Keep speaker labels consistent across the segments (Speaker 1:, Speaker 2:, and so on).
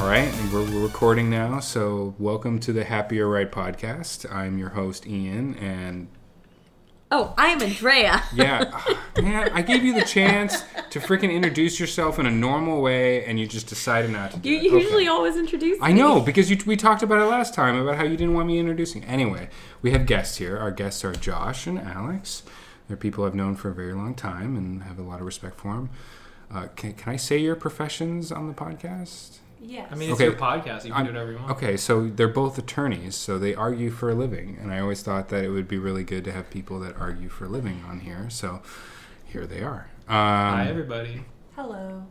Speaker 1: All right, we're, we're recording now, so welcome to the Happier Right podcast. I'm your host Ian, and
Speaker 2: Oh, I am Andrea.
Speaker 1: yeah, man, I gave you the chance to freaking introduce yourself in a normal way, and you just decided not to. Do
Speaker 2: You
Speaker 1: it.
Speaker 2: usually
Speaker 1: Okay.
Speaker 2: always introduce
Speaker 1: I
Speaker 2: me.
Speaker 1: know because you, we talked about it last time about how you didn't want me introducing. Anyway, we have guests here. Our guests are Josh and Alex. They're people I've known for a very long time and have a lot of respect for them. Uh, can, can I say your professions on the podcast?
Speaker 2: Yes.
Speaker 3: I mean, it's
Speaker 1: Okay.
Speaker 3: your podcast. You can
Speaker 1: I'm-
Speaker 3: do whatever you want.
Speaker 1: Okay, so they're both attorneys, so they argue for a living, and I always thought that it would be really good to have people that argue for a living on here. So here they are.
Speaker 3: Hi,
Speaker 1: Um,
Speaker 3: everybody.
Speaker 2: hello.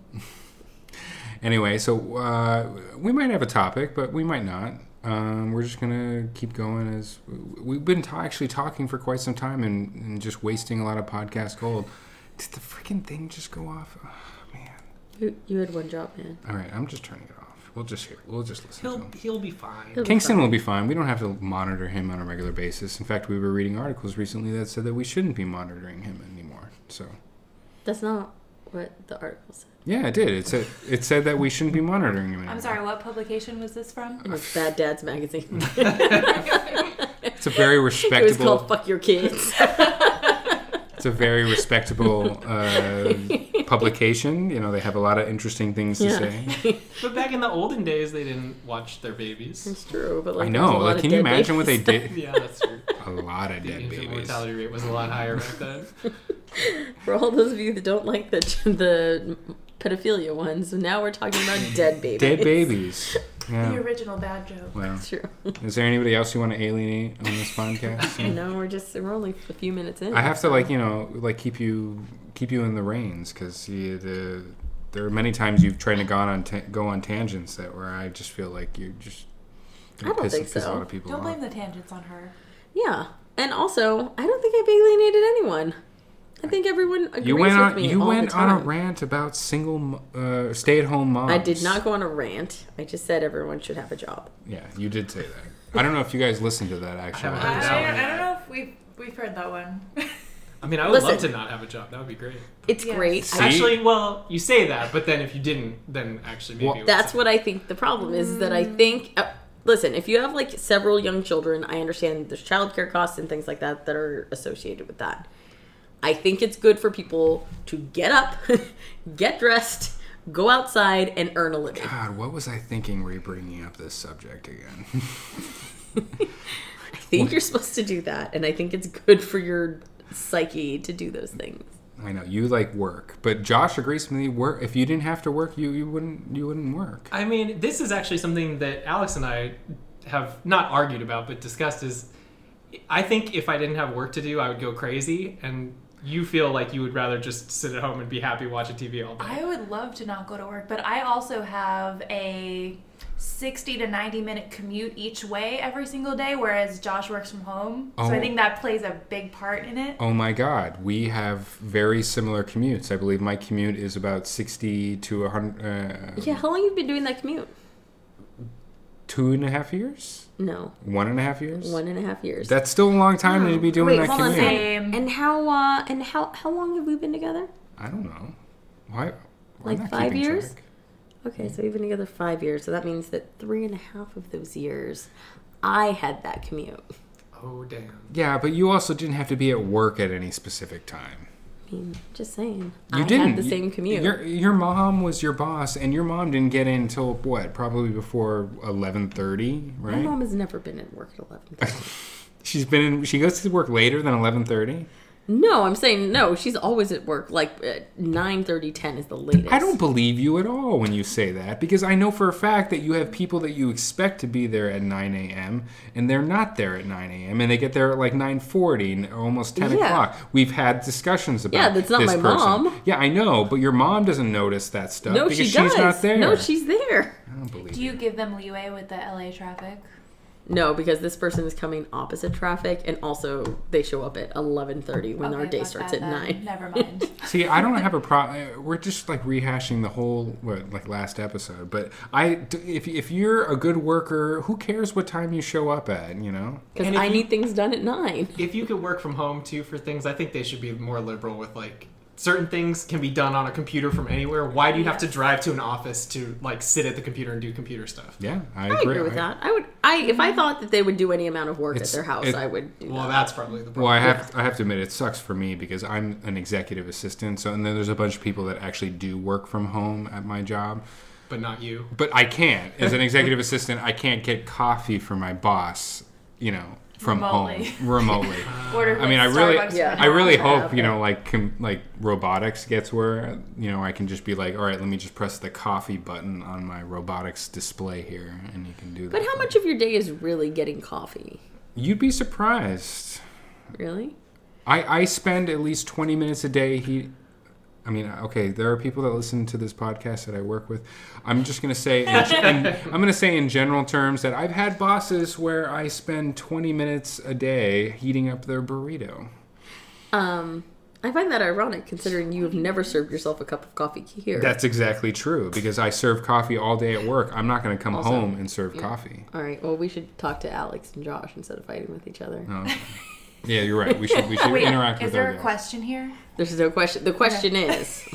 Speaker 1: anyway, so uh, we might have a topic, but we might not. Um, we're just gonna keep going as we've been ta actually talking for quite some time and, and just wasting a lot of podcast gold. Did the freaking thing just go off? Oh, man.
Speaker 2: You, you had one job, man.
Speaker 1: All right, I'm just turning it off. We'll just hear. We'll just listen. to
Speaker 3: He'll
Speaker 1: him.
Speaker 3: he'll be fine.
Speaker 2: He'll be
Speaker 1: Kingston
Speaker 2: fine.
Speaker 1: will be fine. We don't have to monitor him on a regular basis. In fact, we were reading articles recently that said that we shouldn't be monitoring him anymore. So
Speaker 2: That's not what the article said.
Speaker 1: yeah, it did. It said it said that we shouldn't be monitoring him anymore.
Speaker 4: I'm sorry, what publication was this from?
Speaker 2: It was Bad Dad's magazine.
Speaker 1: It's a very
Speaker 2: it was
Speaker 1: respectable.
Speaker 2: called "Fuck Your Kids."
Speaker 1: it's a very respectable uh, publication. You know, they have a lot of interesting things to
Speaker 2: Yeah.
Speaker 1: say.
Speaker 3: But back in the olden days, they didn't watch their babies.
Speaker 2: It's true, but like,
Speaker 1: I
Speaker 2: there was a
Speaker 1: know.
Speaker 2: lot
Speaker 1: Like,
Speaker 2: of
Speaker 1: can you
Speaker 2: dead
Speaker 1: imagine what they
Speaker 2: babies.
Speaker 1: did?
Speaker 3: Yeah, that's true.
Speaker 1: A lot of
Speaker 3: the
Speaker 1: dead
Speaker 3: infant
Speaker 1: babies.
Speaker 3: mortality rate was a lot higher back then.
Speaker 2: For all those of you that don't like the the pedophilia ones, now we're talking about dead babies.
Speaker 1: Dead babies.
Speaker 4: The
Speaker 1: Yeah.
Speaker 4: original bad joke.
Speaker 1: Well,
Speaker 2: It's true.
Speaker 1: is there anybody else you want to alienate on this podcast?
Speaker 2: I know. We're just we're only a few minutes in.
Speaker 1: I have to like you know like keep you keep you in the reins because the there are many times you've tried to gone on ta- go on tangents that where I just feel like you're just gonna
Speaker 2: I don't think
Speaker 1: piss a
Speaker 2: so.
Speaker 1: lot of people
Speaker 4: Don't
Speaker 1: off.
Speaker 4: blame the tangents on her.
Speaker 2: Yeah, and also, I don't think I've alienated anyone. I think everyone agrees
Speaker 1: you went
Speaker 2: with
Speaker 1: on
Speaker 2: me.
Speaker 1: you
Speaker 2: all the
Speaker 1: went on a
Speaker 2: time.
Speaker 1: rant about single mo- uh, stay at home moms.
Speaker 2: I did not go on a rant. I just said everyone should have a job.
Speaker 1: Yeah, you did say that. I don't know if you guys listened to that actually.
Speaker 3: haven't heard that. one.
Speaker 4: don't know if we've, we've heard that one.
Speaker 3: I mean, I would love to
Speaker 2: Listen.
Speaker 3: not have a job. That would be great.
Speaker 2: It's
Speaker 4: Yes.
Speaker 2: great.
Speaker 1: See?
Speaker 2: I-
Speaker 3: Actually, well, you say that, but then if you didn't, then actually maybe
Speaker 1: Well,
Speaker 3: it would
Speaker 2: that's
Speaker 3: suck.
Speaker 2: what I think the problem is. Is that I think. Uh, listen, if you have like several young children, I understand there's childcare costs and things like that that are associated with that. I think it's good for people to get up, get dressed, go outside, and earn a living.
Speaker 1: God, what was I thinking? Re bringing up this subject again.
Speaker 2: I think you're supposed to do that, and I think it's good for your psyche to do those things.
Speaker 1: I know you like work, but Josh agrees with me. Work. If you didn't have to work, you, you wouldn't you wouldn't work.
Speaker 3: I mean, this is actually something that Alex and I have not argued about, but discussed. Is I think if I didn't have work to do, I would go crazy, and you feel like you would rather just sit at home and be happy watching TV all day.
Speaker 4: I would love to not go to work, but I also have a 60 to 90 minute commute each way every single day, whereas Josh works from home. So
Speaker 1: Oh.
Speaker 4: I think that plays a big part in it.
Speaker 1: Oh my God, we have very similar commutes. I believe my commute is about 60 to 100, uh,
Speaker 2: Yeah, how long you been doing that commute?
Speaker 1: two and a half years?
Speaker 2: No,
Speaker 1: One and a half years?
Speaker 2: one and a half years.
Speaker 1: That's still a long time to be doing
Speaker 2: Wait,
Speaker 1: that
Speaker 2: hold on.
Speaker 1: commute.
Speaker 4: second.
Speaker 2: And, and how uh and how how long have we been together?
Speaker 1: I don't know. Why? I'm
Speaker 2: Like
Speaker 1: not
Speaker 2: five
Speaker 1: keeping
Speaker 2: years?
Speaker 1: track.
Speaker 2: Okay, so we've been together five years. So that means that three and a half of those years, I had that commute.
Speaker 3: Oh damn!
Speaker 1: Yeah, but you also didn't have to be at work at any specific time.
Speaker 2: I mean, just saying,
Speaker 1: You
Speaker 2: I
Speaker 1: didn't.
Speaker 2: had the
Speaker 1: You-
Speaker 2: same commute.
Speaker 1: Your, your mom was your boss, and your mom didn't get in until what? Probably before 11:30,
Speaker 2: My
Speaker 1: right?
Speaker 2: mom has never been at work at eleven thirty.
Speaker 1: She's been in. She goes to work later than 11:30.
Speaker 2: no, I'm saying no. She's always at work. Like at 9, 10 is the latest.
Speaker 1: I don't believe you at all when you say that because I know for a fact that you have people that you expect to be there at 9 a.m. and they're not there at 9 a.m. and they get there at like 9:40 and almost 10
Speaker 2: Yeah.
Speaker 1: o'clock. We've had discussions about
Speaker 2: Yeah, that's not
Speaker 1: this
Speaker 2: my
Speaker 1: person.
Speaker 2: mom.
Speaker 1: Yeah, I know, but your mom doesn't notice that stuff
Speaker 2: No,
Speaker 1: because
Speaker 2: she
Speaker 1: she's
Speaker 2: does.
Speaker 1: not there.
Speaker 2: No, she's there.
Speaker 1: I don't believe
Speaker 4: Do you give them leeway with the LA traffic?
Speaker 2: No, because this person is coming opposite traffic, and also they show up at eleven thirty when our
Speaker 4: Okay,
Speaker 2: day
Speaker 4: fuck
Speaker 2: starts at
Speaker 4: that then.
Speaker 2: nine.
Speaker 4: Never mind.
Speaker 1: See, I don't have a problem. We're just like rehashing the whole what, like last episode. But I, if if you're a good worker, who cares what time you show up at? You know.
Speaker 2: Because
Speaker 3: And if
Speaker 2: I
Speaker 3: you-
Speaker 2: need things done at nine.
Speaker 3: If you could work from home too for things, I think they should be more liberal with like certain things can be done on a computer from anywhere. Why do you have to drive to an office to like sit at the computer and do computer stuff?
Speaker 1: Yeah, I,
Speaker 2: I agree with
Speaker 1: I-
Speaker 2: that. I would. I if I thought that they would do any amount of work
Speaker 1: It's-
Speaker 2: at their house,
Speaker 1: it-
Speaker 2: I would. Do
Speaker 3: Well,
Speaker 2: that.
Speaker 3: that's probably the problem.
Speaker 1: Well, I have I have to admit it sucks for me because I'm an executive assistant. So and then there's a bunch of people that actually do work from home at my job,
Speaker 3: but not you.
Speaker 1: but I can't. As an executive assistant, I can't get coffee from my boss. You know, from
Speaker 4: Remotely.
Speaker 1: home remotely.
Speaker 4: Order.
Speaker 1: I mean, I really,
Speaker 4: Starbucks
Speaker 2: Yeah.
Speaker 4: from
Speaker 1: I really
Speaker 4: home.
Speaker 1: hope you know, like, com- like robotics gets where you know I can just be like, all right, let me just press the coffee button on my robotics display here, and you can do that.
Speaker 2: But how much of your day is really getting coffee?
Speaker 1: You'd be surprised.
Speaker 2: Really?
Speaker 1: I I spend at least twenty minutes a day. He, I mean, okay, there are people that listen to this podcast that I work with. I'm just gonna say, in, in- I'm gonna say in general terms that I've had bosses where I spend twenty minutes a day heating up their burrito.
Speaker 2: Um, I find that ironic considering you have never served yourself a cup of coffee here.
Speaker 1: That's exactly true because I serve coffee all day at work. I'm not going to come
Speaker 2: Also,
Speaker 1: home and serve coffee.
Speaker 2: All right. Well, we should talk to Alex and Josh instead of fighting with each other.
Speaker 1: No. yeah, you're right. We should we should
Speaker 4: Oh, Wait,
Speaker 1: interact
Speaker 4: is
Speaker 1: with
Speaker 4: there
Speaker 1: our
Speaker 4: a
Speaker 1: guests.
Speaker 4: question here?
Speaker 2: There's no question. The question is,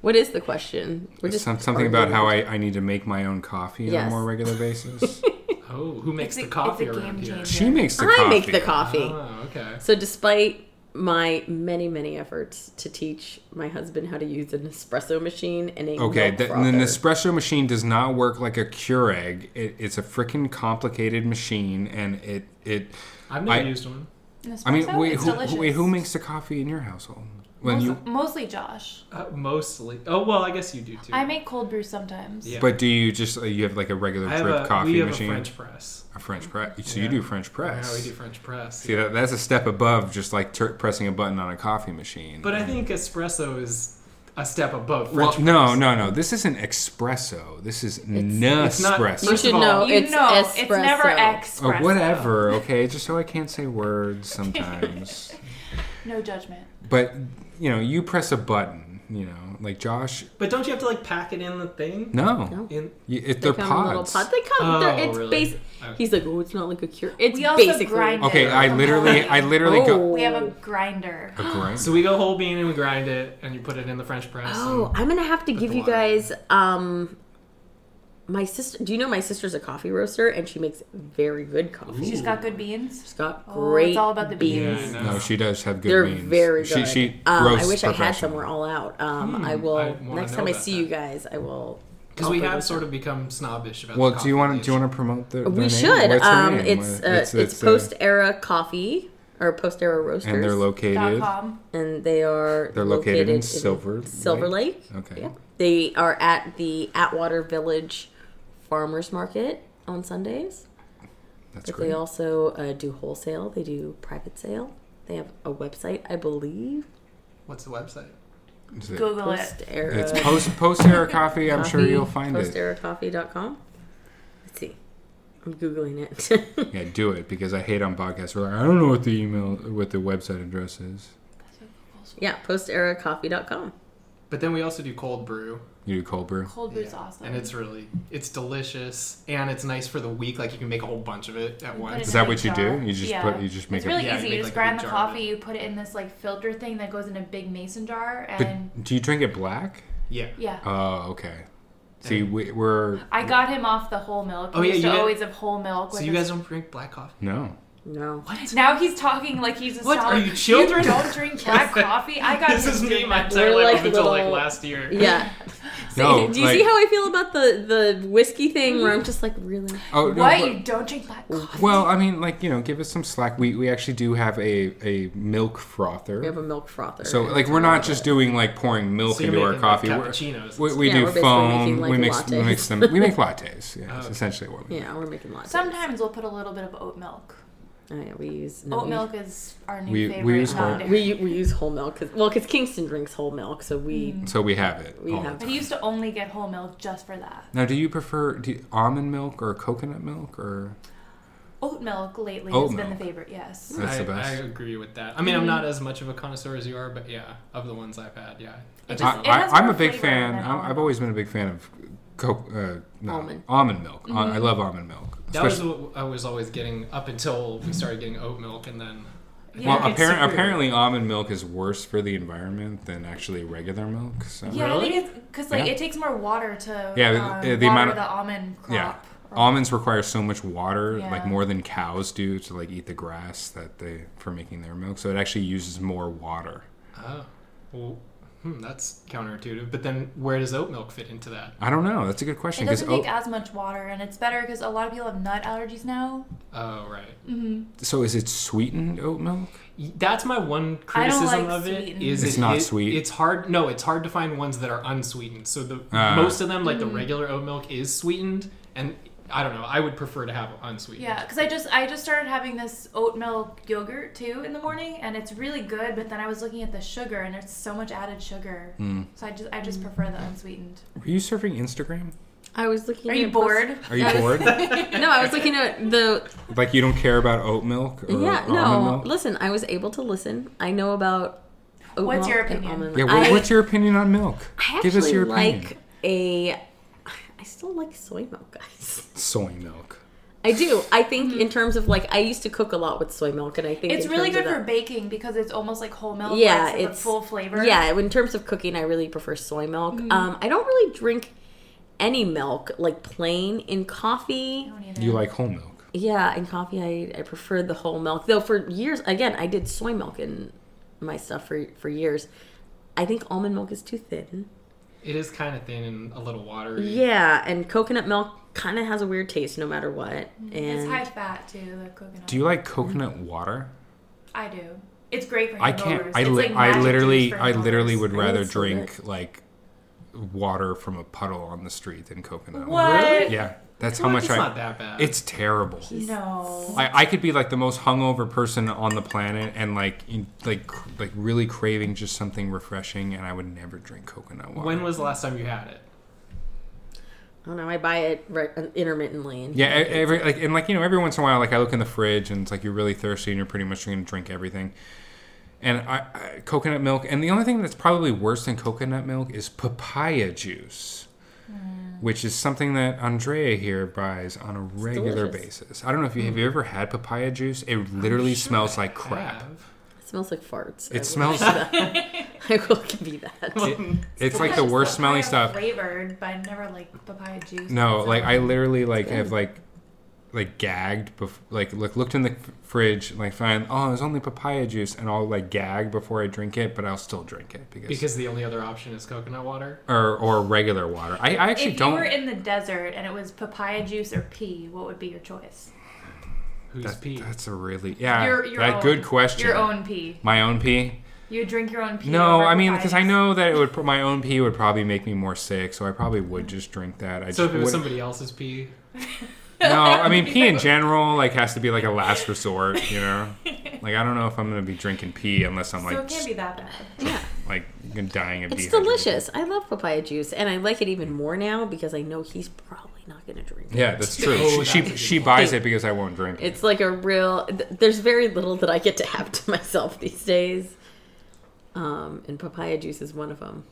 Speaker 2: what is the question? We're
Speaker 1: Some- something
Speaker 2: arguing.
Speaker 1: about how I, I need to make my own coffee on a
Speaker 2: Yes.
Speaker 1: more regular basis.
Speaker 3: Oh, who makes
Speaker 4: a-
Speaker 3: the coffee
Speaker 4: it's a
Speaker 3: around
Speaker 4: game
Speaker 3: here?
Speaker 4: changer.
Speaker 1: she makes the coffee.
Speaker 2: I make the coffee.
Speaker 3: Oh, okay.
Speaker 2: So, despite my many, many efforts to teach my husband how to use an espresso machine and a
Speaker 1: Okay,
Speaker 2: milk
Speaker 1: the, the
Speaker 2: frother-
Speaker 1: Nespresso machine does not work like a Keurig. It, it's a freaking complicated machine, and it it.
Speaker 3: I've never
Speaker 1: I-
Speaker 3: used one.
Speaker 1: I mean,
Speaker 4: Nespresso?
Speaker 1: wait,
Speaker 4: It's
Speaker 1: who,
Speaker 4: delicious.
Speaker 1: wait, who makes the coffee in your household? When
Speaker 4: Mostly,
Speaker 1: you,
Speaker 4: mostly Josh.
Speaker 3: Uh, mostly. Oh well, I guess you do too.
Speaker 4: I make cold brew sometimes.
Speaker 3: Yeah.
Speaker 1: but do you just uh, you have like a regular
Speaker 3: I have
Speaker 1: drip
Speaker 3: a,
Speaker 1: coffee
Speaker 3: we have
Speaker 1: machine?
Speaker 3: a French press.
Speaker 1: A French press. So
Speaker 3: Yeah.
Speaker 1: you do French press.
Speaker 3: Yeah, we do French press.
Speaker 1: See, that, that's a step above just like tur pressing a button on a coffee machine.
Speaker 3: But I think espresso is a step above
Speaker 1: Well,
Speaker 3: French
Speaker 1: no,
Speaker 3: press.
Speaker 1: no, no. This isn't espresso. This is
Speaker 3: it's not-
Speaker 2: You
Speaker 1: Nespresso.
Speaker 3: First of
Speaker 2: should
Speaker 3: all-
Speaker 2: know
Speaker 4: You
Speaker 2: Oh, it's
Speaker 4: know,
Speaker 2: espresso.
Speaker 4: it's never espresso.
Speaker 1: Or whatever, okay? Just so I can't say words sometimes.
Speaker 4: No judgment.
Speaker 1: but, you know, you press a button, you know, like Josh.
Speaker 3: But don't you have to like pack it in the thing?
Speaker 1: No.
Speaker 2: No.
Speaker 3: In,
Speaker 1: You, it,
Speaker 2: They
Speaker 1: they're
Speaker 2: come in little
Speaker 1: pods.
Speaker 2: pods. They come. they're-
Speaker 3: Oh,
Speaker 2: it's
Speaker 3: really?
Speaker 2: basic.
Speaker 3: Okay. Oh,
Speaker 2: He's like, oh, it's not like a cure. It's
Speaker 4: We also
Speaker 2: basically.
Speaker 4: grind
Speaker 1: okay,
Speaker 4: it.
Speaker 1: I literally, I literally go.
Speaker 2: Oh.
Speaker 4: We have a grinder.
Speaker 1: A grind.
Speaker 3: So we go whole bean and we grind it and you put it in the French press.
Speaker 2: Oh, I'm gonna have to give
Speaker 3: the
Speaker 2: you
Speaker 3: water in.
Speaker 2: guys. um My sister. Do you know my sister's a coffee roaster and she makes very good coffee.
Speaker 4: She's got good beans.
Speaker 2: She's got
Speaker 4: Oh,
Speaker 2: great.
Speaker 4: it's all about the
Speaker 3: Yeah, I
Speaker 2: beans.
Speaker 3: know.
Speaker 1: no, she does have good
Speaker 2: They're
Speaker 1: beans.
Speaker 2: very
Speaker 1: She,
Speaker 2: good.
Speaker 1: she
Speaker 2: um, I
Speaker 1: roasts
Speaker 2: wish I had
Speaker 1: professionally.
Speaker 2: some. We're all out. Um, I will
Speaker 3: Hmm, I wanna
Speaker 2: next
Speaker 3: know
Speaker 2: time I
Speaker 3: about
Speaker 2: see
Speaker 3: that.
Speaker 2: you guys. I will.
Speaker 3: Because we
Speaker 2: offer you
Speaker 3: have sort
Speaker 2: some.
Speaker 3: of become snobbish about.
Speaker 1: Well,
Speaker 3: the
Speaker 1: do you
Speaker 3: coffee
Speaker 1: want to do you
Speaker 3: issue.
Speaker 1: want to promote the?
Speaker 2: We should. Um, it's, uh, it's post
Speaker 1: uh,
Speaker 2: era coffee or post era roasters,
Speaker 1: and they're
Speaker 4: Dot
Speaker 1: located.
Speaker 4: com.
Speaker 2: and they are
Speaker 1: They're located in Silver Lake?
Speaker 2: Silver Lake.
Speaker 1: Okay.
Speaker 2: Yep. They are at the Atwater Village Farmers Market on Sundays.
Speaker 1: That's
Speaker 2: But
Speaker 1: great.
Speaker 2: they also uh, do wholesale. They do private sale. They have a website, I believe.
Speaker 3: What's the website?
Speaker 1: Is it-
Speaker 2: Oh,
Speaker 4: Google it.
Speaker 2: Post era.
Speaker 1: It's post post era coffee. I'm sure you'll find it.
Speaker 2: Posteracoffee.com. Let's see. I'm googling it.
Speaker 1: Yeah, do it because I hate on podcasts. We're like, I don't know what the email, what the website address is.
Speaker 2: yeah, posteracoffee.com.
Speaker 3: But then we also do cold brew,
Speaker 1: You do cold brew.
Speaker 4: Cold brew's
Speaker 3: Yeah.
Speaker 4: awesome.
Speaker 3: and it's really it's delicious and it's nice for the week. Like you can make a whole bunch of it at
Speaker 4: Put it
Speaker 3: once.
Speaker 1: Is
Speaker 4: in
Speaker 1: that
Speaker 4: a
Speaker 1: what you
Speaker 4: jar.
Speaker 1: do? You just
Speaker 4: Yeah.
Speaker 1: put, you just make
Speaker 4: It's
Speaker 1: a.
Speaker 4: really
Speaker 3: Yeah, you
Speaker 4: easy.
Speaker 3: make,
Speaker 4: You just
Speaker 3: like, a
Speaker 4: grind
Speaker 3: big
Speaker 4: the
Speaker 3: jar of
Speaker 4: coffee, you put it in this like filter thing that goes in a big mason jar, and
Speaker 1: But do you drink it black?
Speaker 3: Yeah.
Speaker 4: yeah.
Speaker 1: Oh, okay. See, we, we're
Speaker 4: I got him off the whole milk.
Speaker 3: Oh,
Speaker 4: he
Speaker 3: yeah,
Speaker 4: used
Speaker 3: you
Speaker 4: to
Speaker 3: guys-
Speaker 4: always have whole milk.
Speaker 3: So
Speaker 4: with
Speaker 3: you
Speaker 4: his-
Speaker 3: guys don't drink black coffee?
Speaker 1: no.
Speaker 2: No.
Speaker 4: Now he's talking like he's a
Speaker 3: What,
Speaker 4: solid-
Speaker 3: are you children?
Speaker 4: You don't drink black coffee. I got
Speaker 3: This
Speaker 4: him
Speaker 3: is
Speaker 4: doing
Speaker 3: me my
Speaker 4: that.
Speaker 3: entire
Speaker 2: We're
Speaker 3: life
Speaker 2: like
Speaker 3: until like
Speaker 2: little-
Speaker 3: last year.
Speaker 2: Yeah.
Speaker 1: No,
Speaker 2: Do you
Speaker 1: like-
Speaker 2: see how I feel about the, the whiskey thing where I'm just like, really?
Speaker 1: Oh no.
Speaker 4: What?
Speaker 1: but-
Speaker 4: You don't drink black coffee?
Speaker 1: Well, I mean, like you know, give us some slack. We we actually do have a a milk frother.
Speaker 2: We have a milk frother.
Speaker 1: So like we're not just doing like pouring milk
Speaker 3: So you're
Speaker 1: into our
Speaker 3: making like
Speaker 1: coffee.
Speaker 3: cappuccinos.
Speaker 1: We're, we we
Speaker 2: Yeah,
Speaker 1: do
Speaker 2: we're basically
Speaker 1: foam.
Speaker 2: making, like,
Speaker 1: we mix we
Speaker 2: lattes.
Speaker 1: mix them. We make lattes. Yeah,
Speaker 3: Oh,
Speaker 1: that's
Speaker 3: okay.
Speaker 1: essentially what we.
Speaker 2: Yeah, we're making lots.
Speaker 4: Sometimes we'll put a little bit of oat milk.
Speaker 2: Oh, yeah, we use no,
Speaker 4: Oat
Speaker 2: we-
Speaker 4: milk is our new
Speaker 1: We- we
Speaker 4: favorite.
Speaker 1: use oat.
Speaker 4: non-dairy.
Speaker 2: We, we use whole milk. Cause, well, because Kingston drinks whole milk, so we.
Speaker 4: Mm.
Speaker 1: So we have it.
Speaker 2: We
Speaker 1: all the
Speaker 2: have-
Speaker 1: time.
Speaker 4: But he used to only get whole milk just for that.
Speaker 1: Now, do you prefer do you- almond milk or coconut milk or?
Speaker 4: Oat milk lately
Speaker 1: Oat
Speaker 4: has been
Speaker 1: milk.
Speaker 4: the favorite, yes.
Speaker 1: That's
Speaker 3: I,
Speaker 1: the best.
Speaker 3: I agree with that. I mean, I'm not as much of a connoisseur as you are, but yeah, of the ones I've had, yeah. I
Speaker 4: It
Speaker 3: just-
Speaker 4: just-
Speaker 1: I,
Speaker 4: has
Speaker 1: I, I'm
Speaker 4: more
Speaker 1: a big
Speaker 4: flavor
Speaker 1: fan.
Speaker 4: than
Speaker 1: I'm, I've
Speaker 4: almond.
Speaker 1: always been a big fan of co- uh, no,
Speaker 2: Almond.
Speaker 1: milk. Uh, I-
Speaker 4: Mm-hmm.
Speaker 1: I love almond milk.
Speaker 3: that was
Speaker 1: Especially-
Speaker 3: what I was always getting up until we started getting oat milk, and then
Speaker 4: Yeah.
Speaker 1: well,
Speaker 3: It's
Speaker 1: apparent,
Speaker 3: superior.
Speaker 1: apparently almond milk is worse for the environment than actually regular milk. So.
Speaker 4: Yeah,
Speaker 3: Really?
Speaker 4: I think it's because like
Speaker 1: Yeah.
Speaker 4: it takes more water to
Speaker 1: Yeah,
Speaker 4: um,
Speaker 1: the- the
Speaker 4: water
Speaker 1: amount of-
Speaker 4: the almond crop.
Speaker 1: Yeah.
Speaker 4: or-
Speaker 1: Almonds require so much water,
Speaker 4: Yeah.
Speaker 1: like more than cows do to like eat the grass that they for making their milk. So it actually uses more water.
Speaker 3: Oh, well, hmm, that's counterintuitive. But then, where does oat milk fit into that?
Speaker 1: I don't know. That's a good
Speaker 4: It
Speaker 1: question because
Speaker 4: doesn't take as much water, and it's better because a lot of people have nut allergies now.
Speaker 3: Oh, right.
Speaker 1: Mm-hmm. so is it sweetened oat milk?
Speaker 3: Y- That's my one criticism
Speaker 4: like
Speaker 3: of it.
Speaker 4: sweetened.
Speaker 3: Is
Speaker 1: It's
Speaker 3: it-
Speaker 1: not
Speaker 3: it-
Speaker 1: sweet.
Speaker 3: It's hard. No, it's hard to find ones that are unsweetened. So the
Speaker 1: Ah.
Speaker 3: most of them, like
Speaker 4: Mm.
Speaker 3: the regular oat milk, is sweetened, and I don't know. I would prefer to have unsweetened.
Speaker 4: Yeah, because I just I just started having this oat milk yogurt too in the morning, and it's really good. But then I was looking at the sugar, and it's so much added sugar.
Speaker 1: Hmm.
Speaker 4: So I just I just prefer the unsweetened.
Speaker 1: Are you surfing Instagram?
Speaker 2: I was looking.
Speaker 4: Are
Speaker 2: at
Speaker 4: you
Speaker 2: post-
Speaker 4: bored?
Speaker 1: Are you
Speaker 2: I was-
Speaker 1: bored?
Speaker 2: No, I was looking at the
Speaker 1: like you don't care about oat milk or
Speaker 2: yeah.
Speaker 1: almond
Speaker 2: No,
Speaker 1: milk?
Speaker 2: listen. I was able to listen. I know about. oat
Speaker 4: What's
Speaker 2: milk
Speaker 4: your
Speaker 2: and
Speaker 4: opinion?
Speaker 2: almond
Speaker 1: Yeah,
Speaker 2: milk.
Speaker 1: what,
Speaker 2: I-
Speaker 1: what's your opinion on milk?
Speaker 2: I
Speaker 1: Give us
Speaker 2: actually
Speaker 1: your opinion.
Speaker 2: like a. I still like soy milk, guys.
Speaker 1: Soy milk.
Speaker 2: I do. I think in terms of like, I used to cook a lot with soy milk, and I think
Speaker 4: Mm. It's
Speaker 2: in
Speaker 4: really
Speaker 2: terms of
Speaker 4: good for
Speaker 2: that-
Speaker 4: baking because it's almost like whole milk.
Speaker 2: Yeah,
Speaker 4: Yeah, it's,
Speaker 2: it's-
Speaker 4: full flavor. Mm.
Speaker 2: Yeah, in terms of cooking, I really prefer soy milk. Um, I don't really drink any milk, like plain in coffee.
Speaker 4: I don't either.
Speaker 1: You like whole milk.
Speaker 2: Yeah, in coffee, I, I prefer the whole milk. Though for years, again, I did soy milk in my stuff for for years. I think almond milk is too thin.
Speaker 3: It is kind of thin and a little watery.
Speaker 2: Yeah, and coconut milk kind of has a weird taste no matter what. And
Speaker 4: Mm, It's high fat too. The coconut.
Speaker 1: Do you like coconut water?
Speaker 4: I do. It's great for hangovers.
Speaker 1: I can't. I,
Speaker 4: It's
Speaker 1: li-
Speaker 4: like
Speaker 1: I
Speaker 4: magic
Speaker 1: literally,
Speaker 4: juice for
Speaker 1: I literally
Speaker 4: hangovers.
Speaker 1: would
Speaker 2: I
Speaker 1: rather
Speaker 2: need some
Speaker 1: drink like water from a puddle on the street than coconut. water.
Speaker 4: What?
Speaker 3: Really?
Speaker 1: Yeah, that's
Speaker 3: Well,
Speaker 1: how much
Speaker 3: it's
Speaker 1: I.
Speaker 3: not that bad.
Speaker 1: It's terrible.
Speaker 4: No.
Speaker 1: I, I could be like the most hungover person on the planet, and like in, like cr- like really craving just something refreshing, and I would never drink coconut water.
Speaker 3: when was the last time you had it?
Speaker 2: I don't know. I buy it re- intermittently. And
Speaker 1: Yeah, e- every like and like you know every once in a while, like I look in the fridge and it's like you're really thirsty and you're pretty much going to drink everything. And I, I coconut milk, and the only thing that's probably worse than coconut milk is papaya juice, which is something that Andrea here buys on a regular
Speaker 2: delicious.
Speaker 1: basis. I don't know if you have you ever had papaya juice. It literally
Speaker 3: sure
Speaker 1: smells like
Speaker 3: I
Speaker 1: crap.
Speaker 3: have.
Speaker 2: It smells like farts. I
Speaker 1: It
Speaker 2: will
Speaker 1: smells-
Speaker 2: give that. I will give you that.
Speaker 1: It- it's like the worst smelling stuff.
Speaker 4: Flavored, but I never like papaya juice.
Speaker 1: No,
Speaker 4: So-
Speaker 1: like I literally like have like like gagged bef- like look looked in the f- fridge and like find oh there's only papaya juice and I'll like gag before I drink it but I'll still drink it because,
Speaker 3: Because the only other option is coconut water.
Speaker 1: or or regular water. I, I actually
Speaker 4: If you
Speaker 1: don't
Speaker 4: were in the desert and it was papaya juice or pee, what would be your choice?
Speaker 3: Who's
Speaker 1: that-
Speaker 3: pee?
Speaker 1: that's a really yeah
Speaker 4: Your- your
Speaker 1: Ah, that
Speaker 4: own-
Speaker 1: good question.
Speaker 4: Your own pee.
Speaker 1: my own pee?
Speaker 4: You would drink your own pee.
Speaker 1: No,
Speaker 4: over
Speaker 1: I mean
Speaker 4: papaya
Speaker 1: because I
Speaker 4: juice.
Speaker 1: know that it would pro- my own pee would probably make me more sick, so I probably would
Speaker 4: Mm-hmm.
Speaker 1: just drink that. I
Speaker 3: So
Speaker 1: just
Speaker 3: if it was
Speaker 1: wouldn't-
Speaker 3: somebody else's pee,
Speaker 1: no, I mean pee in general like has to be like a last resort, you know. Like I don't know if I'm gonna be drinking pee unless I'm
Speaker 4: So
Speaker 1: like
Speaker 4: it can't be that bad.
Speaker 1: like you're dying of
Speaker 2: It's
Speaker 1: dehydration.
Speaker 2: delicious. I love papaya juice, and I like it even more now because I know he's probably not going to drink it.
Speaker 1: Yeah, that's true. she
Speaker 3: Oh, that's
Speaker 1: she,
Speaker 3: a good
Speaker 1: she
Speaker 3: point.
Speaker 1: buys it because I won't drink it.
Speaker 2: It's like a real. Th- there's very little that I get to have to myself these days, um, and papaya juice is one of them.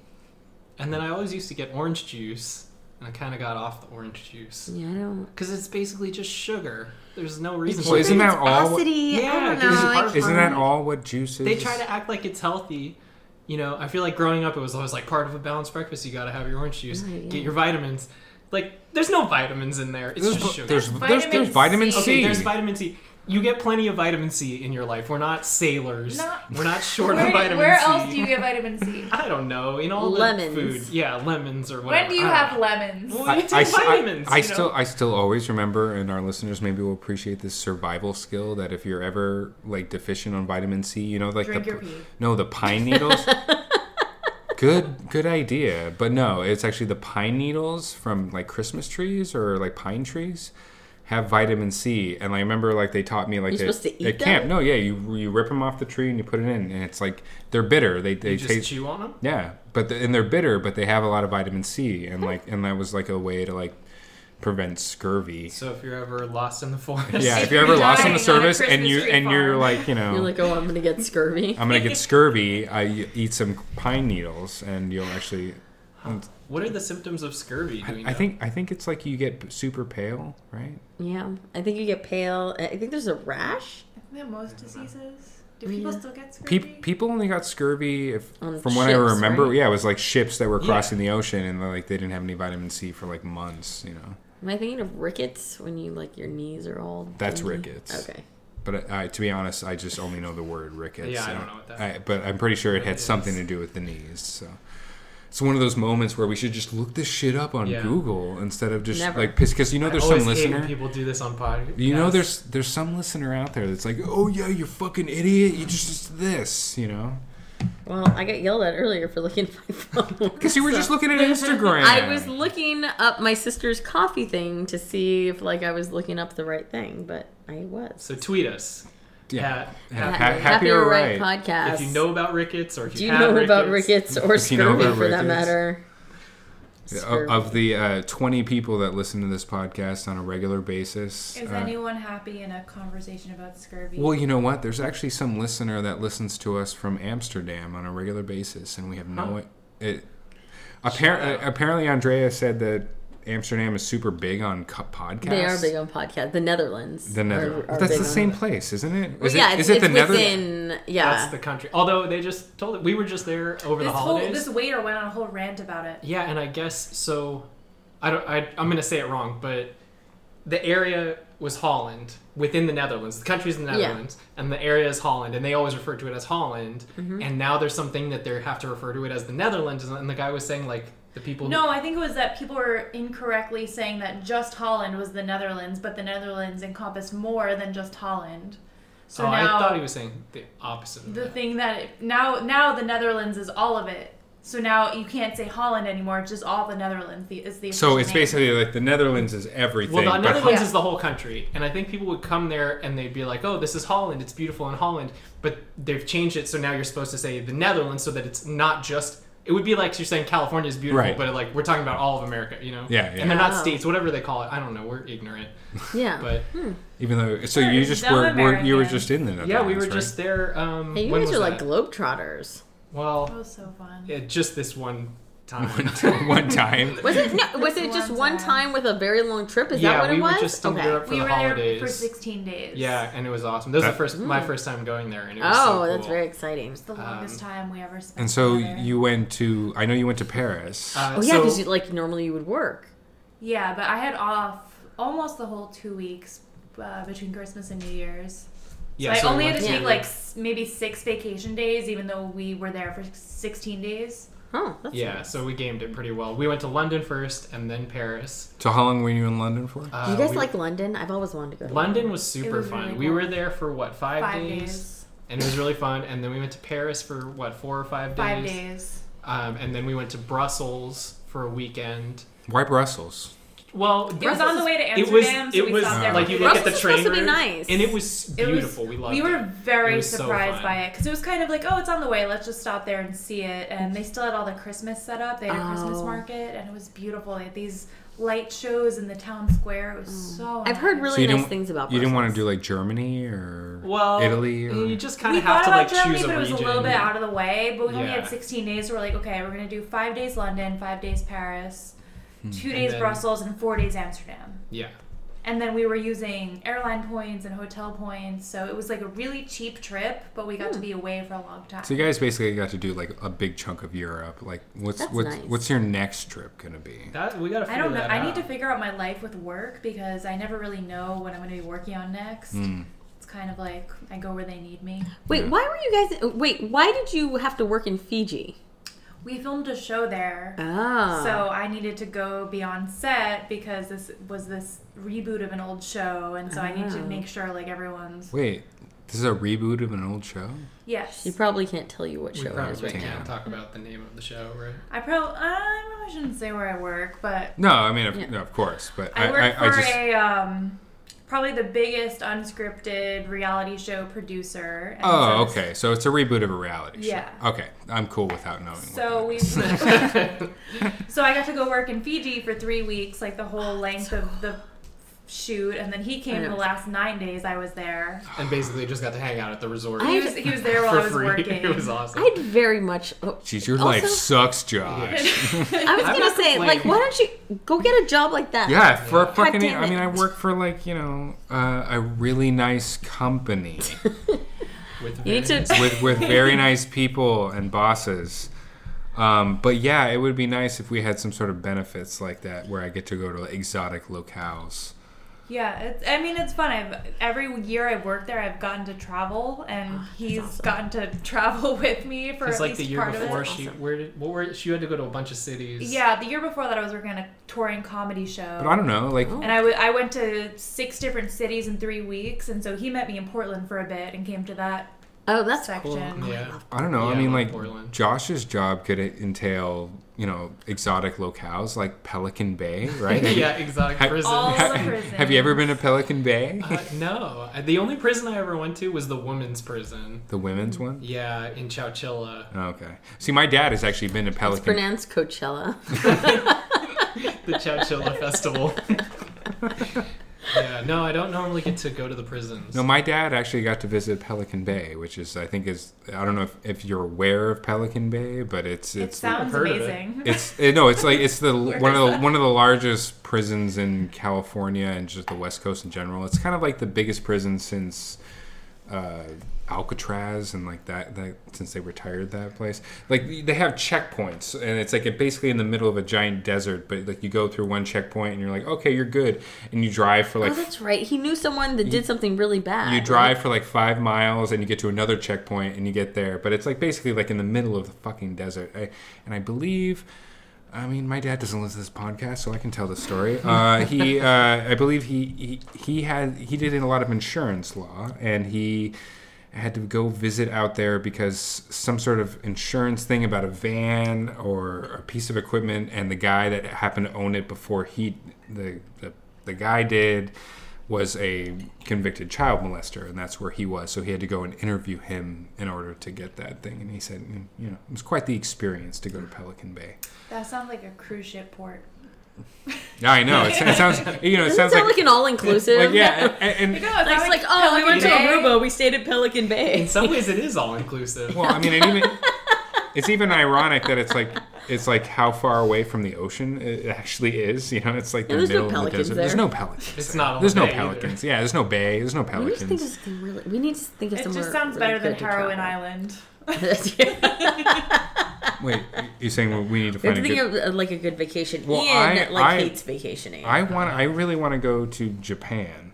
Speaker 3: and then I always used to get orange juice, and I kind of got off the orange juice
Speaker 2: Yeah, I don't.
Speaker 3: because it's basically just sugar. There's no reason.
Speaker 1: Well,
Speaker 3: for
Speaker 1: isn't
Speaker 3: it.
Speaker 1: that all-
Speaker 2: Viscosity, I
Speaker 3: Yeah,
Speaker 2: don't
Speaker 3: because
Speaker 2: know,
Speaker 3: it's
Speaker 2: like- um,
Speaker 3: part of
Speaker 1: Isn't that all what juice is?
Speaker 3: They try to act like it's healthy. You know, I feel like growing up, it was always like part of a balanced breakfast. You got to have your orange juice,
Speaker 2: Right, yeah.
Speaker 3: get your vitamins. Like, there's no vitamins in there. It's
Speaker 1: There's
Speaker 3: just
Speaker 1: vi-
Speaker 3: sugar.
Speaker 1: there's there's there's vitamin
Speaker 4: Vitamin
Speaker 1: C.
Speaker 4: C.
Speaker 3: okay, there's vitamin C. You get plenty of vitamin C in your life. We're not sailors.
Speaker 4: Not-
Speaker 3: We're not short of
Speaker 4: Where,
Speaker 3: vitamin
Speaker 4: where
Speaker 3: C.
Speaker 4: else do you get vitamin C?
Speaker 3: I don't know. In all
Speaker 2: Lemons.
Speaker 3: the food, yeah, lemons or whatever.
Speaker 4: When do you
Speaker 3: I don't
Speaker 4: have
Speaker 3: know.
Speaker 4: lemons?
Speaker 3: Well,
Speaker 1: I,
Speaker 3: you take
Speaker 1: I-
Speaker 3: vitamins.
Speaker 1: I
Speaker 3: you know?
Speaker 1: still I still always remember, and our listeners maybe will appreciate this survival skill that if you're ever like deficient on vitamin C, you know, like
Speaker 4: Drink
Speaker 1: the
Speaker 4: your pee.
Speaker 1: no the pine needles. good good idea, but no, it's actually the pine needles from like Christmas trees or like pine trees have vitamin C, and I remember like they taught me like
Speaker 2: You're
Speaker 1: at-
Speaker 2: supposed to eat
Speaker 1: at camp.
Speaker 2: them?
Speaker 1: No, yeah, you you rip them off the tree and you put it in, and it's like they're bitter. They they
Speaker 3: You just
Speaker 1: taste
Speaker 3: chew on them.
Speaker 1: yeah, but the, and they're bitter, but they have a lot of vitamin C, and like and that was like a way to like prevent scurvy.
Speaker 3: So if you're ever lost in the forest,
Speaker 1: Yeah,
Speaker 4: If
Speaker 1: if you're ever
Speaker 4: you're
Speaker 1: lost on
Speaker 4: dying
Speaker 1: the
Speaker 4: on a
Speaker 1: service and
Speaker 4: Christmas
Speaker 1: you
Speaker 4: tree
Speaker 1: and you're
Speaker 4: farm.
Speaker 1: like you know
Speaker 2: You're like, oh, I'm going to get scurvy.
Speaker 1: I'm gonna get scurvy, I e, eat some pine needles, and you'll actually.
Speaker 3: what are the symptoms of scurvy? Do we
Speaker 1: I,
Speaker 3: know?
Speaker 1: I think I think it's like you get super pale, right?
Speaker 2: yeah, I think you get pale. I I think there's a rash.
Speaker 4: Isn't that most diseases? Do people still get scurvy?
Speaker 1: Pe- people only got scurvy if,
Speaker 2: On
Speaker 1: from what I
Speaker 2: ships,
Speaker 1: remember.
Speaker 2: right?
Speaker 1: Yeah, it was like ships that were
Speaker 3: Yeah.
Speaker 1: crossing the ocean and like they didn't have any vitamin C for like months, you know.
Speaker 2: Am I thinking of rickets when you like your knees are all?
Speaker 1: That's
Speaker 2: dingy?
Speaker 1: rickets.
Speaker 2: Okay.
Speaker 1: But I, to be honest, I just only know the word rickets.
Speaker 3: Yeah, I don't know what that-
Speaker 1: I, but I'm pretty sure it had something to do with the knees. So it's one of those moments where we should just look this shit up on
Speaker 3: Yeah.
Speaker 1: Google instead of just
Speaker 2: Never.
Speaker 1: like piss because you know
Speaker 3: I
Speaker 1: there's
Speaker 3: always
Speaker 1: some
Speaker 3: hate when
Speaker 1: listener.
Speaker 3: people do this on podcasts.
Speaker 1: You know, there's there's some listener out there that's like, oh yeah, you fucking idiot, you just, just this, you know,
Speaker 2: Well, I got yelled at earlier for looking at my phone.
Speaker 1: because you were just looking at Instagram.
Speaker 2: I was looking up my sister's coffee thing to see if like I was looking up the right thing, but I was.
Speaker 3: so tweet us.
Speaker 1: yeah.
Speaker 3: at-
Speaker 1: Ha-
Speaker 2: Ha-
Speaker 1: ha- happy or right?
Speaker 2: podcast.
Speaker 3: if you know about rickets or if
Speaker 2: Do
Speaker 3: you,
Speaker 2: you
Speaker 3: have
Speaker 2: know
Speaker 3: rickets,
Speaker 2: about rickets or
Speaker 1: If you know
Speaker 2: scurvy
Speaker 1: about
Speaker 2: for that
Speaker 1: rickets.
Speaker 2: matter?
Speaker 1: Yeah,
Speaker 2: Scurvy.
Speaker 1: Of, of the uh, 20 people that listen to this podcast on a regular basis,
Speaker 4: Is
Speaker 1: uh,
Speaker 4: anyone happy in a conversation about scurvy?
Speaker 1: well, you know what? There's actually some listener that listens to us from Amsterdam on a regular basis, and we have no
Speaker 3: Huh.
Speaker 1: it. Appar-
Speaker 3: Shout out.
Speaker 1: uh, apparently, Andrea said that Amsterdam is super big on co- podcasts.
Speaker 2: they are big on podcasts. The Netherlands.
Speaker 1: The
Speaker 2: are-
Speaker 1: Netherlands.
Speaker 2: are
Speaker 1: That's
Speaker 2: big
Speaker 1: the
Speaker 2: on-
Speaker 1: same place, isn't it?
Speaker 2: Well,
Speaker 1: Is
Speaker 2: yeah,
Speaker 1: it,
Speaker 2: it's,
Speaker 1: is it the
Speaker 2: it's
Speaker 1: Netherlands?
Speaker 2: within. Yeah.
Speaker 3: That's the country. Although they just told it, we were just there over
Speaker 4: this
Speaker 3: the
Speaker 4: whole
Speaker 3: holidays.
Speaker 4: this waiter went on a whole rant about it.
Speaker 3: Yeah, and I guess so. I don't. I, I'm gonna say it wrong, but the area was Holland within the Netherlands. The country's the Netherlands, and the area is Holland, and they always refer to it as Holland.
Speaker 4: Mm-hmm.
Speaker 3: And now there's something that they have to refer to it as the Netherlands. And the guy was saying like the people. who-
Speaker 4: No, I think it was that people were incorrectly saying that just Holland was the Netherlands, but the Netherlands encompassed more than just Holland. So
Speaker 3: oh, I
Speaker 4: now
Speaker 3: thought he was saying the opposite. of
Speaker 4: the
Speaker 3: that.
Speaker 4: thing that it, now now the Netherlands is all of it. So now you can't say Holland anymore. It's just all the Netherlands. The, is the
Speaker 1: So
Speaker 4: official
Speaker 1: it's
Speaker 4: name.
Speaker 1: basically like the Netherlands is everything.
Speaker 3: Well, the
Speaker 1: but
Speaker 3: Netherlands
Speaker 4: Yeah.
Speaker 3: is the whole country, and I think people would come there and they'd be like, "Oh, this is Holland. It's beautiful in Holland." But they've changed it, so now you're supposed to say the Netherlands, so that it's not just. It would be like you're saying California is beautiful,
Speaker 1: Right.
Speaker 3: but like we're talking about all of America, you know?
Speaker 1: Yeah, yeah.
Speaker 3: And they're not
Speaker 2: Wow.
Speaker 3: states, whatever they call it. I don't know. We're ignorant,
Speaker 2: Yeah.
Speaker 3: but
Speaker 1: even though, so
Speaker 4: Sure,
Speaker 1: you just
Speaker 4: dumb
Speaker 1: were, were you were
Speaker 4: Americans.
Speaker 1: just in the Netherlands.
Speaker 3: yeah, we were
Speaker 1: right?
Speaker 3: just there. Um,
Speaker 2: Hey, you
Speaker 3: when
Speaker 2: guys
Speaker 3: was
Speaker 2: are like
Speaker 3: that?
Speaker 2: globetrotters.
Speaker 4: That
Speaker 3: well,
Speaker 4: was so fun.
Speaker 3: yeah, just this one time.
Speaker 1: one time.
Speaker 2: Was it no, was it
Speaker 4: One
Speaker 2: just one
Speaker 4: time.
Speaker 2: time with a very long trip? Is
Speaker 3: yeah,
Speaker 2: that what
Speaker 3: we
Speaker 2: it was?
Speaker 3: were just in
Speaker 2: okay.
Speaker 3: Europe for
Speaker 4: we
Speaker 3: the
Speaker 4: were
Speaker 3: holidays.
Speaker 4: there for 16 days.
Speaker 3: yeah, and it was awesome. That was
Speaker 1: That-
Speaker 3: the first, my first time going there, and it was so
Speaker 2: Mm. Oh,
Speaker 3: cool.
Speaker 2: that's very exciting.
Speaker 1: Uh,
Speaker 4: It's the
Speaker 3: Um,
Speaker 4: longest time we ever spent.
Speaker 1: And so
Speaker 4: together.
Speaker 1: you went to. I know you went to Paris.
Speaker 3: Uh,
Speaker 2: Oh yeah,
Speaker 3: so-
Speaker 2: because you like normally you would work.
Speaker 4: Yeah, but I had off almost the whole two weeks uh, between Christmas and New Year's.
Speaker 3: yeah,
Speaker 4: so
Speaker 3: so
Speaker 4: I
Speaker 3: we
Speaker 4: only had
Speaker 3: went
Speaker 4: to
Speaker 2: to-
Speaker 4: take
Speaker 2: Yeah.
Speaker 4: like s- maybe six vacation days, even though we were there for 16 days.
Speaker 2: Oh, that's
Speaker 3: Yeah,
Speaker 2: nice.
Speaker 3: so we gamed it pretty well. We went to London first and then Paris.
Speaker 1: so how long were you in London for?
Speaker 3: Uh,
Speaker 2: Do you guys
Speaker 3: we-
Speaker 2: like London? I've always wanted to go. to
Speaker 3: London was super
Speaker 4: was
Speaker 3: fun.
Speaker 4: really
Speaker 3: we
Speaker 4: cool.
Speaker 3: were there for what five,
Speaker 4: Five
Speaker 3: days?
Speaker 4: days.
Speaker 3: and it was really fun. And then we went to Paris for what four or five days.
Speaker 4: Five days.
Speaker 3: Um, and then we went to Brussels for a weekend.
Speaker 1: Why Brussels?
Speaker 3: Well,
Speaker 4: It was on the way to
Speaker 3: It was.
Speaker 4: Amsterdam, so
Speaker 3: it
Speaker 4: we
Speaker 3: was
Speaker 4: stopped there.
Speaker 3: like
Speaker 4: for
Speaker 3: you
Speaker 4: food.
Speaker 3: look at the
Speaker 2: Brussels is
Speaker 3: train
Speaker 2: supposed to be
Speaker 3: route,
Speaker 2: nice.
Speaker 3: and it was
Speaker 4: It was-
Speaker 3: beautiful. we loved.
Speaker 4: were
Speaker 3: it. It
Speaker 4: very
Speaker 3: was so
Speaker 4: surprised
Speaker 3: fun.
Speaker 4: by it because it was kind of like, oh, it's on the way. Let's just stop there and see it. And they still had all the Christmas set up. They had a Christmas
Speaker 2: Oh.
Speaker 4: market, and it was beautiful. They had these light shows in the town square. It was
Speaker 3: Mm.
Speaker 4: so.
Speaker 2: I've heard
Speaker 4: nice.
Speaker 2: really
Speaker 1: you
Speaker 2: nice
Speaker 1: didn't-
Speaker 2: things about.
Speaker 1: You didn't want to
Speaker 2: Brussels.
Speaker 1: do like Germany or
Speaker 3: Well,
Speaker 1: Italy or
Speaker 3: you just kind
Speaker 4: we
Speaker 3: of have
Speaker 4: thought
Speaker 3: to
Speaker 4: about
Speaker 3: like
Speaker 4: Germany,
Speaker 3: choose a
Speaker 4: but it was
Speaker 3: region.
Speaker 4: a little bit out of the way. But we only
Speaker 3: Yeah.
Speaker 4: had 16 days. So we're like, okay, we're gonna do five days London, five days Paris,
Speaker 3: Hmm.
Speaker 4: two days
Speaker 3: then-
Speaker 4: Brussels, and four days Amsterdam.
Speaker 3: Yeah,
Speaker 4: And then we were using airline points and hotel points, so it was like a really cheap trip, but we got
Speaker 2: Hmm.
Speaker 4: to be away for a long time.
Speaker 1: so you guys basically got to do like a big chunk of Europe. Like what's
Speaker 2: That's
Speaker 1: what's
Speaker 2: nice.
Speaker 1: what's your next trip gonna be?
Speaker 3: that we gotta.
Speaker 4: I
Speaker 3: Figure
Speaker 4: don't know.
Speaker 3: That
Speaker 4: I need
Speaker 3: out.
Speaker 4: to figure out my life with work because I never really know what I'm going to be working on next.
Speaker 1: Hmm.
Speaker 4: It's kind of like I go where they need me.
Speaker 2: Wait, why were you guys? Wait, why did you have to work in Fiji?
Speaker 4: We filmed a show there.
Speaker 2: Oh,
Speaker 4: So I needed to go beyond set because this was this reboot of an old show, and so I need to
Speaker 2: Oh.
Speaker 4: make sure like everyone's
Speaker 1: Wait, this is a reboot of an old show.
Speaker 4: yes.
Speaker 2: she probably can't tell you what
Speaker 3: We
Speaker 2: show it is
Speaker 3: probably
Speaker 2: right
Speaker 3: can't
Speaker 2: now.
Speaker 3: talk about the name of the show, right?
Speaker 4: I probably I probably shouldn't say where I work, but
Speaker 1: No, I mean of,
Speaker 2: Yeah.
Speaker 1: no, of course, but
Speaker 4: I,
Speaker 1: I
Speaker 4: work
Speaker 1: I, I
Speaker 4: for
Speaker 1: just
Speaker 4: a um, probably the biggest unscripted reality show producer. and
Speaker 1: oh
Speaker 4: so-
Speaker 1: okay, so it's a reboot of a reality
Speaker 4: Yeah.
Speaker 1: show. Okay, I'm cool without knowing.
Speaker 4: So we, so I got to go work in Fiji for three weeks, like the whole length of the shoot, and then he
Speaker 2: I
Speaker 4: came
Speaker 2: know.
Speaker 4: the last nine days I was there.
Speaker 3: And basically just got to hang out at the resort.
Speaker 2: I-
Speaker 4: He was he was there while
Speaker 3: for
Speaker 4: I was
Speaker 3: free.
Speaker 4: working.
Speaker 3: It was awesome.
Speaker 2: I'd very much. Oh,
Speaker 1: Jeez, your
Speaker 2: Also-
Speaker 1: life sucks, Josh.
Speaker 3: Yeah.
Speaker 2: I was
Speaker 3: I'm
Speaker 2: gonna
Speaker 3: not
Speaker 2: say, like,
Speaker 3: complaining.
Speaker 2: why don't you go get a job like that?
Speaker 1: Yeah, for a fucking.
Speaker 2: damn
Speaker 1: I mean,
Speaker 2: it.
Speaker 1: I work for like you know uh, a really nice company.
Speaker 3: With
Speaker 2: You need
Speaker 3: various-
Speaker 2: to-
Speaker 1: with with very nice people and bosses. Um, but yeah, it would be nice if we had some sort of benefits like that, where I get to go to exotic locales.
Speaker 4: Yeah, it's, I mean it's fun. I've every year I've worked there, I've gotten to travel,
Speaker 3: Ah,
Speaker 4: and he's
Speaker 2: awesome.
Speaker 4: gotten to travel with me for
Speaker 3: It's
Speaker 4: at
Speaker 3: like
Speaker 4: least
Speaker 3: the year
Speaker 4: part
Speaker 3: before
Speaker 4: of it.
Speaker 3: she
Speaker 2: Awesome.
Speaker 3: where did what were she had to go to a bunch of cities.
Speaker 4: Yeah, the year before that I was working on a touring comedy show.
Speaker 1: But I don't know, like
Speaker 2: Oh.
Speaker 4: and I, w- I went to six different cities in three weeks, and so he met me in Portland for a bit and came to that
Speaker 2: Oh, that's cool.
Speaker 4: section.
Speaker 3: Yeah.
Speaker 1: I don't know. I
Speaker 3: Yeah,
Speaker 1: mean,
Speaker 3: like
Speaker 1: like
Speaker 3: Portland.
Speaker 1: Josh's job could entail, you know, exotic locales like Pelican Bay, right?
Speaker 3: yeah, exotic
Speaker 1: Have-
Speaker 3: prison.
Speaker 4: All
Speaker 1: Ha-
Speaker 4: the prisons.
Speaker 1: Have you ever been to Pelican Bay?
Speaker 3: Uh, no, I- the only prison I ever went to was the women's prison.
Speaker 1: the women's one?
Speaker 3: Yeah, in Chowchilla.
Speaker 1: Okay. See, my dad has actually been to
Speaker 2: It's
Speaker 1: Pelican.
Speaker 2: pronounced Coachella.
Speaker 3: the Chowchilla Festival. yeah, no, I don't normally get to go to the prisons.
Speaker 1: No, my dad actually got to visit Pelican Bay, which is, I think, is I don't know if, if you're aware of Pelican Bay, but it's
Speaker 4: It
Speaker 1: it's
Speaker 4: sounds
Speaker 3: heard of it.
Speaker 4: amazing.
Speaker 1: it's eh, no, it's like it's the one
Speaker 4: is
Speaker 1: of the one of the largest prisons in California and just the West Coast in general. It's kind of like the biggest prison since uh, Alcatraz and like that, that since they retired that place. Like they have checkpoints and it's like basically in the middle of a giant desert, but like you go through one checkpoint and you're like, okay, you're good, and you drive for like
Speaker 2: oh, that's right. He knew someone that did something really bad.
Speaker 1: you
Speaker 2: right?
Speaker 1: drive for like five miles and you get to another checkpoint and you get there but it's like basically like in the middle of the fucking desert I, and i believe i mean my dad doesn't listen to this podcast so i can tell the story uh, he uh, i believe he, he he had he did a lot of insurance law and he had to go visit out there because some sort of insurance thing about a van or a piece of equipment and the guy that happened to own it before he the the, the guy did was a convicted child molester and that's where he was so he had to go and interview him in order to get that thing and he said mm, you know it was quite the experience to go to pelican bay
Speaker 4: That sounds like a cruise ship port.
Speaker 1: yeah i know it, sa- it sounds you know it
Speaker 2: Doesn't
Speaker 1: sounds
Speaker 2: sound
Speaker 1: like,
Speaker 2: like, an all inclusive.
Speaker 1: like yeah and,
Speaker 4: You
Speaker 1: and
Speaker 4: know, it's
Speaker 2: Like,
Speaker 4: not
Speaker 2: it's like, oh, we went to
Speaker 4: Pelican Bay.
Speaker 2: Aruba. We stayed at Pelican
Speaker 3: In
Speaker 2: Bay.
Speaker 3: some ways, it is all inclusive.
Speaker 2: oh.
Speaker 1: well i mean it even it's even ironic that it's like it's like how far away from the ocean it actually is you know it's like the
Speaker 2: Yeah, there's no
Speaker 1: middle of the
Speaker 2: pelicans
Speaker 1: desert there's
Speaker 2: there.
Speaker 1: no pelicans
Speaker 3: It's
Speaker 1: there.
Speaker 3: not on
Speaker 1: there's
Speaker 3: the
Speaker 1: no
Speaker 3: bay either.
Speaker 1: pelicans yeah there's no bay there's no
Speaker 2: We need to think
Speaker 1: pelicans
Speaker 2: of something really. We need to think of
Speaker 4: It
Speaker 2: somewhere
Speaker 4: just sounds
Speaker 2: really
Speaker 4: better than
Speaker 2: good to
Speaker 4: Heroin
Speaker 2: travel.
Speaker 4: Island.
Speaker 2: Yeah.
Speaker 1: wait you're saying we need to
Speaker 2: We have
Speaker 1: find
Speaker 2: to
Speaker 1: a
Speaker 2: think
Speaker 1: good
Speaker 2: of uh, like a good vacation.
Speaker 1: Well,
Speaker 2: Ian
Speaker 1: I-
Speaker 2: like
Speaker 1: I-
Speaker 2: hates vacationing.
Speaker 1: I want. I really want to go to Japan.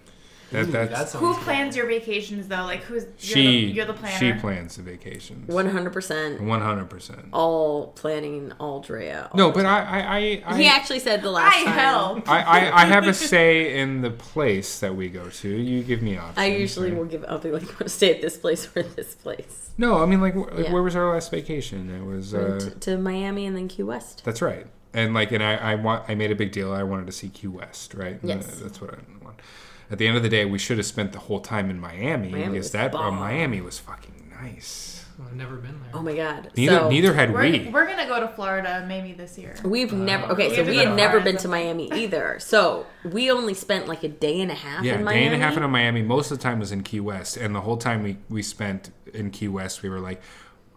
Speaker 1: That
Speaker 2: Hmm,
Speaker 3: Ooh,
Speaker 1: that's
Speaker 3: that sounds
Speaker 4: Who
Speaker 3: good.
Speaker 4: plans your vacations though? Like who's you're
Speaker 1: she.
Speaker 4: The, you're the
Speaker 1: she
Speaker 4: planner.
Speaker 1: plans the vacations.
Speaker 2: One hundred percent.
Speaker 1: One hundred percent.
Speaker 2: Oh. All planning, all Drea. all-
Speaker 1: No, but I I I,
Speaker 2: he
Speaker 1: I,
Speaker 2: actually said the
Speaker 4: I
Speaker 2: last time.
Speaker 4: help.
Speaker 1: I, I I have a say in the place that we go to. You give me options.
Speaker 2: I usually
Speaker 1: right?
Speaker 2: will give up. Be like, want to stay at this place or this place.
Speaker 1: No, I mean like, wh- like
Speaker 2: Yeah.
Speaker 1: where was our last vacation? It was. Uh,
Speaker 2: Went to, to Miami and then Key West.
Speaker 1: That's right. And like, and I, I want, I made a big deal. I wanted to see Key West, right? And uh,
Speaker 2: Yes.
Speaker 1: That's what I want. At the end of the day, we should have spent the whole time in Miami
Speaker 2: Miami
Speaker 1: because
Speaker 2: was
Speaker 1: that uh,
Speaker 2: bomb.
Speaker 1: Miami was fucking nice.
Speaker 3: I've never been there.
Speaker 2: Oh my god.
Speaker 1: Neither,
Speaker 2: so,
Speaker 1: neither uh, had
Speaker 4: We're,
Speaker 1: we.
Speaker 4: we're gonna go to Florida maybe this year.
Speaker 2: We've never okay, so
Speaker 4: We have to
Speaker 2: we
Speaker 4: go
Speaker 2: had
Speaker 4: to
Speaker 2: never
Speaker 4: Florida
Speaker 2: been to
Speaker 4: sometime.
Speaker 2: Miami either. So we only spent like a day and a half
Speaker 1: Yeah,
Speaker 2: in
Speaker 1: day
Speaker 2: Miami.
Speaker 1: and a half in Miami. Most of the time was in Key West, and the whole time we we spent in Key West, we were like,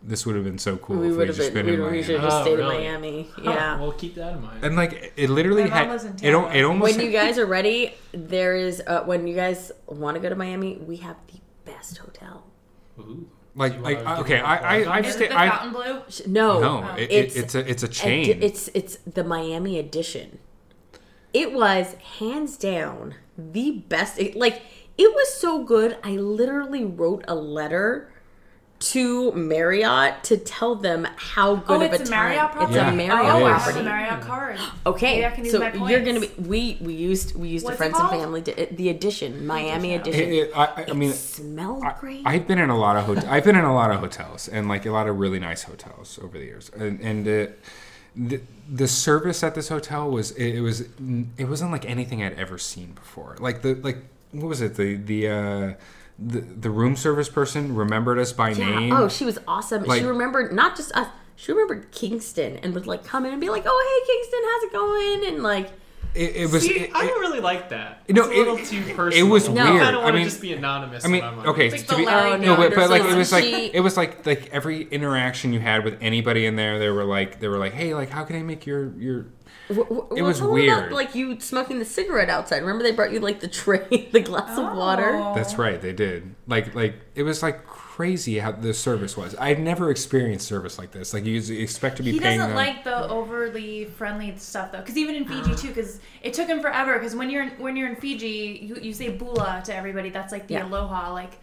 Speaker 1: "This would have been so cool
Speaker 2: we
Speaker 1: if we
Speaker 2: would
Speaker 1: had
Speaker 2: have
Speaker 1: just
Speaker 2: been,
Speaker 1: been in
Speaker 2: we would
Speaker 1: Miami."
Speaker 2: have just
Speaker 3: Oh,
Speaker 2: stayed
Speaker 3: really?
Speaker 2: in Miami.
Speaker 3: Huh,
Speaker 2: Yeah.
Speaker 3: We'll keep that in mind.
Speaker 1: And like it literally
Speaker 4: My mom
Speaker 1: had
Speaker 4: lives in
Speaker 1: it. al-
Speaker 4: Tampa.
Speaker 1: It almost
Speaker 2: When you guys are ready, there is uh, when you guys want to go to Miami, we have the best hotel.
Speaker 3: Ooh. Do
Speaker 1: like
Speaker 3: you
Speaker 1: like
Speaker 3: wanna
Speaker 1: I-
Speaker 3: give
Speaker 1: okay.
Speaker 3: it a
Speaker 1: I
Speaker 3: plug?
Speaker 1: I I've
Speaker 4: Is it
Speaker 1: stayed.
Speaker 4: the
Speaker 1: I
Speaker 4: Fountain Blue?
Speaker 2: Sh- No,
Speaker 1: no, it, it,
Speaker 2: Oh, it's-
Speaker 1: it's a it's a
Speaker 2: I
Speaker 1: chain.
Speaker 2: di- it's it's the Miami edition. It was hands down the best. It, like it was so good. I literally wrote a letter to Marriott to tell them how good
Speaker 4: Oh,
Speaker 2: of
Speaker 4: it's a
Speaker 2: time.
Speaker 4: Marriott property.
Speaker 2: It's
Speaker 1: Yeah.
Speaker 2: a Marriott
Speaker 4: Oh, I have
Speaker 2: property.
Speaker 4: a Marriott card.
Speaker 2: Okay,
Speaker 4: Maybe I can use
Speaker 2: so
Speaker 4: my
Speaker 2: you're gonna be
Speaker 4: points.
Speaker 2: we we used we used the
Speaker 4: What's it
Speaker 2: friends and
Speaker 4: called?
Speaker 2: family di- the edition Miami edition.
Speaker 1: It- it- I, I- I mean,
Speaker 2: smelled
Speaker 1: I,
Speaker 2: great.
Speaker 1: I've been in a lot of hot- I've been in a lot of hotels and like a lot of really nice hotels over the years, and and uh, the the service at this hotel was it, it was it wasn't like anything I'd ever seen before. Like the like what was it the the uh, the the room service person remembered us by name.
Speaker 2: Yeah. Oh, she was awesome.
Speaker 1: Like-
Speaker 2: she remembered not just us. She remembered Kingston and would like come in and be like, "Oh, hey, Kingston, how's it going?" And like,
Speaker 1: it, it was.
Speaker 3: See,
Speaker 1: it-
Speaker 3: I
Speaker 1: it-
Speaker 3: don't really like that.
Speaker 1: No,
Speaker 3: it's a little
Speaker 1: it-
Speaker 3: too
Speaker 1: it
Speaker 3: personal.
Speaker 1: was
Speaker 2: No.
Speaker 3: I
Speaker 2: weird.
Speaker 3: kind of want
Speaker 1: I
Speaker 3: to
Speaker 1: mean-
Speaker 3: just be anonymous.
Speaker 1: I mean,
Speaker 3: when I'm on
Speaker 1: okay,
Speaker 4: Like
Speaker 1: to
Speaker 4: the
Speaker 1: be,
Speaker 4: Larry
Speaker 1: no, but, but like it
Speaker 2: Anderson.
Speaker 1: was like
Speaker 2: She-
Speaker 1: it was like like every interaction you had with anybody in there, they were like they were like, hey, like how can I make your your
Speaker 2: W- w-
Speaker 1: It was
Speaker 2: what about,
Speaker 1: weird.
Speaker 2: like you smoking the cigarette outside. Remember they brought you like the tray, the glass of
Speaker 4: Oh.
Speaker 2: water.
Speaker 1: That's right, they did. Like like it was like crazy how the service was. I've never experienced service like this. Like you expect to be
Speaker 4: He
Speaker 1: paying
Speaker 4: doesn't
Speaker 1: them.
Speaker 4: like the overly friendly stuff though, because even in Fiji too, because it took him forever. Because when you're in, when you're in Fiji, you, you say bula to everybody. That's like the
Speaker 2: Yeah.
Speaker 4: aloha, like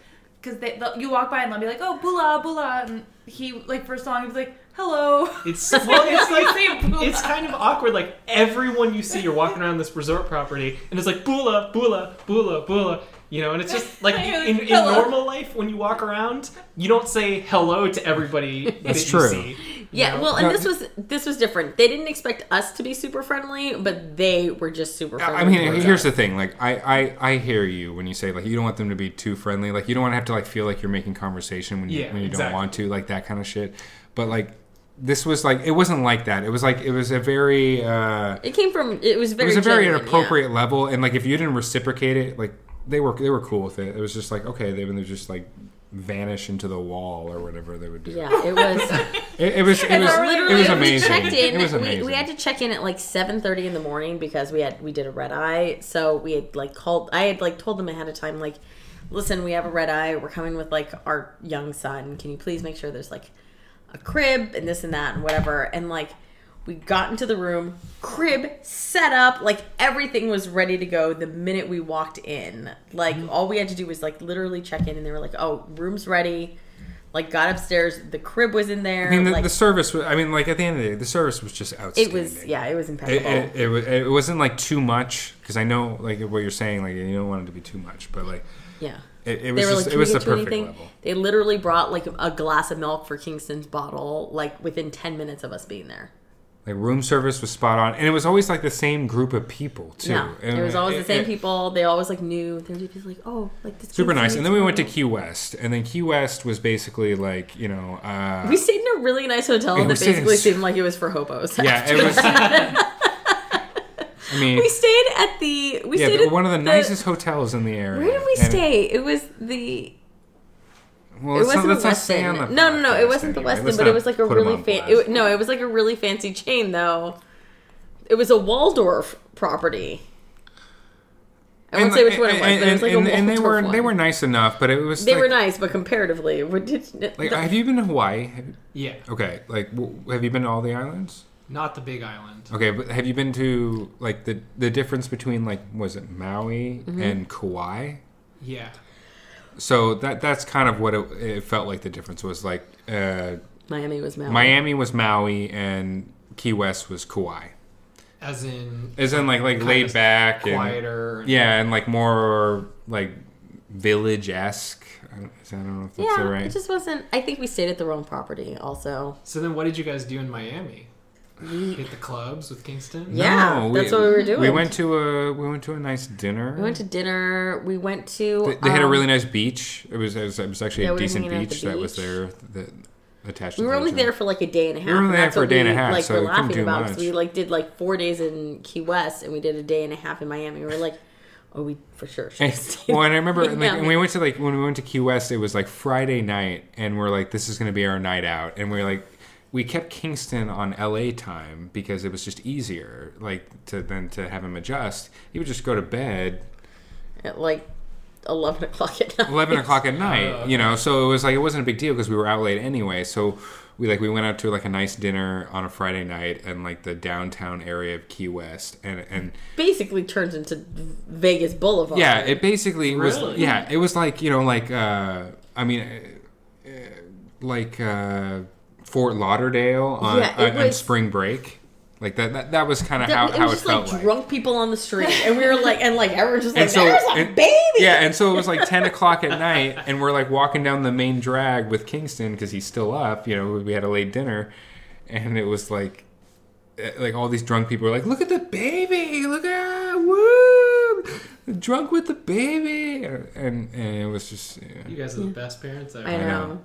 Speaker 4: because they they'll- you walk by and they'll be like, oh bula bula, and he like first song he was like hello.
Speaker 3: It's well, it's
Speaker 4: Say
Speaker 3: like
Speaker 4: bula.
Speaker 3: it's kind of awkward. Like everyone you see, you're walking around this resort property, and it's like bula, bula, bula, bula. You know, and it's just like
Speaker 4: You're like,
Speaker 3: in, in
Speaker 4: "Hello."
Speaker 3: normal life when you walk around, you don't say hello to everybody
Speaker 1: That's
Speaker 3: that
Speaker 1: true.
Speaker 3: you see. you
Speaker 2: Yeah,
Speaker 3: know?
Speaker 2: well, and
Speaker 1: No,
Speaker 2: this was this was different. They didn't expect us to be super friendly, but they were just super friendly.
Speaker 1: I mean,
Speaker 2: towards
Speaker 1: here's
Speaker 2: us.
Speaker 1: the thing. Like, I, I, I hear you when you say like you don't want them to be too friendly. Like, you don't want to have to like feel like you're making conversation when you
Speaker 3: Yeah,
Speaker 1: when you
Speaker 3: exactly.
Speaker 1: don't want to, like that kind of shit. But like, this was like it wasn't like that. It was like it was a very uh,
Speaker 2: it came from it was
Speaker 1: it
Speaker 2: very
Speaker 1: was a very
Speaker 2: genuine,
Speaker 1: inappropriate level. And like, if you didn't reciprocate it, like they were they were cool with it. It was just like okay, they would just like vanish into the wall or whatever they would do.
Speaker 2: Yeah, yeah it was.
Speaker 1: It, it was it
Speaker 2: And
Speaker 1: was
Speaker 4: it's
Speaker 2: literally,
Speaker 1: it was
Speaker 2: we
Speaker 1: amazing.
Speaker 2: checked in.
Speaker 1: It was
Speaker 2: we-
Speaker 1: amazing.
Speaker 2: We, had to check in at like seven thirty in the morning because we had we did a red eye. So we had like called. I had like told them ahead of time, like, listen, we have a red eye. We're coming with like our young son. Can you please make sure there's like a crib and this and that and whatever. And like we got into the room, crib set up, like everything was ready to go the minute we walked in. Like
Speaker 1: Mm-hmm.
Speaker 2: all we had to do was like literally check in, and they were like, oh, room's ready. Like got upstairs, the crib was in there.
Speaker 1: I mean, the,
Speaker 2: like,
Speaker 1: the service. Was, I mean, like at the end of the day, the service was just
Speaker 2: it
Speaker 1: outstanding.
Speaker 2: was yeah, it was
Speaker 1: It,
Speaker 2: impeccable.
Speaker 1: it, it, wa- it wasn't like too much because I know like what you're saying like you don't want it to be too much but like
Speaker 2: yeah.
Speaker 1: it, it
Speaker 2: They
Speaker 1: was
Speaker 2: were
Speaker 1: just,
Speaker 2: like, "Can
Speaker 1: it
Speaker 2: we
Speaker 1: was
Speaker 2: get
Speaker 1: the
Speaker 2: you
Speaker 1: perfect
Speaker 2: anything?"
Speaker 1: level.
Speaker 2: They literally brought like a glass of milk for Kingston's bottle, like within ten minutes of us being there.
Speaker 1: Like room service was spot on and it was always like the same group of people too.
Speaker 2: Yeah,
Speaker 1: And
Speaker 2: it was always the same
Speaker 1: it-
Speaker 2: people. They always like knew. They were just like, "Oh, like this."
Speaker 1: Super
Speaker 2: Kingston
Speaker 1: nice. And
Speaker 2: needs
Speaker 1: then we went to
Speaker 2: milk.
Speaker 1: Key West and then Key West was basically like you know uh,
Speaker 2: We stayed in a really nice hotel
Speaker 1: Yeah, we
Speaker 2: that
Speaker 1: stayed in
Speaker 2: basically
Speaker 1: s-
Speaker 2: seemed like it was for hobos.
Speaker 1: yeah it was. I mean
Speaker 2: we stayed at the we
Speaker 1: yeah
Speaker 2: stayed
Speaker 1: but
Speaker 2: at
Speaker 1: one of the, nicest hotels in the area.
Speaker 2: Where did we
Speaker 1: And-
Speaker 2: stay? It was the
Speaker 1: Well,
Speaker 2: it
Speaker 1: let's not-
Speaker 2: wasn't
Speaker 1: let's
Speaker 2: the
Speaker 1: not say
Speaker 2: Westin.
Speaker 1: on the
Speaker 2: no, no, no, it
Speaker 1: podcast
Speaker 2: wasn't the
Speaker 1: anyway.
Speaker 2: Westin,
Speaker 1: Let's
Speaker 2: but it
Speaker 1: not
Speaker 2: was like a
Speaker 1: put 'em
Speaker 2: really
Speaker 1: on
Speaker 2: fancy.
Speaker 1: blast.
Speaker 2: No, it was like a really fancy chain though. It was a Waldorf property. I won't
Speaker 1: And,
Speaker 2: say which
Speaker 1: like,
Speaker 2: one it was,
Speaker 1: and-
Speaker 2: but it was like
Speaker 1: and-
Speaker 2: a Waldorf
Speaker 1: and they were
Speaker 2: one.
Speaker 1: they were nice enough, but it was
Speaker 2: They
Speaker 1: like,
Speaker 2: were nice, but comparatively, what did
Speaker 1: Like,
Speaker 2: the-
Speaker 1: have you been to Hawaii? Have you-
Speaker 3: yeah,
Speaker 1: okay, like, w- have you been to all the islands?
Speaker 3: not the Big Island.
Speaker 1: Okay, but have you been to like the the difference between like was it Maui
Speaker 2: Mm-hmm.
Speaker 1: and Kauai?
Speaker 3: Yeah,
Speaker 1: So that that's kind of what it, it felt like. The difference was like uh,
Speaker 2: Miami was Maui.
Speaker 1: Miami was Maui and Key West was Kauai.
Speaker 3: as in
Speaker 1: As in like like
Speaker 3: Kind
Speaker 1: laid
Speaker 3: of
Speaker 1: back, and-
Speaker 3: quieter. and-
Speaker 1: yeah, and like more like village esque. I don't I don't know if that's
Speaker 2: yeah,
Speaker 1: the right.
Speaker 2: it just wasn't. I think we stayed at the wrong property. Also,
Speaker 3: So then, what did you guys do in Miami?
Speaker 2: we,
Speaker 3: Hit the clubs with Kingston.
Speaker 2: yeah,
Speaker 1: No,
Speaker 2: that's what we were doing.
Speaker 1: We went to a we went to a nice dinner.
Speaker 2: We went to dinner. We went to.
Speaker 1: They, they had a
Speaker 2: um,
Speaker 1: really nice beach. It was it was, it was actually
Speaker 2: Yeah,
Speaker 1: a
Speaker 2: we were
Speaker 1: decent
Speaker 2: hanging out at
Speaker 1: beach,
Speaker 2: the
Speaker 1: that was
Speaker 2: beach.
Speaker 1: there that attached.
Speaker 2: We
Speaker 1: to
Speaker 2: were
Speaker 1: the
Speaker 2: only
Speaker 1: hotel.
Speaker 2: there for like a day and a half.
Speaker 1: were only
Speaker 2: and
Speaker 1: there
Speaker 2: that's
Speaker 1: for a
Speaker 2: what
Speaker 1: day and a
Speaker 2: we,
Speaker 1: half,
Speaker 2: Like
Speaker 1: so
Speaker 2: we're
Speaker 1: we couldn't
Speaker 2: laughing
Speaker 1: do
Speaker 2: about because we
Speaker 1: much.
Speaker 2: like did like four days in Key West and we did a day and a half in Miami. We were like, oh, we for sure. should have
Speaker 1: And,
Speaker 2: stayed
Speaker 1: well, and I remember
Speaker 2: in
Speaker 1: like, when
Speaker 2: Miami.
Speaker 1: we went to like when we went to Key West, it was like Friday night, and we're like, this is going to be our night out, and we're like. We kept Kingston on LA time because it was just easier, like to than to have him adjust. He would just go to bed
Speaker 2: at like eleven o'clock at night.
Speaker 1: eleven o'clock at night,
Speaker 3: Oh,
Speaker 1: you know. So it was like it wasn't a big deal because we were out late anyway. So we like we went out to like a nice dinner on a Friday night and like the downtown area of Key West, and and
Speaker 2: Basically turns into Vegas Boulevard.
Speaker 1: yeah, it basically was
Speaker 3: Really?
Speaker 1: yeah, it was like you know like uh I mean uh, uh, like uh Fort Lauderdale on, uh,
Speaker 2: Yeah, it
Speaker 1: on- on
Speaker 2: was-
Speaker 1: spring break, like that that, that was kind of
Speaker 2: That-
Speaker 1: how
Speaker 2: it was
Speaker 1: how it
Speaker 2: just
Speaker 1: felt
Speaker 2: like,
Speaker 1: like.
Speaker 2: drunk people on the street, and we were like, and like everyone just like,
Speaker 1: And so-
Speaker 2: "There's a
Speaker 1: and-
Speaker 2: baby."
Speaker 1: Yeah, and so it was like ten o'clock at night, and we're like walking down the main drag with Kingston because he's still up. You know, we had a late dinner, and it was like, eh, like all these drunk people were like, "Look at the baby! Look at woo! Drunk with the baby!" And and it was just yeah.
Speaker 3: You guys are the best parents ever.
Speaker 2: I know.
Speaker 1: know.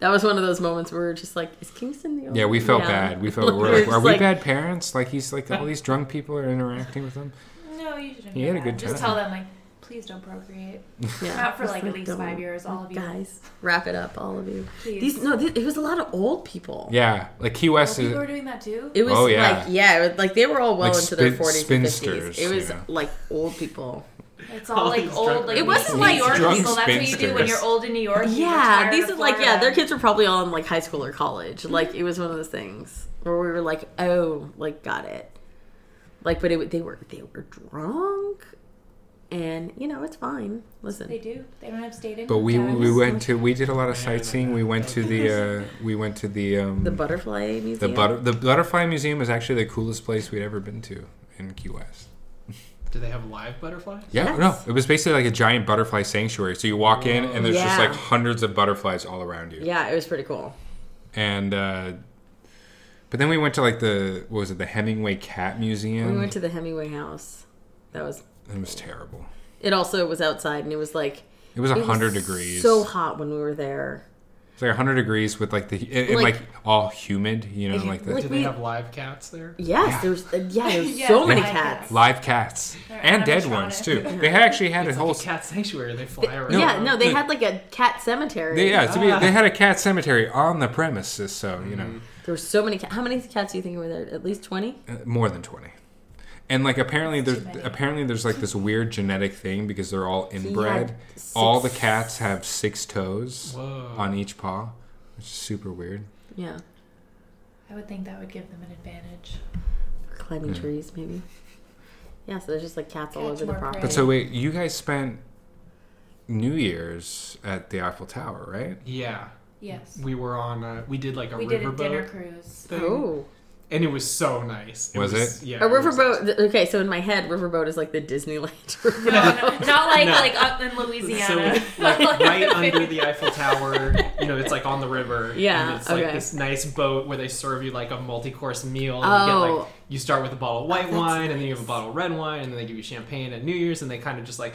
Speaker 2: That was one of those moments where we are just like, is Kingston the only
Speaker 1: Yeah, we felt
Speaker 2: Yeah.
Speaker 1: bad. We felt we're
Speaker 2: were
Speaker 1: like,
Speaker 2: just
Speaker 1: are we
Speaker 2: like-
Speaker 1: bad parents? Like he's like all these drunk people are interacting with him.
Speaker 4: No, you shouldn't.
Speaker 1: He
Speaker 4: feel
Speaker 1: had a
Speaker 4: bad.
Speaker 1: good
Speaker 4: Just
Speaker 1: time.
Speaker 4: tell them like, Please don't procreate.
Speaker 2: Yeah.
Speaker 4: Not for
Speaker 2: Just
Speaker 4: like at least
Speaker 2: don't.
Speaker 4: five years, all of you.
Speaker 2: Guys, wrap it up, all of you.
Speaker 4: Please.
Speaker 2: These no, th it was a lot of old people.
Speaker 1: Yeah, like Key
Speaker 4: Well,
Speaker 1: West is.
Speaker 4: people are doing that too.
Speaker 2: It was
Speaker 1: Oh, yeah.
Speaker 2: like yeah, it was, like they were all well
Speaker 1: Like
Speaker 2: into their
Speaker 1: spin-
Speaker 2: forties,
Speaker 1: spinsters,
Speaker 2: fifties. It was
Speaker 1: yeah.
Speaker 2: like old people.
Speaker 4: It's all like
Speaker 3: these
Speaker 4: old,
Speaker 3: drunk
Speaker 4: like
Speaker 2: It wasn't
Speaker 4: New
Speaker 2: like-
Speaker 4: York
Speaker 2: Drunk
Speaker 4: people. That's what you do when
Speaker 1: spinsters.
Speaker 4: you're old in New York. you
Speaker 2: Yeah,
Speaker 4: retire
Speaker 2: these
Speaker 4: to
Speaker 2: are like yeah, their
Speaker 4: Florida. Mm-hmm.
Speaker 2: kids were probably all in like high school or college. Like it was one of those things where we were like, oh, like got it. Like, but it, they were they were drunk, and you know it's fine. Listen,
Speaker 4: They do. They don't have state
Speaker 1: But
Speaker 4: income.
Speaker 1: we
Speaker 4: tax.
Speaker 1: we went to we did a lot of sightseeing. We went to the uh, we went to the um,
Speaker 2: the butterfly museum.
Speaker 1: the butter the butterfly museum is actually the coolest place we'd ever been to in Key West.
Speaker 3: Do they have live butterflies?
Speaker 1: Yeah,
Speaker 2: Yes.
Speaker 1: no, it was basically like a giant butterfly sanctuary. So you walk in and there's just
Speaker 2: Yeah.
Speaker 1: like hundreds of butterflies all around you.
Speaker 2: Yeah, it was pretty cool.
Speaker 1: And uh, but then we went to like the what was it the Hemingway Cat Museum?
Speaker 2: We went to the Hemingway house. That was.
Speaker 1: it was terrible.
Speaker 2: It also was outside, and it was like
Speaker 1: It was
Speaker 2: it was
Speaker 1: hundred degrees.
Speaker 2: So hot when we were there.
Speaker 1: It's like 100 degrees with like the and, and, like,
Speaker 2: Like-
Speaker 1: all humid, you know, like the
Speaker 2: Like-
Speaker 3: Do they
Speaker 2: We-
Speaker 3: have live cats there?
Speaker 2: Yes,
Speaker 1: Yeah.
Speaker 2: there was uh, yeah, there was
Speaker 4: Yeah,
Speaker 2: so many
Speaker 4: live
Speaker 2: cats.
Speaker 1: live cats
Speaker 4: They're
Speaker 1: and dead
Speaker 4: animatronic.
Speaker 1: ones too. They had actually had a
Speaker 3: It's
Speaker 1: whole
Speaker 3: like a cat sanctuary. They fly around.
Speaker 2: yeah, no, they
Speaker 1: the-
Speaker 2: had like a cat cemetery.
Speaker 1: they, yeah, to be,
Speaker 3: Ah.
Speaker 1: they had a cat cemetery on the premises, so you know,
Speaker 2: There were so many cats. How many cats do you think were there? At least 20?
Speaker 1: uh, more than 20. And like apparently
Speaker 4: That's
Speaker 1: there's
Speaker 4: too many.
Speaker 1: apparently there's like this weird genetic thing because they're all
Speaker 2: had
Speaker 1: inbred.
Speaker 2: six-
Speaker 1: All the cats have six toes
Speaker 3: Whoa.
Speaker 1: on each paw, which is super weird.
Speaker 2: Yeah.
Speaker 4: I would think that would give them an advantage.
Speaker 2: Climbing
Speaker 3: Hmm.
Speaker 2: trees, maybe. Yeah, so there's just like cats all
Speaker 4: Cats
Speaker 2: over the
Speaker 4: more
Speaker 2: property.
Speaker 1: But so wait, you guys spent New Year's at the Eiffel Tower, right?
Speaker 3: Yeah,
Speaker 4: Yes.
Speaker 3: we were on. A, we did like a
Speaker 4: We did a dinner
Speaker 3: riverboat
Speaker 4: cruise.
Speaker 3: thing,
Speaker 2: Oh.
Speaker 3: and it was so nice.
Speaker 1: Was
Speaker 3: was,
Speaker 1: it?
Speaker 3: Yeah,
Speaker 2: A
Speaker 3: it was
Speaker 2: riverboat. th- Okay, so in my head, riverboat is like the Disneyland
Speaker 4: No,
Speaker 2: riverboat.
Speaker 4: no, not like
Speaker 3: No.
Speaker 4: like
Speaker 2: uh,
Speaker 4: up in
Speaker 3: So
Speaker 4: Louisiana.
Speaker 3: it's, like right under the Eiffel Tower, you know, it's like on the river.
Speaker 2: Yeah,
Speaker 3: And it's
Speaker 2: okay.
Speaker 3: like this nice boat where they serve you like a multi-course meal. And you, get,
Speaker 2: Oh.
Speaker 3: like, you start with a bottle of white
Speaker 2: that's
Speaker 3: wine, and then you have a bottle of red wine, and then they give you champagne at New Year's, and they kind of just like,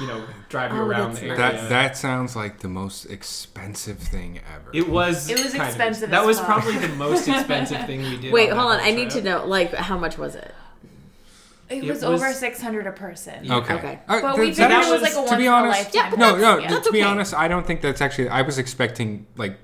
Speaker 3: you know, drive you
Speaker 2: Oh,
Speaker 3: around
Speaker 2: that's
Speaker 3: the
Speaker 2: nice.
Speaker 3: area.
Speaker 1: That that sounds like the most expensive thing ever.
Speaker 3: it was.
Speaker 4: It was
Speaker 3: kind of-
Speaker 4: expensive
Speaker 3: that
Speaker 4: as
Speaker 3: was
Speaker 4: fuck.
Speaker 3: probably the most expensive thing we did.
Speaker 2: Wait,
Speaker 3: that
Speaker 2: hold on.
Speaker 3: whole
Speaker 2: I need to
Speaker 3: trip.
Speaker 2: know, like, how much was it?
Speaker 4: it,
Speaker 3: it was-
Speaker 4: was over six hundred a person.
Speaker 3: Yeah.
Speaker 1: Okay.
Speaker 2: Okay.
Speaker 1: Uh,
Speaker 4: But
Speaker 1: th-
Speaker 4: we
Speaker 1: that
Speaker 4: figured it was
Speaker 1: actually-
Speaker 4: like a
Speaker 1: to be
Speaker 4: once in a
Speaker 1: honest-
Speaker 4: lifetime.
Speaker 1: No, no.
Speaker 4: Yeah.
Speaker 1: th- to be
Speaker 2: okay.
Speaker 1: honest, I don't think that's actually. I was expecting like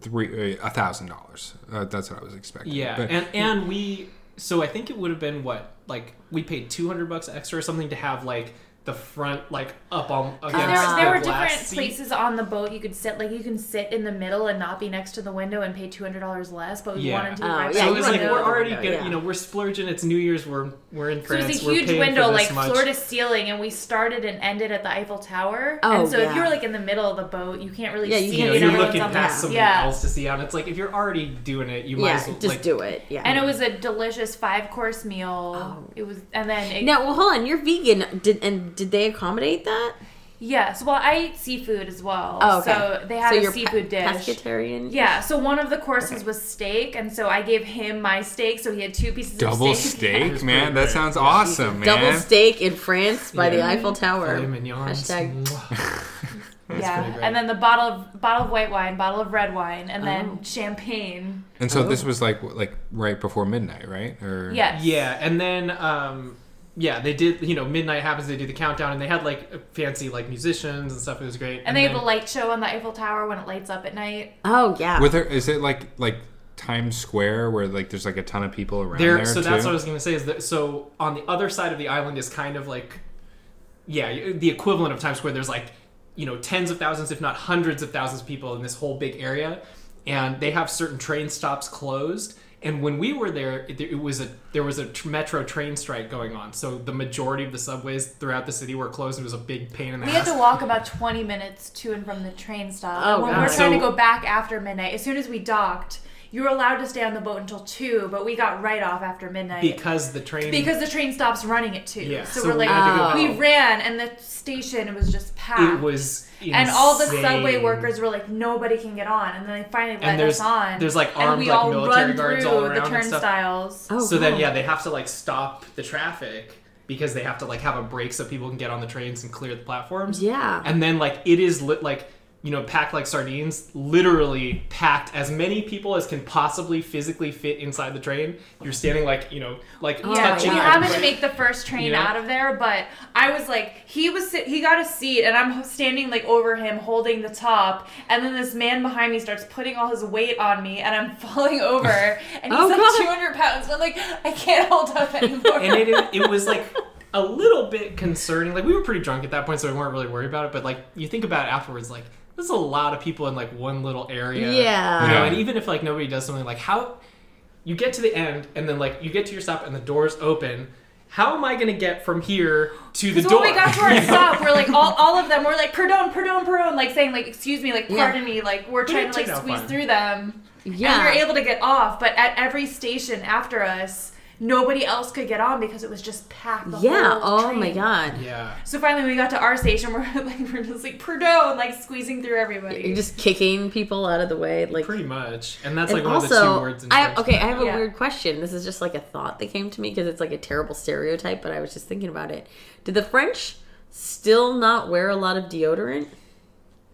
Speaker 1: three uh, a thousand dollars. Uh, That's what I was expecting.
Speaker 3: Yeah,
Speaker 1: But-
Speaker 3: and and we so I think it would have been what like we paid two hundred bucks extra or something to have like the front like up on
Speaker 4: Uh, There,
Speaker 3: against
Speaker 4: was-
Speaker 3: the
Speaker 4: there were
Speaker 3: glass
Speaker 4: different
Speaker 3: seat.
Speaker 4: places on the boat you could sit. Like you can sit in the middle and not be next to the window and pay two hundred dollars less. But we
Speaker 3: Yeah.
Speaker 4: wanted to be
Speaker 2: Oh,
Speaker 4: right
Speaker 2: yeah,
Speaker 4: by
Speaker 3: So
Speaker 4: the
Speaker 3: it was like
Speaker 4: window.
Speaker 3: we're already
Speaker 2: window,
Speaker 3: gonna
Speaker 2: yeah.
Speaker 3: you know we're splurging. It's New Year's. We're we're in
Speaker 4: So
Speaker 3: France.
Speaker 4: it was a
Speaker 3: we're
Speaker 4: huge
Speaker 3: paying
Speaker 4: window,
Speaker 3: for this
Speaker 4: like
Speaker 3: much.
Speaker 4: floor to ceiling, and we started and ended at the Eiffel Tower.
Speaker 2: Oh,
Speaker 4: and so if
Speaker 2: yeah.
Speaker 4: you're like in the middle of the boat, you can't really
Speaker 2: Yeah, you
Speaker 4: see
Speaker 3: You know,
Speaker 4: it.
Speaker 3: you're
Speaker 4: Everyone's
Speaker 3: looking
Speaker 4: on the-
Speaker 3: past something
Speaker 4: yeah.
Speaker 3: else to see out. It's like if you're already doing it, you might
Speaker 2: Yeah,
Speaker 3: as well
Speaker 2: just
Speaker 3: like,
Speaker 2: do it. Yeah.
Speaker 4: And it was a delicious five course meal.
Speaker 2: Oh.
Speaker 4: It was, and then it,
Speaker 2: Now, well, hold on. You're vegan. Did and did they accommodate that?
Speaker 4: yes. Well, I eat seafood as well,
Speaker 2: Oh, okay.
Speaker 4: so they had
Speaker 2: so
Speaker 4: a
Speaker 2: you're
Speaker 4: seafood
Speaker 2: pe-
Speaker 4: dish.
Speaker 2: Pescatarian.
Speaker 4: Yeah, so one of the courses was steak, and so I gave him my steak, so he had two pieces
Speaker 1: double
Speaker 4: of steak.
Speaker 1: steak,
Speaker 3: It's
Speaker 1: man.
Speaker 3: pretty
Speaker 1: That
Speaker 3: good.
Speaker 1: sounds awesome, man.
Speaker 2: Double steak in France by the
Speaker 3: Yeah.
Speaker 2: Eiffel Tower.
Speaker 3: filet mignons.
Speaker 2: Hashtag-
Speaker 3: Mwah. pretty
Speaker 4: Yeah,
Speaker 3: great.
Speaker 4: and then the bottle of bottle of white wine, bottle of red wine, and then
Speaker 2: Oh.
Speaker 4: champagne.
Speaker 1: And so
Speaker 2: Oh.
Speaker 1: this was like w- like right before midnight, right? Or
Speaker 4: Yes.
Speaker 3: Yeah, and then um, yeah, they did. You know, midnight happens. They do the countdown, and they had like fancy like musicians and stuff. It was great.
Speaker 4: And they have
Speaker 3: then-
Speaker 4: a light show on the Eiffel Tower when it lights up at night.
Speaker 2: Oh yeah.
Speaker 1: Were there is it like like Times Square where like there's like a ton of people around there?
Speaker 3: there, so
Speaker 1: too?
Speaker 3: that's what i was going to say is that so on the other side of the island is kind of like yeah the equivalent of times square there's like you know tens of thousands if not hundreds of thousands of people in this whole big area and they have certain train stops closed and when we were there it, it was a there was a tr- metro train strike going on so the majority of the subways throughout the city were closed it was a big pain in the
Speaker 4: We had
Speaker 3: ass
Speaker 4: to walk about 20 minutes to and from the train stop.
Speaker 2: Oh,
Speaker 4: when
Speaker 2: God.
Speaker 4: we were trying to
Speaker 3: So-
Speaker 4: go back after midnight, as soon as we docked, you were allowed to stay on the boat until 2, but we got right off after midnight.
Speaker 3: because the train
Speaker 4: because the train stops running at 2.
Speaker 3: Yeah,
Speaker 4: So,
Speaker 3: so
Speaker 4: we're
Speaker 3: we
Speaker 4: like,
Speaker 3: had
Speaker 2: to go back.
Speaker 4: we ran, and the station was just packed.
Speaker 3: it was
Speaker 4: and all the
Speaker 3: insane.
Speaker 4: subway workers were like, nobody can get on. And then they finally let
Speaker 3: and there's
Speaker 4: us on.
Speaker 3: there's like
Speaker 4: and
Speaker 3: armed
Speaker 4: we
Speaker 3: like
Speaker 4: all
Speaker 3: military
Speaker 4: run
Speaker 3: guards
Speaker 4: through
Speaker 3: all
Speaker 4: the
Speaker 3: around and stuff
Speaker 4: turnstiles.
Speaker 2: oh,
Speaker 3: so then
Speaker 2: God.
Speaker 3: yeah they have to like stop the traffic because they have to like have a break so people can get on the trains and clear the platforms
Speaker 2: Yeah.
Speaker 3: and then like it is lit like you know, packed like sardines, literally packed as many people as can possibly physically fit inside the train. You're standing like, you know, like
Speaker 2: Oh,
Speaker 4: Yeah,
Speaker 3: touching
Speaker 4: we
Speaker 2: wow.
Speaker 4: happened to
Speaker 3: everybody.
Speaker 4: make the first train
Speaker 3: Yeah.
Speaker 4: out of there, but I was like, he was sit- he got a seat, and I'm standing like over him, holding the top, and then this man behind me starts putting all his weight on me, and I'm falling over, and he's
Speaker 2: Oh,
Speaker 4: like
Speaker 2: God.
Speaker 4: 200 pounds, and I'm like, I can't hold up anymore.
Speaker 3: and it, it was like a little bit concerning. Like we were pretty drunk at that point, so we weren't really worried about it. But like you think about it afterwards, like there's a lot of people in like one little area.
Speaker 2: Yeah.
Speaker 3: You know,
Speaker 1: Yeah.
Speaker 3: and even if like nobody does something, like how you get to the end and then like you get to your stop and the doors open. How am I gonna get from here to the
Speaker 4: Because
Speaker 3: door?
Speaker 4: when we got to our
Speaker 3: You know?
Speaker 4: stop, we're like all, all of them were like perdone, perdone, perdone, like saying like excuse me, like
Speaker 2: Yeah.
Speaker 4: pardon me, like we're trying
Speaker 3: it
Speaker 4: to like
Speaker 3: turned out
Speaker 4: squeeze
Speaker 3: fine.
Speaker 4: through them.
Speaker 2: Yeah.
Speaker 4: And we were able to get off, but at every station after us, nobody else could get on because it was just packed. The
Speaker 2: yeah.
Speaker 4: whole
Speaker 2: Oh
Speaker 4: train.
Speaker 2: my god.
Speaker 3: Yeah.
Speaker 4: So finally, when we got to our station. We're like, we're just like perdone, like squeezing through everybody.
Speaker 2: You're just kicking people out of the way, like.
Speaker 3: Pretty much, and that's
Speaker 2: and
Speaker 3: like one
Speaker 2: also,
Speaker 3: of the two words. In
Speaker 2: I have,
Speaker 3: French.
Speaker 2: okay, I have a
Speaker 4: Yeah.
Speaker 2: weird question. This is just like a thought that came to me because it's like a terrible stereotype, but I was just thinking about it. Did the French still not wear a lot of deodorant?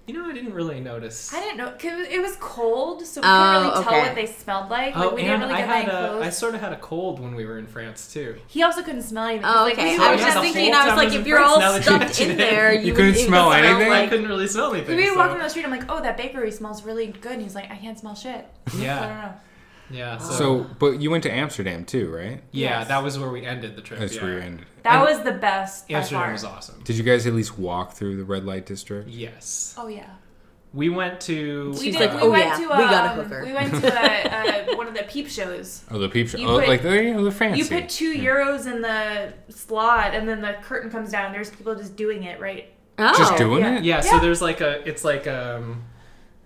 Speaker 3: You know, I didn't really notice.
Speaker 4: I didn't know 'cause it was cold, so we
Speaker 2: Oh,
Speaker 4: couldn't really
Speaker 2: okay.
Speaker 4: tell what they smelled like.
Speaker 3: oh,
Speaker 4: like we
Speaker 3: and
Speaker 4: didn't really
Speaker 3: I
Speaker 4: get
Speaker 3: had
Speaker 4: that
Speaker 3: a, I
Speaker 4: close.
Speaker 3: sort of had a cold when we were in France too.
Speaker 4: He also couldn't smell anything.
Speaker 2: Oh,
Speaker 4: like,
Speaker 2: okay.
Speaker 4: we
Speaker 2: I
Speaker 4: were
Speaker 2: was
Speaker 3: Yeah,
Speaker 4: just
Speaker 2: just
Speaker 3: the
Speaker 2: thinking.
Speaker 3: whole
Speaker 2: I was
Speaker 3: time I
Speaker 2: like,
Speaker 3: was
Speaker 2: if
Speaker 3: in
Speaker 2: you're
Speaker 3: France,
Speaker 2: all
Speaker 3: now that you
Speaker 2: stuffed
Speaker 3: mention
Speaker 2: in
Speaker 3: it.
Speaker 2: there,
Speaker 1: You
Speaker 2: you,
Speaker 1: couldn't
Speaker 2: would
Speaker 1: smell anything?
Speaker 3: I
Speaker 2: Like,
Speaker 3: couldn't really smell anything.
Speaker 4: we
Speaker 3: so-
Speaker 4: were walking down the street. I'm like, oh, that bakery smells really good. And he's like, I can't smell shit. I don't
Speaker 3: Yeah,
Speaker 4: know.
Speaker 3: yeah.
Speaker 2: Ah.
Speaker 3: So,
Speaker 1: So, but you went to Amsterdam too, right?
Speaker 3: yeah,
Speaker 4: Yes.
Speaker 3: that was where we ended the trip.
Speaker 1: That's
Speaker 3: yeah.
Speaker 1: where you ended. it.
Speaker 4: That
Speaker 3: And
Speaker 4: was the best. by
Speaker 3: Amsterdam
Speaker 4: far.
Speaker 3: was awesome.
Speaker 1: Did you guys at least walk through the red light district?
Speaker 3: Yes,
Speaker 4: Oh yeah.
Speaker 3: we went to.
Speaker 2: She's
Speaker 4: we
Speaker 2: like,
Speaker 4: did.
Speaker 2: "Oh,
Speaker 4: we went
Speaker 2: yeah,
Speaker 4: to
Speaker 2: we
Speaker 4: um,
Speaker 2: got a hooker."
Speaker 4: We went to uh, uh, one of the peep shows.
Speaker 1: Oh, the peep show.
Speaker 4: You
Speaker 1: Oh,
Speaker 4: put-
Speaker 1: like the, you know, the fancy.
Speaker 4: You put two euros in the slot, and then the curtain comes down. There's people just doing it, right?
Speaker 2: oh.
Speaker 1: Just doing
Speaker 4: yeah.
Speaker 1: it?
Speaker 3: yeah, so
Speaker 4: Yeah.
Speaker 3: there's like a. It's like um,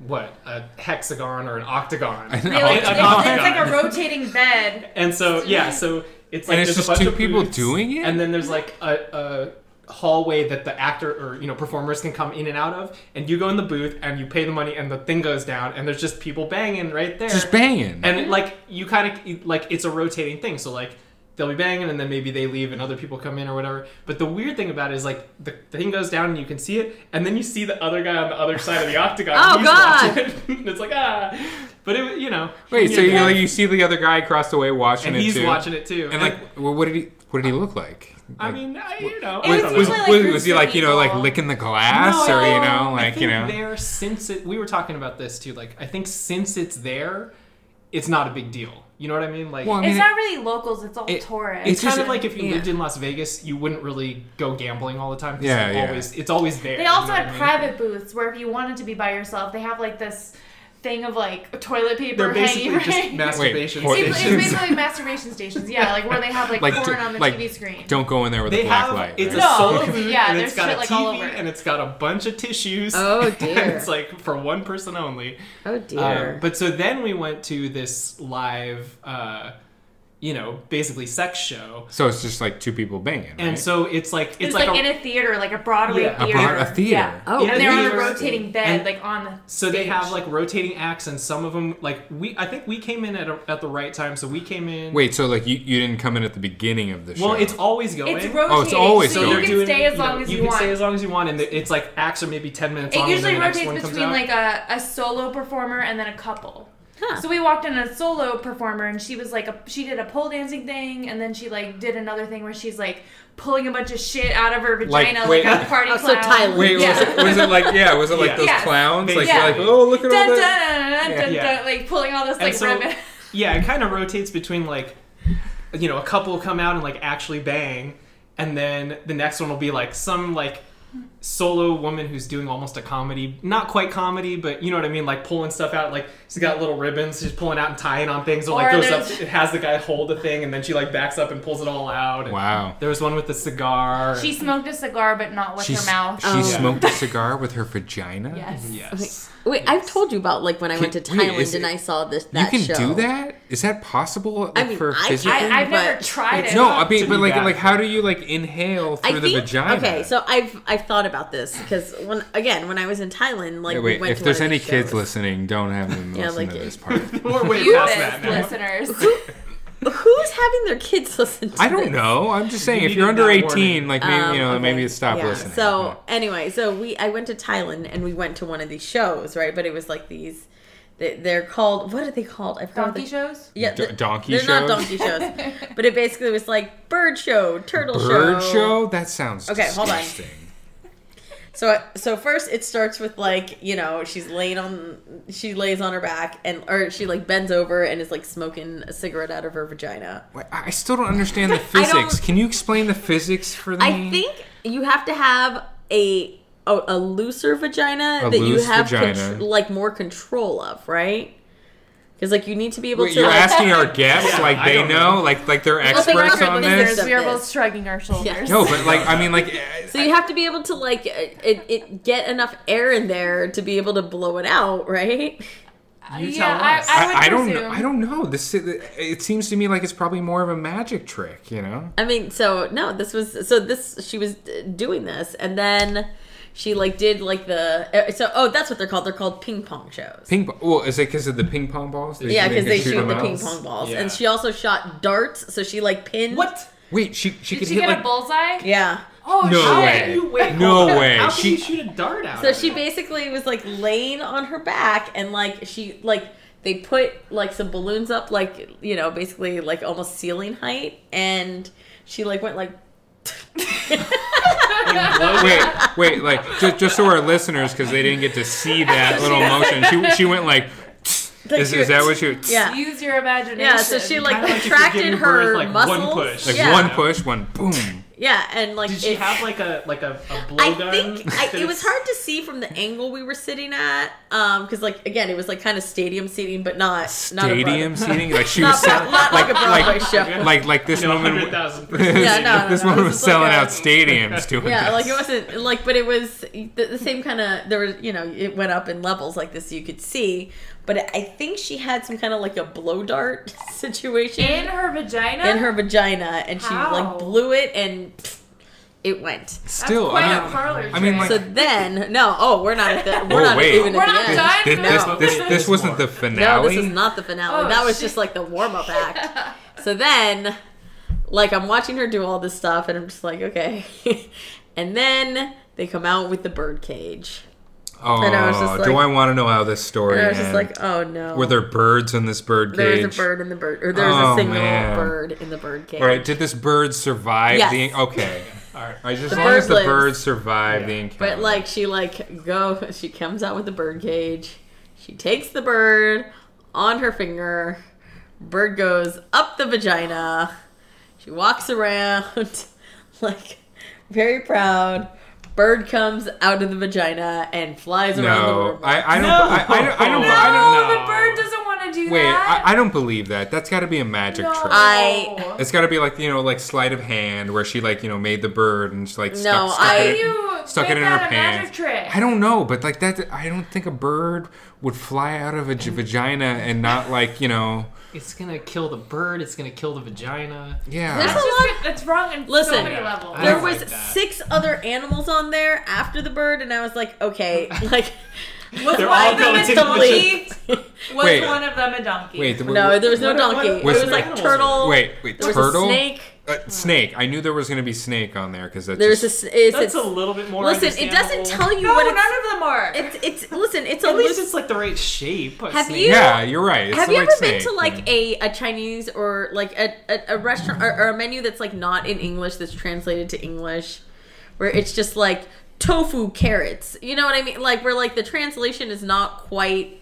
Speaker 3: what a hexagon or an octagon.
Speaker 1: I know.
Speaker 4: They like,
Speaker 3: An
Speaker 1: Oh,
Speaker 4: it's,
Speaker 1: God.
Speaker 4: it's like a rotating bed.
Speaker 3: And so yeah, so it's like
Speaker 1: And it's
Speaker 3: there's
Speaker 1: just
Speaker 3: a bunch
Speaker 1: two
Speaker 3: of
Speaker 1: people
Speaker 3: booths,
Speaker 1: doing it?
Speaker 3: and then there's like a, a hallway that the actor or you know performers can come in and out of, and you go in the booth and you pay the money, and the thing goes down, and there's just people banging right there,
Speaker 1: Just banging.
Speaker 2: Mm-hmm.
Speaker 3: and like you kind of like it's a rotating thing, so like. They'll be banging, and then maybe they leave, and other people come in or whatever. But the weird thing about it is, like, the thing goes down, and you can see it, and then you see the other guy on the other side of the octagon.
Speaker 2: Oh,
Speaker 3: he's
Speaker 2: God.
Speaker 3: watching it. it's like ah, but it, you know.
Speaker 1: Wait, so
Speaker 3: you
Speaker 1: you
Speaker 3: know,
Speaker 1: like you see the other guy across the way watching
Speaker 3: and
Speaker 1: it
Speaker 3: he's
Speaker 1: too,
Speaker 3: watching it too,
Speaker 1: and like, well, what did he? What did he look like?
Speaker 3: I
Speaker 1: Like,
Speaker 3: mean, I, you know,
Speaker 4: It was
Speaker 3: I don't
Speaker 1: was,
Speaker 4: usually,
Speaker 3: know.
Speaker 4: like,
Speaker 1: was,
Speaker 4: groups
Speaker 1: was he
Speaker 4: of
Speaker 1: like you know like
Speaker 4: people.
Speaker 1: licking the glass or you know
Speaker 3: I
Speaker 1: like
Speaker 3: think
Speaker 1: you know?
Speaker 3: there since it. We were talking about this too. Like, I think since it's there, it's not a big deal. You know what I mean? Like,
Speaker 1: Well, I mean,
Speaker 4: it's
Speaker 1: it-
Speaker 4: not really locals. It's all
Speaker 1: it-
Speaker 4: tourists.
Speaker 1: it's
Speaker 3: it's kind
Speaker 1: just-
Speaker 3: of like if you
Speaker 2: yeah.
Speaker 3: lived in Las Vegas, you wouldn't really go gambling all the time. 'cause
Speaker 1: Yeah,
Speaker 3: you
Speaker 1: yeah.
Speaker 3: Always, it's always there.
Speaker 4: they
Speaker 3: you
Speaker 4: also
Speaker 3: know
Speaker 4: had
Speaker 3: what I mean?
Speaker 4: private booths where if you wanted to be by yourself, they have like this thing of like toilet paper
Speaker 3: They're basically
Speaker 4: hanging.
Speaker 3: just
Speaker 4: right?
Speaker 3: masturbation
Speaker 1: Wait,
Speaker 4: It's,
Speaker 1: porn-
Speaker 3: stations.
Speaker 4: it's basically masturbation stations, yeah, like where they have like,
Speaker 1: Like,
Speaker 4: porn
Speaker 1: d-
Speaker 4: on the
Speaker 1: like,
Speaker 4: TV screen.
Speaker 1: Don't go in there with a
Speaker 3: They
Speaker 1: black
Speaker 3: have
Speaker 1: light. right?
Speaker 3: it's a
Speaker 4: No,
Speaker 3: soul
Speaker 4: it's-
Speaker 3: food,
Speaker 4: yeah,
Speaker 3: and it's
Speaker 4: there's
Speaker 3: got
Speaker 4: shit,
Speaker 3: a
Speaker 4: like,
Speaker 3: TV,
Speaker 4: all over it.
Speaker 3: and it's got a bunch of tissues.
Speaker 2: Oh,
Speaker 3: and
Speaker 2: dear.
Speaker 3: it's like for one person only.
Speaker 2: Oh
Speaker 3: Um,
Speaker 2: dear.
Speaker 3: but so then we went to this live, uh, you know, basically sex show,
Speaker 1: so it's just like two people banging. Right?
Speaker 3: and so it's like it's,
Speaker 4: It's,
Speaker 3: like,
Speaker 4: like,
Speaker 3: a,
Speaker 4: in a theater, like a Broadway
Speaker 3: Yeah.
Speaker 1: a,
Speaker 4: theater.
Speaker 1: bar, a theater.
Speaker 4: Yeah.
Speaker 2: oh,
Speaker 3: Yeah,
Speaker 4: And they're on a
Speaker 3: Theater.
Speaker 4: rotating bed,
Speaker 3: And-
Speaker 4: like on the.
Speaker 3: so they
Speaker 4: stage.
Speaker 3: have like rotating acts, and some of them like we I think we came in at a, at the right time, so we came in.
Speaker 1: Wait, so like you, you didn't come in at the beginning of the show?
Speaker 3: well, it's always going.
Speaker 4: It's rotating.
Speaker 1: Oh, it's always
Speaker 4: so
Speaker 1: going.
Speaker 4: you
Speaker 1: They're
Speaker 4: can
Speaker 3: doing-
Speaker 4: stay as
Speaker 3: you know,
Speaker 4: long as
Speaker 3: you
Speaker 4: you,
Speaker 3: can
Speaker 4: want.
Speaker 3: stay as long as you want, and the- it's like acts are maybe ten minutes. long,
Speaker 4: it
Speaker 3: and then
Speaker 4: usually
Speaker 3: the next
Speaker 4: rotates
Speaker 3: one comes
Speaker 4: between
Speaker 3: out.
Speaker 4: like a, a solo performer and then a couple.
Speaker 2: Huh.
Speaker 4: So we walked in a solo performer and she was like a she did a pole dancing thing and then she like did another thing where she's like pulling a bunch of shit out of her
Speaker 1: Like,
Speaker 4: vagina like,
Speaker 1: wait-
Speaker 4: a party
Speaker 2: Oh, so
Speaker 4: clown.
Speaker 2: Tyler.
Speaker 1: Wait, was,
Speaker 4: Yeah.
Speaker 1: it, was it like yeah? Was it like
Speaker 3: Yeah.
Speaker 1: those
Speaker 4: Yeah.
Speaker 1: clones? Like
Speaker 4: Yeah.
Speaker 1: you're like oh look at
Speaker 4: Dun,
Speaker 1: all
Speaker 4: dun,
Speaker 1: that.
Speaker 4: dun, dun, dun,
Speaker 1: Yeah.
Speaker 4: dun, like pulling all this
Speaker 3: And
Speaker 4: like
Speaker 3: so-
Speaker 4: ribbon.
Speaker 3: yeah, it kind of rotates between like, you know, a couple come out and like actually bang, and then the next one will be like some like solo woman who's doing almost a comedy, not quite comedy, but you know what I mean, like pulling stuff out. Like she's got little ribbons, she's pulling out and tying on things, or like
Speaker 4: Or
Speaker 3: goes up,
Speaker 4: there's-
Speaker 3: it has the guy hold the thing, and then she like backs up and pulls it all out. and
Speaker 1: Wow.
Speaker 3: There was one with the cigar.
Speaker 4: She smoked a cigar but not with
Speaker 1: She
Speaker 4: her
Speaker 1: s-
Speaker 4: mouth.
Speaker 1: she Mm-hmm.
Speaker 2: Oh.
Speaker 1: smoked a cigar with her vagina.
Speaker 4: yes.
Speaker 3: yes.
Speaker 2: Wait, I've told you about like when I went to
Speaker 1: Can- wait,
Speaker 2: Thailand
Speaker 1: is it-
Speaker 2: and I saw this.
Speaker 1: You
Speaker 2: That
Speaker 1: can
Speaker 2: show.
Speaker 1: do that? Is that possible? Like,
Speaker 2: I mean,
Speaker 1: for
Speaker 2: I-
Speaker 1: physically?
Speaker 4: I, I've never
Speaker 2: But-
Speaker 4: tried it.
Speaker 1: no, I
Speaker 3: to
Speaker 1: mean, but
Speaker 3: be
Speaker 1: like,
Speaker 3: bad.
Speaker 1: like, how do you like inhale through the
Speaker 2: I think,
Speaker 1: vagina?
Speaker 2: Okay, so I've I've thought about this because when again when I was in Thailand, like
Speaker 1: Hey,
Speaker 2: we
Speaker 1: wait,
Speaker 2: went
Speaker 1: if
Speaker 2: to
Speaker 1: there's
Speaker 2: one of
Speaker 1: any
Speaker 2: these
Speaker 1: kids
Speaker 2: shows.
Speaker 1: listening, don't have them
Speaker 2: Yeah,
Speaker 1: listen
Speaker 2: like-
Speaker 1: to this part.
Speaker 3: We're way
Speaker 4: you
Speaker 3: past
Speaker 4: missed,
Speaker 3: that now.
Speaker 4: listeners.
Speaker 2: Who- Who's having their kids listen to
Speaker 1: I don't
Speaker 2: this?
Speaker 1: know. I'm just saying, if
Speaker 3: needed
Speaker 1: you're under
Speaker 3: that
Speaker 1: 18,
Speaker 3: warning.
Speaker 1: like maybe you know,
Speaker 2: Um,
Speaker 1: maybe
Speaker 2: okay.
Speaker 1: it's stop
Speaker 2: Yeah.
Speaker 1: listening.
Speaker 2: So anyway, so we I went to Thailand and we went to one of these shows, right? But it was like these. they- They're called what are they called? I forgot. what
Speaker 4: Donkey
Speaker 2: they-
Speaker 4: shows?
Speaker 2: Yeah,
Speaker 1: Do-
Speaker 2: the-
Speaker 1: donkey
Speaker 2: They're not
Speaker 1: shows?
Speaker 2: donkey shows, but it basically was like bird show, turtle
Speaker 1: bird
Speaker 2: show.
Speaker 1: show. That sounds
Speaker 2: Okay, hold on.
Speaker 1: Disgusting.
Speaker 2: So so first it starts with like you know she's laying on she lays on her back and or she like bends over and is like smoking a cigarette out of her vagina.
Speaker 1: Wait, I I still don't understand the
Speaker 2: I don't-
Speaker 1: physics. Can you explain the physics for me?
Speaker 2: I think you have to have a a, a looser vagina
Speaker 1: A
Speaker 2: that you
Speaker 1: loose
Speaker 2: have
Speaker 1: vagina.
Speaker 2: contr- like more control of, right? Because like you need to be able
Speaker 1: Wait,
Speaker 2: to.
Speaker 1: you're
Speaker 2: like,
Speaker 1: asking our guests,
Speaker 3: Yeah,
Speaker 1: like
Speaker 3: I
Speaker 1: they know,
Speaker 3: don't know.
Speaker 1: like like they're
Speaker 2: they
Speaker 4: Well,
Speaker 1: experts
Speaker 4: for
Speaker 2: record
Speaker 1: on
Speaker 4: listeners,
Speaker 1: this.
Speaker 2: this.
Speaker 4: We are
Speaker 2: Of
Speaker 4: both
Speaker 2: this.
Speaker 4: shrugging our shoulders.
Speaker 1: No, but like I mean, like eh,
Speaker 2: So you have to be able to like it, it get enough air in there to be able to blow it out, right?
Speaker 3: You
Speaker 4: yeah,
Speaker 3: tell
Speaker 4: I,
Speaker 3: us.
Speaker 4: I would
Speaker 1: I, I don't
Speaker 4: presume.
Speaker 1: know. I don't know. This it seems to me like it's probably more of a magic trick, you know.
Speaker 2: I mean, so no, this was so this she was uh, doing this, and then she like did like the uh, so oh that's what they're called. They're called ping pong shows.
Speaker 1: Ping pong. Well, is it because of the ping pong balls? They
Speaker 2: yeah,
Speaker 1: can
Speaker 2: because they
Speaker 1: shoot
Speaker 2: shoot
Speaker 1: them
Speaker 2: the
Speaker 1: out?
Speaker 2: ping pong balls,
Speaker 3: Yeah.
Speaker 2: and she also shot darts. So she like pinned
Speaker 3: What?
Speaker 1: Wait, she she
Speaker 4: Did
Speaker 1: could
Speaker 4: she
Speaker 1: hit
Speaker 4: get
Speaker 1: like
Speaker 4: a bullseye?
Speaker 2: Yeah.
Speaker 4: Oh,
Speaker 1: No
Speaker 4: shit.
Speaker 1: way.
Speaker 3: You wait,
Speaker 1: No
Speaker 3: hold on.
Speaker 1: way.
Speaker 3: How can
Speaker 1: She-
Speaker 3: you shoot a dart out?
Speaker 2: So
Speaker 3: of
Speaker 2: she
Speaker 3: it?
Speaker 2: basically was like laying on her back and like she like they put like some balloons up like you know basically like almost ceiling height and she like went like
Speaker 1: wait, wait, like just, just so our listeners, because they didn't get to see that little motion. She she went like. Is, is that what you?
Speaker 2: yeah
Speaker 4: Use your imagination.
Speaker 2: yeah so she like
Speaker 3: Kinda like if you're
Speaker 2: contracted
Speaker 3: giving
Speaker 2: her
Speaker 3: birth, like, one
Speaker 2: muscles
Speaker 3: push.
Speaker 1: Like
Speaker 2: yeah
Speaker 1: one push, one boom.
Speaker 2: yeah and like
Speaker 3: Did she
Speaker 2: it-
Speaker 3: have like a like a, a
Speaker 2: I
Speaker 3: blowgun?
Speaker 2: think I, it was
Speaker 3: that's-
Speaker 2: hard to see from the angle we were sitting at, um, because like again, it was like kind of stadium seating, but not not a broad-
Speaker 1: Stadium seating, like she
Speaker 2: not,
Speaker 1: was sell-
Speaker 2: not like, a Broadway
Speaker 1: like
Speaker 2: show.
Speaker 1: like like this
Speaker 3: You know,
Speaker 1: woman.
Speaker 3: 100,000
Speaker 2: Yeah, no, no,
Speaker 1: this
Speaker 2: no,
Speaker 1: woman
Speaker 2: this
Speaker 1: was
Speaker 2: is like
Speaker 1: selling
Speaker 2: a-
Speaker 1: out stadiums doing
Speaker 2: Yeah,
Speaker 1: this.
Speaker 2: like it wasn't like, but it was the, the same kind of. There was, you know, it went up in levels like this, you could see. But I think she had some kind of like a blow dart situation
Speaker 4: in her vagina.
Speaker 2: in her vagina, and
Speaker 4: How?
Speaker 2: she like blew it, and pfft, it went.
Speaker 1: Still,
Speaker 4: quite
Speaker 1: I
Speaker 4: a
Speaker 1: mean,
Speaker 4: parlor
Speaker 1: I mean, like,
Speaker 4: trick.
Speaker 2: So then, no, oh, we're not at the, we're
Speaker 1: Oh,
Speaker 2: not
Speaker 1: wait.
Speaker 2: even
Speaker 4: We're
Speaker 2: at
Speaker 4: not
Speaker 2: the end.
Speaker 4: done?
Speaker 1: thi- this,
Speaker 2: No.
Speaker 1: this, this,
Speaker 3: There's
Speaker 1: wasn't the
Speaker 3: more.
Speaker 2: No,
Speaker 1: finale.
Speaker 2: this is not the finale.
Speaker 4: Oh,
Speaker 2: that was
Speaker 4: shit.
Speaker 2: just like the warm up act. so then, like, I'm watching her do all this stuff, and I'm just like, okay. and then they come out with the bird cage.
Speaker 1: Oh,
Speaker 2: And I was just
Speaker 1: do
Speaker 2: like-
Speaker 1: I want to know how this story
Speaker 2: And I was
Speaker 1: ends?
Speaker 2: just like, oh no.
Speaker 1: Were there birds in this bird cage?
Speaker 2: There was a bird in the bird, or there was
Speaker 1: Oh,
Speaker 2: a single
Speaker 1: man.
Speaker 2: bird in the bird cage.
Speaker 1: All right, did this bird survive
Speaker 2: Yes.
Speaker 1: the? Okay,
Speaker 3: All right.
Speaker 1: I just
Speaker 2: The
Speaker 1: as long as
Speaker 2: bird
Speaker 1: the
Speaker 2: lives.
Speaker 1: bird survived the encounter.
Speaker 2: But like she like go, she comes out with the bird cage. She takes the bird on her finger. Bird goes up the vagina. She walks around like very proud. Bird comes out of the vagina and flies around the
Speaker 1: no,
Speaker 2: room.
Speaker 1: I, I don't.
Speaker 3: No.
Speaker 1: I, I don't. I don't.
Speaker 3: No.
Speaker 1: I don't
Speaker 4: No,
Speaker 3: No.
Speaker 4: the bird doesn't want to do
Speaker 1: Wait, I,
Speaker 4: that.
Speaker 1: I don't believe that. That's got to be a magic
Speaker 4: no.
Speaker 1: trick.
Speaker 2: I-
Speaker 1: It's got to be like you know, like sleight of hand, where she like you know made the bird and she like
Speaker 2: No,
Speaker 1: stuck, stuck
Speaker 2: I-
Speaker 4: How
Speaker 1: it.
Speaker 4: do you
Speaker 1: stuck
Speaker 4: make
Speaker 1: it in
Speaker 4: that
Speaker 1: her
Speaker 4: a
Speaker 1: pants.
Speaker 4: magic trick?
Speaker 1: I don't know, but like that, I don't think a bird would fly out of a j- vagina and not like you know,
Speaker 3: It's gonna kill the bird. It's gonna kill the vagina.
Speaker 2: There's
Speaker 1: yeah.
Speaker 4: That's
Speaker 2: a
Speaker 4: just
Speaker 2: lot-
Speaker 4: good- that's wrong in
Speaker 2: Listen.
Speaker 4: so many levels.
Speaker 3: I
Speaker 2: there
Speaker 3: don't
Speaker 2: was
Speaker 3: like that.
Speaker 2: six other animals on there after the bird, and I was like, okay, like what's
Speaker 3: They're
Speaker 2: why
Speaker 3: all going
Speaker 2: is
Speaker 3: to
Speaker 2: it
Speaker 3: the
Speaker 2: donkey?
Speaker 4: Was
Speaker 1: Wait.
Speaker 4: one of them a donkey?
Speaker 1: Wait, the,
Speaker 2: No, there was no
Speaker 3: What are-
Speaker 2: donkey.
Speaker 3: what are-
Speaker 2: It was
Speaker 1: what
Speaker 2: like
Speaker 3: animals are
Speaker 2: turtle.
Speaker 1: wait, wait,
Speaker 2: there was
Speaker 1: turtle,
Speaker 2: a snake.
Speaker 1: Uh, snake. I knew there was gonna be snake on there because that's
Speaker 2: There's a.
Speaker 1: just,
Speaker 2: s- Is
Speaker 3: That's
Speaker 2: it's,
Speaker 3: a little bit more.
Speaker 2: listen, it doesn't
Speaker 3: understandable.
Speaker 2: tell you
Speaker 4: no,
Speaker 2: what
Speaker 4: none
Speaker 2: it's.
Speaker 4: of them are.
Speaker 2: It's it's listen. It's a
Speaker 3: At least
Speaker 2: loose-
Speaker 3: it's like the right shape. of
Speaker 2: Have
Speaker 3: snake.
Speaker 2: you-
Speaker 1: yeah, you're right. It's
Speaker 2: Have
Speaker 1: the
Speaker 2: you
Speaker 1: right
Speaker 2: ever been
Speaker 1: snake,
Speaker 2: to like a, a Chinese or like a, a, a restaurant or, or a menu that's like not in English that's translated to English, where it's just like tofu carrots? You know what I mean? Like where like the translation is not quite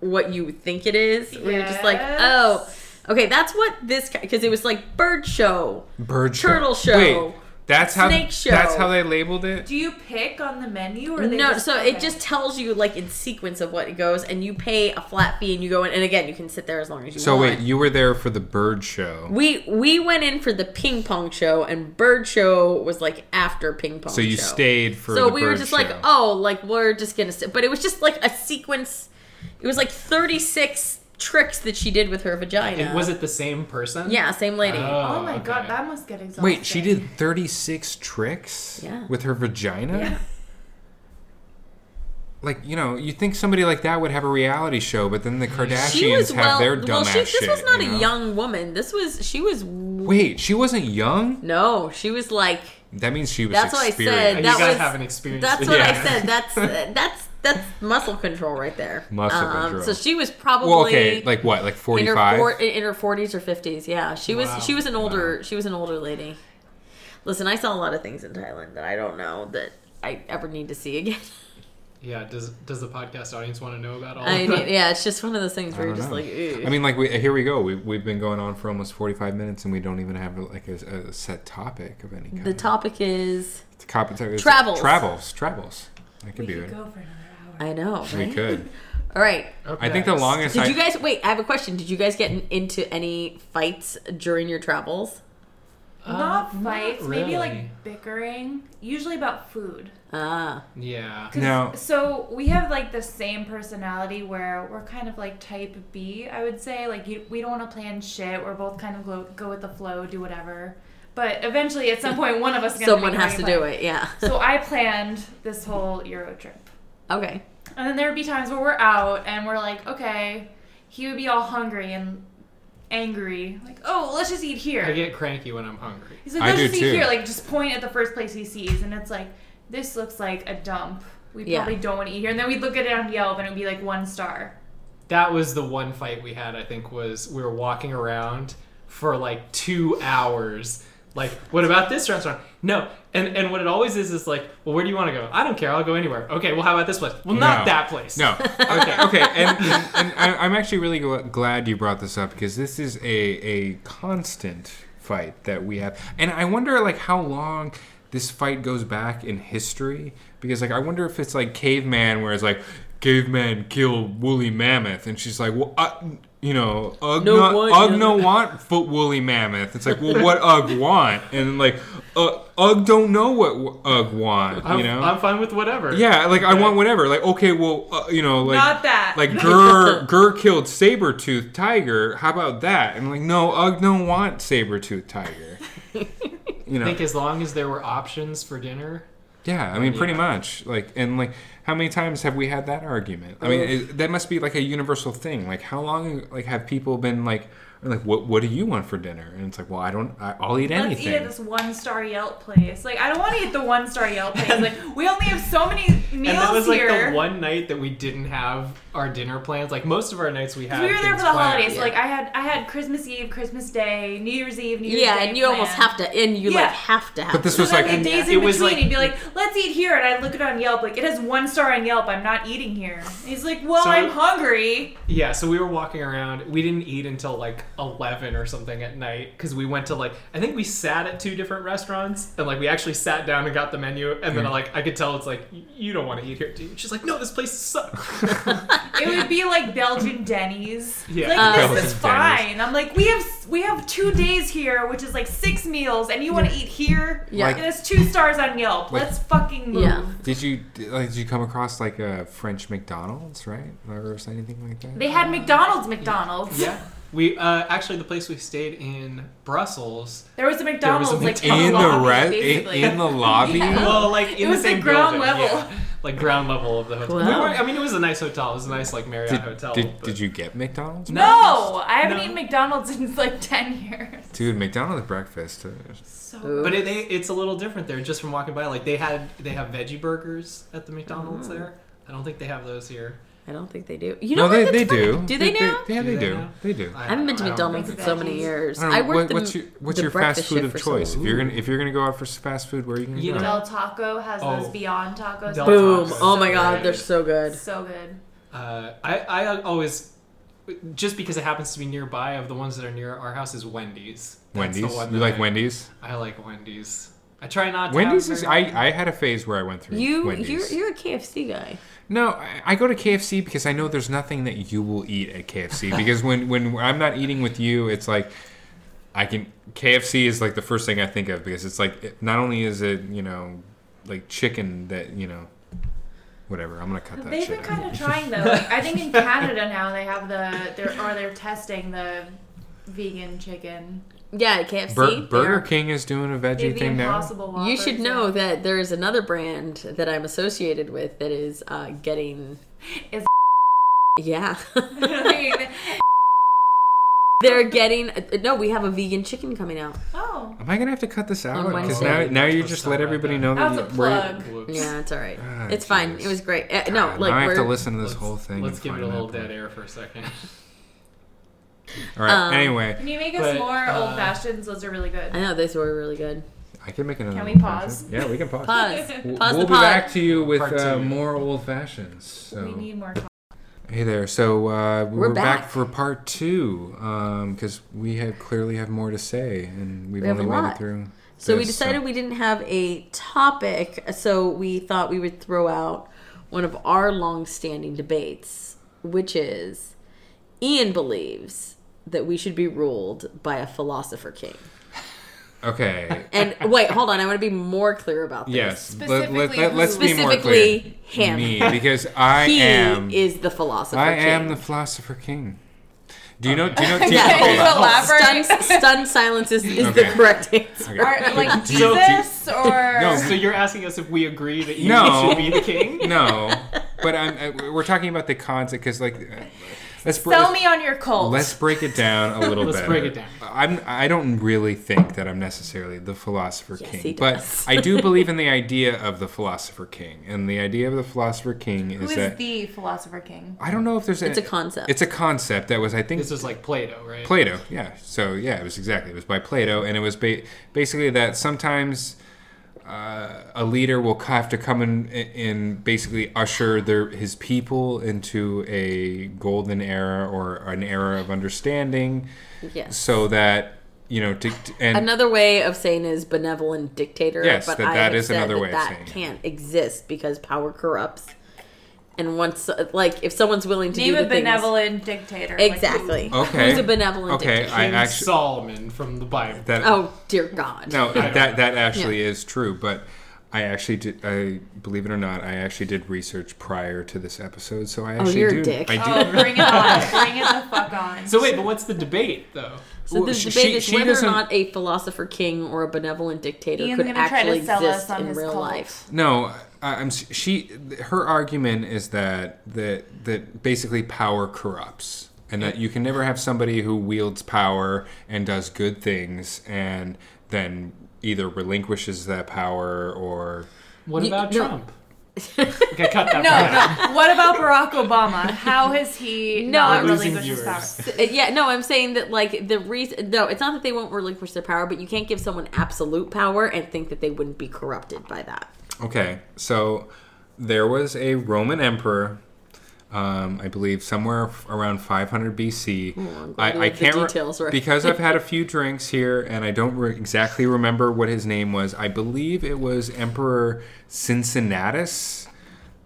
Speaker 2: what you think it is. Where you're just like,
Speaker 4: Yes.
Speaker 2: oh, okay, that's what this because it was like bird show.
Speaker 1: yeah. bird show.
Speaker 2: turtle show,
Speaker 1: Wait, that's how
Speaker 2: snake show.
Speaker 1: that's how they labeled it.
Speaker 4: Do you pick on the menu or they
Speaker 2: No,
Speaker 4: just,
Speaker 2: so
Speaker 4: okay.
Speaker 2: it just tells you like in sequence of what it goes, and you pay a flat fee, and you go in, and again you can sit there as long as you
Speaker 1: So
Speaker 2: want.
Speaker 1: wait, you were there for the bird show.
Speaker 2: We we went in for the ping pong show and bird show was like after ping pong.
Speaker 1: So you
Speaker 2: show.
Speaker 1: stayed for.
Speaker 2: So
Speaker 1: the
Speaker 2: we were
Speaker 1: bird
Speaker 2: just
Speaker 1: show.
Speaker 2: like, oh, like we're just gonna sit. But it was just like a sequence. It was like thirty six tricks that she did with her vagina.
Speaker 3: And was it the same person? Uh,
Speaker 2: Yeah, same lady.
Speaker 4: Oh my
Speaker 3: okay.
Speaker 4: god, that must get exhausting.
Speaker 1: Wait, she did 36 tricks
Speaker 2: Oh, Yeah.
Speaker 1: with her vagina?
Speaker 2: Yeah.
Speaker 1: like you know, you think somebody like that would have a reality show, but then the Kardashians
Speaker 2: She was
Speaker 1: have
Speaker 2: well.
Speaker 1: their
Speaker 2: well,
Speaker 1: dumbass
Speaker 2: she, this
Speaker 1: shit.
Speaker 2: was not
Speaker 1: you
Speaker 2: a
Speaker 1: know?
Speaker 2: young woman. This was she was
Speaker 1: Wait, she wasn't young.
Speaker 2: no. She was like
Speaker 1: That means she was.
Speaker 2: That's what I
Speaker 1: experienced.
Speaker 2: said.
Speaker 3: And
Speaker 2: That
Speaker 3: you gotta
Speaker 2: was-
Speaker 3: have an experience.
Speaker 2: that's
Speaker 3: with
Speaker 2: what I
Speaker 3: that.
Speaker 2: said. That's that's that's muscle control right there. Um,
Speaker 1: Muscle control.
Speaker 2: So she was probably
Speaker 1: Well, okay, like what, like
Speaker 2: in her
Speaker 1: forty-five?
Speaker 2: four- in her forties or fifties. Yeah, she was
Speaker 3: Wow.
Speaker 2: she was an older she was an older lady. Listen, I saw a lot of things in Thailand that I don't know that I ever need to see again.
Speaker 3: Yeah. Does Does the podcast audience want to know about all?
Speaker 2: I
Speaker 3: of that?
Speaker 2: mean, yeah, it's just one of those things
Speaker 1: Oh. I
Speaker 2: where you're
Speaker 1: don't
Speaker 2: just
Speaker 1: know.
Speaker 2: like, Ew.
Speaker 1: I mean, like we, here we go. We, we've been going on for almost forty-five minutes, and we don't even have like a, a set topic of any kind.
Speaker 2: the topic is
Speaker 1: The cop- it's-
Speaker 2: Travels.
Speaker 1: Travels. Travels. That could
Speaker 4: We
Speaker 1: be
Speaker 4: could
Speaker 1: it.
Speaker 4: go for another hour.
Speaker 2: I know.
Speaker 1: We
Speaker 2: right?
Speaker 1: could.
Speaker 2: All right.
Speaker 3: Okay.
Speaker 1: I think the longest.
Speaker 2: Did
Speaker 1: I,
Speaker 2: you guys wait? I have a question. Did you guys get in- into any fights during your travels?
Speaker 3: Uh,
Speaker 4: Not
Speaker 3: not
Speaker 4: fights, maybe
Speaker 3: really.
Speaker 4: like bickering, usually about food.
Speaker 2: Ah,
Speaker 3: Yeah.
Speaker 4: 'Cause-
Speaker 1: Now-
Speaker 4: so we have like the same personality where we're kind of like type B, I would say. Like you, we don't want to plan shit. We're both kind of go, go with the flow, do whatever. But eventually, at some point, one of us is gonna
Speaker 2: someone
Speaker 4: make
Speaker 2: has
Speaker 4: a
Speaker 2: to
Speaker 4: plan.
Speaker 2: do it. Yeah.
Speaker 4: So I planned this whole Euro trip.
Speaker 2: okay.
Speaker 4: And then there would be times where we're out and we're like, okay, he would be all hungry and angry. Like, oh, let's just eat here.
Speaker 3: I get cranky when I'm hungry.
Speaker 4: He's like,
Speaker 1: I
Speaker 4: let's
Speaker 1: do
Speaker 4: just eat
Speaker 1: too.
Speaker 4: here. Like, just point at the first place he sees. And it's like, this looks like a dump. We
Speaker 2: Yeah.
Speaker 4: probably don't want to eat here. And then we'd look at it on Yelp and it would be like one star.
Speaker 3: That was the one fight we had. I think was we were walking around for like two hours. Like, what about this restaurant? No. And and what it always is is like, well, where do you want to go? I don't care. I'll go anywhere. Okay. Well, how about this place? Well, not
Speaker 1: No.
Speaker 3: that place.
Speaker 1: No. Okay. okay. And, and, and I, I'm actually really gl- glad you brought this up because this is a, a constant fight that we have, and I wonder like how long this fight goes back in history because like I wonder if it's like caveman where it's like caveman kill woolly mammoth and she's like well. Uh, you know, Ugg
Speaker 2: No
Speaker 1: no,
Speaker 2: one-
Speaker 1: Ugg no want foot woolly mammoth. It's like, well, what Ugg want? And like, uh, Ugg don't know what Ugg want.
Speaker 3: I'm,
Speaker 1: you know,
Speaker 3: I'm fine with whatever.
Speaker 1: yeah, like I want whatever. Like okay, well, uh, you know, like
Speaker 4: Not that.
Speaker 1: Like Gurr Gurr killed saber tooth tiger. How about that? And like no, Ugg don't want saber tooth tiger. you
Speaker 3: I
Speaker 1: know,
Speaker 3: think as long as there were options for dinner,
Speaker 1: yeah. I mean, pretty much. Like and like, how many times have we had that argument? I mean, it, that must be like a universal thing. Like how long like have people been like are like what what do you want for dinner? And it's like well I don't I, I'll eat
Speaker 4: Let's
Speaker 1: anything.
Speaker 4: eat at this one star Yelp place. Like, I don't want to eat the one star Yelp place. Like, we only have so many meals
Speaker 3: and that was like
Speaker 4: here.
Speaker 3: the one night that we didn't have our dinner plans. Like most of our nights, we had.
Speaker 4: we were there
Speaker 3: things
Speaker 4: for the
Speaker 3: planned.
Speaker 4: holidays. So,
Speaker 2: yeah.
Speaker 4: like I had I had Christmas Eve, Christmas Day, New Year's Eve, New Year's
Speaker 2: Yeah,
Speaker 4: Day.
Speaker 2: and you almost
Speaker 4: planned.
Speaker 2: have to, and you
Speaker 4: Yeah.
Speaker 2: like have to have.
Speaker 1: But this
Speaker 2: to.
Speaker 4: So
Speaker 1: was
Speaker 4: then
Speaker 1: like-
Speaker 4: the
Speaker 1: And
Speaker 4: days
Speaker 3: it
Speaker 4: in
Speaker 3: was
Speaker 4: between,
Speaker 3: like-
Speaker 4: he'd be like, "Let's eat here," and I'd look it on Yelp. Like it has one star on Yelp. I'm not eating here. And he's like, "Well,
Speaker 3: So-
Speaker 4: I'm hungry."
Speaker 3: Yeah, so we were walking around. We didn't eat until like eleven or something at night because we went to like I think we sat at two different restaurants and like we actually sat down and got the menu and then like I could tell it's like "Y- you don't want to eat here. Dude. She's like, no, this place sucks.
Speaker 4: It would be like Belgian Denny's.
Speaker 3: Yeah.
Speaker 4: like
Speaker 3: Uh,
Speaker 4: this
Speaker 1: Belgian
Speaker 4: is
Speaker 1: Denny's.
Speaker 4: fine. I'm like, we have we have two days here, which is like six meals, and you want to eat here?
Speaker 2: Yeah.
Speaker 1: Like-
Speaker 4: and it's two stars on Yelp.
Speaker 1: Like-
Speaker 4: Let's fucking move.
Speaker 2: Yeah.
Speaker 1: did you like, did you come across like a French McDonald's right or anything like that?
Speaker 4: They had McDonald's. McDonald's.
Speaker 3: yeah, we uh, actually the place we stayed in Brussels.
Speaker 4: There was a McDonald's like
Speaker 3: McDonald's.
Speaker 1: in
Speaker 4: in the
Speaker 1: the
Speaker 4: lobby,
Speaker 1: res- in,
Speaker 4: basically.
Speaker 1: in the lobby.
Speaker 4: Yeah.
Speaker 3: Well, like in
Speaker 4: It was,
Speaker 3: the
Speaker 4: like,
Speaker 3: same
Speaker 4: ground
Speaker 3: building,
Speaker 4: level.
Speaker 3: yeah. like ground level of the hotel. We
Speaker 2: Wow.
Speaker 3: were- I mean, it was a nice hotel. It was a nice like Marriott
Speaker 1: Did,
Speaker 3: hotel.
Speaker 1: did,
Speaker 3: but-
Speaker 1: did you get McDonald's?
Speaker 4: No, I haven't
Speaker 3: No.
Speaker 4: eaten McDonald's in like ten years.
Speaker 1: Dude, McDonald's breakfast. uh,
Speaker 4: So
Speaker 3: But it, they, it's a little different there, just from walking by. Like they had, they have veggie burgers at the McDonald's
Speaker 2: Mm.
Speaker 3: there. I don't think they have those here.
Speaker 2: I don't think they do. You know
Speaker 1: no, they,
Speaker 2: what?
Speaker 1: they
Speaker 2: That's
Speaker 1: do.
Speaker 2: funny. Do they, now?
Speaker 1: yeah, they,
Speaker 3: Do they
Speaker 1: do.
Speaker 3: now?
Speaker 1: They do.
Speaker 2: I haven't been to
Speaker 3: I don't
Speaker 2: McDonald's
Speaker 4: think
Speaker 2: in
Speaker 4: so.
Speaker 2: so many years.
Speaker 1: I don't know,
Speaker 2: I worked
Speaker 1: what- what's
Speaker 2: the,
Speaker 1: your what's
Speaker 2: the
Speaker 1: your fast
Speaker 2: breakfast
Speaker 1: food
Speaker 2: shift
Speaker 1: of
Speaker 2: for so
Speaker 1: choice? If
Speaker 2: long.
Speaker 1: you're gonna if you're gonna go out for s- fast food, where are you gonna
Speaker 3: You
Speaker 1: go?
Speaker 3: know-
Speaker 4: Del Taco has
Speaker 3: Oh.
Speaker 4: those Beyond Tacos.
Speaker 3: Del
Speaker 2: Boom!
Speaker 3: Tacos.
Speaker 2: Oh my
Speaker 3: Right.
Speaker 2: God, they're so good.
Speaker 4: So good.
Speaker 3: Uh, I, I always, just because it happens to be nearby, of the ones that are near our house is Wendy's. That's the
Speaker 1: Wendy's.
Speaker 3: one
Speaker 1: You
Speaker 3: that
Speaker 1: like
Speaker 3: I-
Speaker 1: Wendy's?
Speaker 3: I like Wendy's. I try not. to
Speaker 1: Wendy's
Speaker 3: have
Speaker 1: is.
Speaker 3: very-
Speaker 1: I, I had a phase where I went through.
Speaker 2: You,
Speaker 1: Wendy's.
Speaker 2: you're you're a KFC guy.
Speaker 1: No, I, I go to KFC because I know there's nothing that you will eat at KFC. Because when, when I'm not eating with you, it's like I can KFC is like the first thing I think of because it's like it, not only is it you know like chicken that you know whatever I'm gonna cut that
Speaker 4: They've
Speaker 1: shit
Speaker 4: been
Speaker 1: out.
Speaker 4: kind of trying though. Like, I think in Canada now they have the they're or they're testing the vegan chicken.
Speaker 2: Yeah, KFC.
Speaker 1: Bur-
Speaker 2: they are-
Speaker 1: Burger King is doing a
Speaker 4: They have
Speaker 1: veggie
Speaker 4: the
Speaker 1: thing now.
Speaker 4: impossible
Speaker 2: You
Speaker 4: Whoppers,
Speaker 2: should know
Speaker 4: yeah.
Speaker 2: that there is another brand that I'm associated with that is uh, getting.
Speaker 4: Is-
Speaker 2: Yeah.
Speaker 4: I mean,
Speaker 2: They're getting. uh, No, we have a vegan chicken coming out.
Speaker 4: oh.
Speaker 1: Am I gonna have to cut this out?
Speaker 2: On
Speaker 1: Because
Speaker 2: Wednesday.
Speaker 1: now, now you
Speaker 3: Let's
Speaker 1: just
Speaker 3: not
Speaker 1: let
Speaker 3: write
Speaker 1: everybody
Speaker 3: that.
Speaker 1: know that
Speaker 4: That was a
Speaker 1: you- we're-
Speaker 4: plug.
Speaker 3: Whoops.
Speaker 2: Yeah, it's all right.
Speaker 1: Ah,
Speaker 2: it's fine.
Speaker 1: jeez.
Speaker 2: It was great. Uh, no,
Speaker 1: God,
Speaker 2: like
Speaker 1: now I have to
Speaker 2: we're.
Speaker 1: listen to this
Speaker 3: Let's-
Speaker 1: whole thing.
Speaker 3: Let's
Speaker 1: and
Speaker 3: give it
Speaker 1: find
Speaker 3: a
Speaker 1: that
Speaker 3: little
Speaker 1: part.
Speaker 3: dead air for a second.
Speaker 1: All right.
Speaker 2: Um,
Speaker 1: anyway,
Speaker 4: Can you make us
Speaker 3: But,
Speaker 4: more
Speaker 3: uh,
Speaker 4: old fashions? Those are really good.
Speaker 2: I know those were really good.
Speaker 1: I can make another.
Speaker 4: Can we
Speaker 1: old
Speaker 4: pause?
Speaker 1: fashioned. Yeah, we can pause.
Speaker 2: Pause.
Speaker 1: We'll,
Speaker 2: Pause
Speaker 1: we'll
Speaker 2: the
Speaker 1: be
Speaker 2: pod.
Speaker 1: back to you with
Speaker 3: Part
Speaker 1: uh,
Speaker 3: two.
Speaker 1: more old fashions. So.
Speaker 4: We need more.
Speaker 1: Hey there. So uh, we
Speaker 2: We're
Speaker 1: we're, back.
Speaker 2: back.
Speaker 1: for part two because we have clearly have more to say, and we've
Speaker 2: We have
Speaker 1: only
Speaker 2: a
Speaker 1: made
Speaker 2: lot.
Speaker 1: it through.
Speaker 2: So we
Speaker 1: this,
Speaker 2: decided we didn't have a topic, so we thought we would throw out one of our long-standing debates, which is Ian believes that we should be ruled by a philosopher king.
Speaker 1: okay.
Speaker 2: And wait, hold on, I want to be more clear about this.
Speaker 1: Yes. Let, let,
Speaker 4: Specifically
Speaker 1: let, let's be more clear.
Speaker 2: Specifically him.
Speaker 1: Me, because I
Speaker 2: He
Speaker 1: am.
Speaker 2: is the philosopher
Speaker 1: I
Speaker 2: king.
Speaker 1: am the philosopher king. Do you know? Do you know? Do you,
Speaker 2: Yeah,
Speaker 1: hold
Speaker 2: hold
Speaker 1: on.
Speaker 2: on, hold on.
Speaker 4: Elaborate.
Speaker 2: Stun, stun silence is, is
Speaker 1: Okay.
Speaker 2: the correct answer.
Speaker 1: Okay.
Speaker 4: Or, like
Speaker 1: Do you- do you-
Speaker 4: Jesus or
Speaker 1: No,
Speaker 3: so you're asking us if we agree that you
Speaker 1: No.
Speaker 3: should be the king?
Speaker 1: No, but I'm, I, we're talking about the concept because, like, uh, let's br-
Speaker 4: sell me on your cult.
Speaker 1: let's break it down a little bit.
Speaker 3: Let's break it down.
Speaker 1: I'm I don't really think that I'm necessarily the philosopher
Speaker 2: Yes,
Speaker 1: king,
Speaker 2: he
Speaker 1: but
Speaker 2: does.
Speaker 1: I do believe in the idea of the philosopher king, and the idea of the philosopher king
Speaker 4: Who
Speaker 1: is,
Speaker 4: is
Speaker 1: that
Speaker 4: the philosopher king?
Speaker 1: I don't know if there's
Speaker 2: It's a concept.
Speaker 1: It's a concept that was I think
Speaker 3: This is like Plato, right?
Speaker 1: Plato, yeah. So yeah, it was exactly it was by Plato, and it was ba- basically that sometimes uh, a leader will have to come in and basically usher their his people into a golden era or an era of understanding,
Speaker 2: Yes.
Speaker 1: so that you know to and
Speaker 2: Another way of saying is benevolent dictator.
Speaker 1: Yes,
Speaker 2: but
Speaker 1: that-
Speaker 2: I
Speaker 1: that
Speaker 2: have
Speaker 1: is
Speaker 2: said
Speaker 1: another
Speaker 2: that
Speaker 1: way of
Speaker 2: that
Speaker 1: saying it.
Speaker 2: can't exist because power corrupts. And once, like, if someone's willing to
Speaker 4: Name
Speaker 2: do the
Speaker 4: a benevolent dictator. like
Speaker 2: things, exactly.
Speaker 1: Okay.
Speaker 2: Who's a benevolent
Speaker 1: Okay,
Speaker 2: dictator?
Speaker 1: I
Speaker 3: King
Speaker 1: actu-
Speaker 3: Solomon from the Bible.
Speaker 1: that
Speaker 2: oh dear God.
Speaker 1: No, that that actually is true, but I actually did. I believe it or not, I actually did research prior to this episode, so I actually
Speaker 2: you're a
Speaker 1: do.
Speaker 2: dick.
Speaker 1: I do.
Speaker 4: Oh, bring it on! Bring it the fuck on!
Speaker 3: So wait, but what's the debate though?
Speaker 2: So the
Speaker 1: well, she-
Speaker 2: debate
Speaker 1: she-
Speaker 2: is
Speaker 1: she
Speaker 2: whether or
Speaker 1: doesn't-
Speaker 2: not a philosopher king or a benevolent dictator
Speaker 4: Ian's
Speaker 2: could
Speaker 4: gonna try to
Speaker 2: actually
Speaker 4: sell us
Speaker 2: exist
Speaker 4: on
Speaker 2: in
Speaker 4: his
Speaker 2: real
Speaker 4: cult.
Speaker 2: life.
Speaker 1: No, I, I'm she. Her argument is that that that basically power corrupts, and that you can never have somebody who wields power and does good things, and then either relinquishes that power or
Speaker 3: What
Speaker 2: You-
Speaker 3: about
Speaker 2: no.
Speaker 3: Trump? okay, cut that. part out.
Speaker 4: No, no. What about Barack Obama? How has he
Speaker 2: No,
Speaker 4: not
Speaker 2: I'm-
Speaker 3: Losing
Speaker 4: relinquished his power?
Speaker 3: viewers.
Speaker 2: Uh, Yeah, no, I'm saying that like the reason. No, it's not that they won't relinquish their power, but you can't give someone absolute power and think that they wouldn't be corrupted by that.
Speaker 1: Okay, so there was a Roman emperor, um, I believe, somewhere f- around 500 BC.
Speaker 2: I'm glad you
Speaker 1: I, I
Speaker 2: have the
Speaker 1: can't re-
Speaker 2: details right.
Speaker 1: because I've had a few drinks here, and I don't re- exactly remember what his name was. I believe it was Emperor Cincinnatus,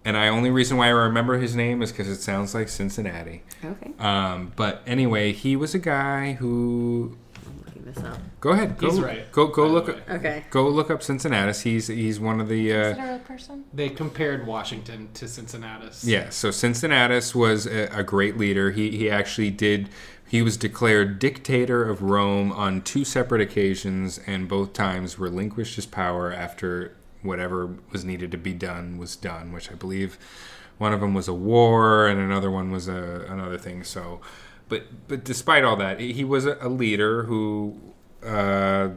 Speaker 1: and I only reason why I remember his name is because it sounds like Cincinnati.
Speaker 2: Okay,
Speaker 1: Um, but anyway, he was a guy who.
Speaker 2: I'm looking this up.
Speaker 1: Go ahead. Go,
Speaker 3: He's right,
Speaker 1: Go go
Speaker 3: by the
Speaker 1: look.
Speaker 3: way.
Speaker 2: Okay.
Speaker 1: Go look up Cincinnatus. He's he's one of the. Uh,
Speaker 4: Is it a real person?
Speaker 3: They compared Washington to Cincinnatus.
Speaker 1: Yeah, so Cincinnatus was a, a great leader. He he actually did he was declared dictator of Rome on two separate occasions and both times relinquished his power after whatever was needed to be done was done, which I believe one of them was a war and another one was a another thing. So but but despite all that, he was a, a leader who uh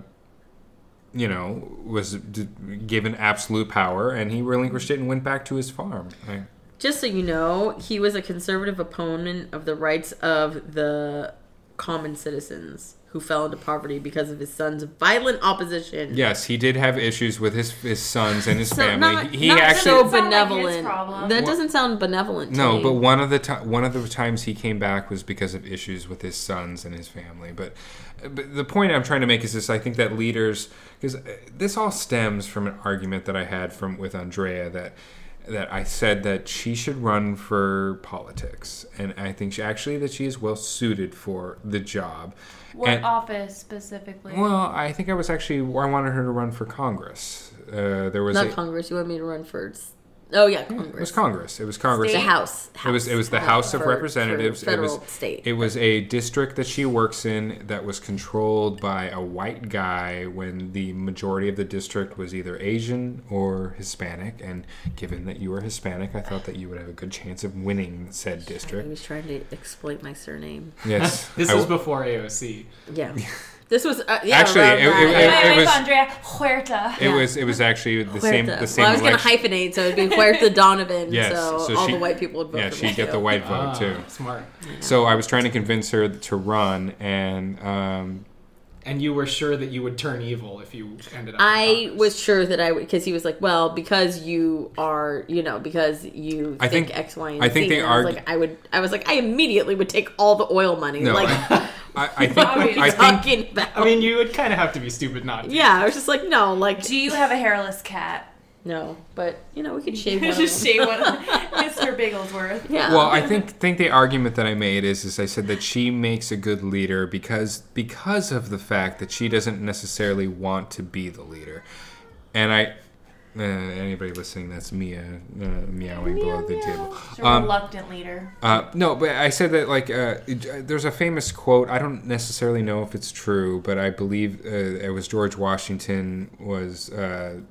Speaker 1: you know, was d- given absolute power, and he relinquished it and went back to his farm. I-
Speaker 2: Just so you know, he was a conservative opponent of the rights of the common citizens who fell into poverty because of his son's violent opposition.
Speaker 1: Yes, he did have issues with his his sons and his
Speaker 2: So
Speaker 1: family.
Speaker 2: not,
Speaker 1: he
Speaker 2: not
Speaker 1: actually
Speaker 2: so
Speaker 4: Doesn't sound like his
Speaker 2: benevolent.
Speaker 4: problem.
Speaker 2: that
Speaker 1: Wha-
Speaker 2: doesn't sound benevolent. To
Speaker 1: no,
Speaker 2: me.
Speaker 1: but one of the ti one of the times he came back was because of issues with his sons and his family. But, but the point I'm trying to make is this: I think that leaders, because this all stems from an argument that I had from with Andrea that that I said that she should run for politics, and I think she, actually that she is well suited for the job.
Speaker 4: What
Speaker 1: And-
Speaker 4: office specifically?
Speaker 1: well, I think I was actually I wanted her to run for Congress. Uh, there was
Speaker 2: not
Speaker 1: a,
Speaker 2: Congress. You want me to run for s- Oh yeah,
Speaker 1: It was
Speaker 2: Congress.
Speaker 1: Congress. It was Congress.
Speaker 2: The House.
Speaker 1: It was it was the House of
Speaker 2: for- for
Speaker 1: Representatives. It
Speaker 2: Federal
Speaker 1: was
Speaker 2: state.
Speaker 1: It was a district that she works in that was controlled by a white guy when the majority of the district was either Asian or Hispanic. And given that you were Hispanic, I thought that you would have a good chance of winning said
Speaker 2: I
Speaker 1: district.
Speaker 2: was trying to exploit my surname.
Speaker 1: Yes,
Speaker 3: This
Speaker 1: I
Speaker 3: was
Speaker 1: w-
Speaker 3: before AOC.
Speaker 2: Yeah. this was uh, yeah,
Speaker 1: Actually,
Speaker 2: around
Speaker 1: it-
Speaker 2: that.
Speaker 1: it- it
Speaker 4: My name
Speaker 1: was-
Speaker 4: is Andrea Huerta.
Speaker 1: it was it was actually the same
Speaker 2: Huerta.
Speaker 1: the same
Speaker 2: well, I was going to
Speaker 1: election.
Speaker 2: hyphenate, so it'd be Huerta Donovan.
Speaker 1: Yes,
Speaker 2: so,
Speaker 1: so
Speaker 2: all
Speaker 1: she-
Speaker 2: the white people would vote.
Speaker 1: yeah,
Speaker 2: for
Speaker 1: she'd
Speaker 2: me,
Speaker 1: get the
Speaker 2: too.
Speaker 1: white vote
Speaker 3: Ah,
Speaker 1: too.
Speaker 3: Smart.
Speaker 1: So I was trying to convince her to run, and um,
Speaker 3: And you were sure that you would turn evil if you ended up. in
Speaker 2: I
Speaker 3: Congress.
Speaker 2: was sure that I would because he was like, well, because you are, you know, because you
Speaker 1: I
Speaker 2: think,
Speaker 1: think-
Speaker 2: X, Y, and
Speaker 1: I think
Speaker 2: Z.
Speaker 1: they
Speaker 2: And I was
Speaker 1: argu-
Speaker 2: like, I would, I was like, I immediately would take all the oil money.
Speaker 1: no,
Speaker 2: like,
Speaker 1: I, I, I think
Speaker 2: what are you
Speaker 1: I think
Speaker 2: talking about?
Speaker 3: I mean, you would kind of have to be stupid not to.
Speaker 2: yeah, I was just like, no, like,
Speaker 4: Do you have a hairless cat?
Speaker 2: no, but you know, we could shave one. of
Speaker 4: Just
Speaker 2: them.
Speaker 4: shave one, of- Mr. Bigglesworth.
Speaker 2: Yeah.
Speaker 1: Well, I think think the argument that I made is is I said that she makes a good leader because because of the fact that she doesn't necessarily want to be the leader, and I. Uh, anybody listening? That's Mia uh, meowing below the table. Um,
Speaker 4: She's a reluctant leader.
Speaker 1: Uh, no, but I said that like uh, it- there's a famous quote. I don't necessarily know if it's true, but I believe uh, it was George Washington was uh,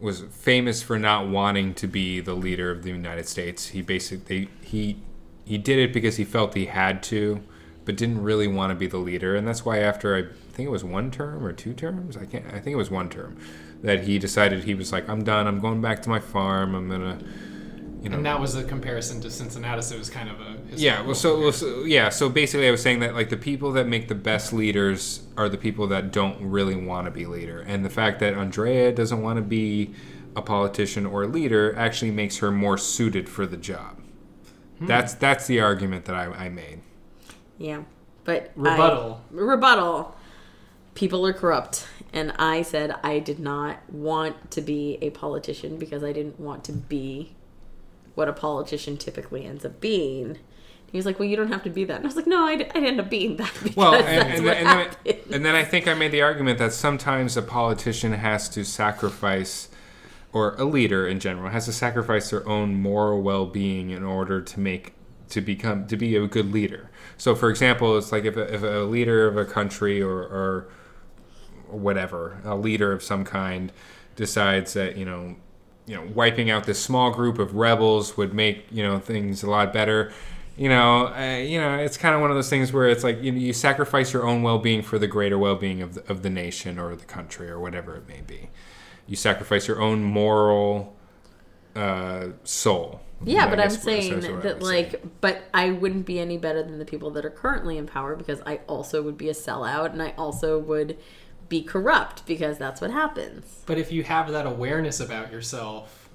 Speaker 1: was famous for not wanting to be the leader of the United States. He basically he he did it because he felt he had to, but didn't really want to be the leader, and that's why after I think it was one term or two terms, I can't. I think it was one term that he decided he was like, I'm done. I'm going back to my farm. I'm gonna. You know,
Speaker 3: And that was a comparison to Cincinnatus. It was kind of a.
Speaker 1: yeah, well, so, well, so yeah, so basically, I was saying that like the people that make the best leaders are the people that don't really want to be leader, and the fact that Andrea doesn't want to be a politician or a leader actually makes her more suited for the job. That's that's the argument that I, I made.
Speaker 2: yeah, but I-
Speaker 3: Rebuttal.
Speaker 2: rebuttal. People are corrupt, and I said I did not want to be a politician because I didn't want to be what a politician typically ends up being. He was like, "Well, you don't have to be that," and I was like, "No, I would I'd end up being that because
Speaker 1: Well, and,
Speaker 2: that's
Speaker 1: and,
Speaker 2: what
Speaker 1: then, and,
Speaker 2: happened."
Speaker 1: then I, and then I think I made the argument that sometimes a politician has to sacrifice, or a leader in general has to sacrifice their own moral well-being in order to make to become to be a good leader. So, for example, it's like if a, if a leader of a country or, or whatever, a leader of some kind decides that you know, you know, wiping out this small group of rebels would make you know things a lot better. You know, uh, you know, it's kind of one of those things where it's like you, you sacrifice your own well-being for the greater well-being of the, of the nation or the country or whatever it may be. You sacrifice your own moral uh, soul.
Speaker 2: Yeah,
Speaker 1: I
Speaker 2: but I'm
Speaker 1: guess that's
Speaker 2: saying
Speaker 1: what I
Speaker 2: that
Speaker 1: would
Speaker 2: like,
Speaker 1: say.
Speaker 2: but I wouldn't be any better than the people that are currently in power because I also would be a sellout and I also would be corrupt because that's what happens.
Speaker 3: But if you have that awareness about yourself,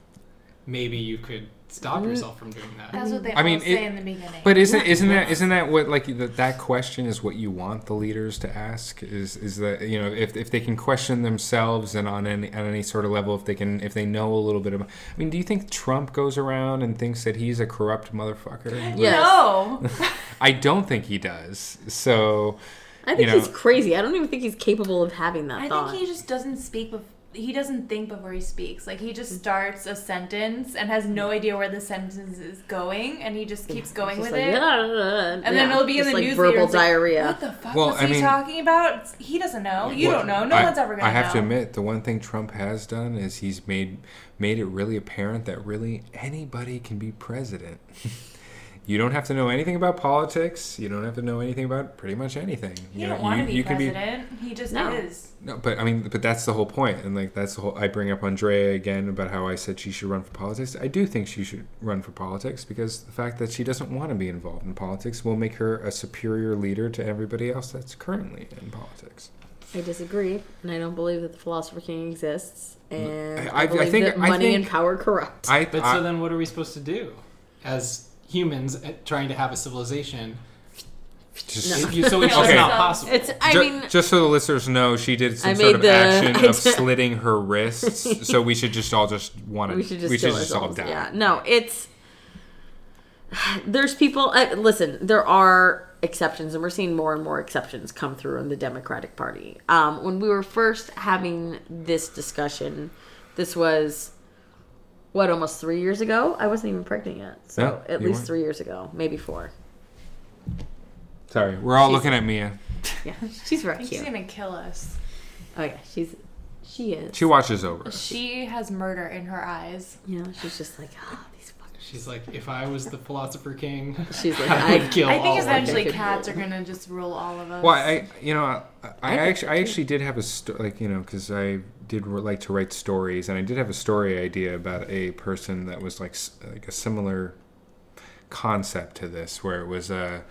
Speaker 3: maybe you could stop
Speaker 2: Mm.
Speaker 3: yourself from doing that.
Speaker 4: That's what they
Speaker 1: I mean,
Speaker 4: all say
Speaker 1: it-
Speaker 4: in the beginning.
Speaker 1: But isn't isn't that isn't that what like that, that question is what you want the leaders to ask is is that you know if, if they can question themselves and on any on any sort of level if they can if they know a little bit about I mean do you think Trump goes around and thinks that he's a corrupt motherfucker?
Speaker 2: Yes.
Speaker 4: no.
Speaker 1: I don't think he does. So
Speaker 2: I think
Speaker 1: You know-
Speaker 2: he's crazy. I don't even think he's capable of having that
Speaker 4: I
Speaker 2: thought.
Speaker 4: think he just doesn't speak. Bef- he doesn't think before he speaks. Like he just
Speaker 2: Mm.
Speaker 4: starts a sentence and has no idea where the sentence is going, and he just keeps going
Speaker 2: Just
Speaker 4: with
Speaker 2: like, Mm.
Speaker 4: it.
Speaker 2: "Yeah, blah, blah, blah,"
Speaker 4: And then
Speaker 2: yeah,
Speaker 4: it'll be in
Speaker 2: just
Speaker 4: the
Speaker 2: like
Speaker 4: news. later,
Speaker 2: verbal
Speaker 4: it's like,
Speaker 2: diarrhea.
Speaker 4: What the fuck
Speaker 1: Well,
Speaker 4: was
Speaker 1: I
Speaker 4: he
Speaker 1: mean-
Speaker 4: talking about? He doesn't know. You
Speaker 1: Well,
Speaker 4: don't know. No
Speaker 1: I-
Speaker 4: one's ever gonna.
Speaker 1: I have to
Speaker 4: know.
Speaker 1: admit the one thing Trump has done is he's made made it really apparent that really anybody can be president. you don't have to know anything about politics. You don't have to know anything about pretty much anything.
Speaker 4: He
Speaker 1: you
Speaker 4: don't
Speaker 1: know,
Speaker 4: want
Speaker 1: you,
Speaker 4: to be
Speaker 1: you can be
Speaker 4: president. He just
Speaker 2: No.
Speaker 4: is.
Speaker 1: No, but I mean, but that's the whole point, and like that's the whole. I bring up Andrea again about how I said she should run for politics. I do think she should run for politics because the fact that she doesn't want to be involved in politics will make her a superior leader to everybody else that's currently in politics.
Speaker 2: I disagree, and I don't believe that the philosopher king exists. And
Speaker 1: I-
Speaker 2: I,
Speaker 1: I- I
Speaker 2: believe
Speaker 1: think-
Speaker 2: that
Speaker 1: I
Speaker 2: money
Speaker 1: think-
Speaker 2: and power corrupt.
Speaker 1: I,
Speaker 3: But
Speaker 1: I-
Speaker 3: so then, what are we supposed to do as humans uh, trying to have a civilization?
Speaker 1: just,
Speaker 3: If you- so it's just
Speaker 1: Okay.
Speaker 3: not possible.
Speaker 2: it's. I
Speaker 1: Ju-
Speaker 2: mean,
Speaker 1: just so the listeners know, she did some
Speaker 2: I
Speaker 1: sort
Speaker 2: made
Speaker 1: of
Speaker 2: the- I
Speaker 1: action
Speaker 2: did-
Speaker 1: of slitting her wrists. so we should just all just want to.
Speaker 2: we should just kill
Speaker 1: all
Speaker 2: ourselves.
Speaker 1: die.
Speaker 2: Yeah, no, it's there's people. Uh, listen, there are exceptions, and we're seeing more and more exceptions come through in the Democratic Party. Um, when we were first having this discussion, this was what almost three years ago. I wasn't even pregnant yet, so
Speaker 1: Yeah,
Speaker 2: at
Speaker 1: you
Speaker 2: least
Speaker 1: weren't.
Speaker 2: three years ago, maybe four.
Speaker 1: Sorry, we're all
Speaker 2: She's-
Speaker 1: looking at Mia.
Speaker 2: Yeah, she's real
Speaker 4: She's
Speaker 2: cute.
Speaker 4: gonna kill us.
Speaker 2: Oh yeah, she's she is.
Speaker 1: She watches over. us.
Speaker 4: She has murder in her eyes.
Speaker 2: You know, she's just like ah, these fuckers.
Speaker 3: She's like, if I was the philosopher king,
Speaker 2: She's like,
Speaker 3: I would
Speaker 2: I-
Speaker 3: kill
Speaker 4: I
Speaker 3: all
Speaker 4: think
Speaker 3: of them.
Speaker 4: eventually
Speaker 2: could do
Speaker 4: cats
Speaker 2: it.
Speaker 4: are gonna just rule all of us.
Speaker 1: Well, I you know I, I actually I actually did have a sto- like you know because I did re- like to write stories and I did have a story idea about a person that was like s- like a similar concept to this where it was uh,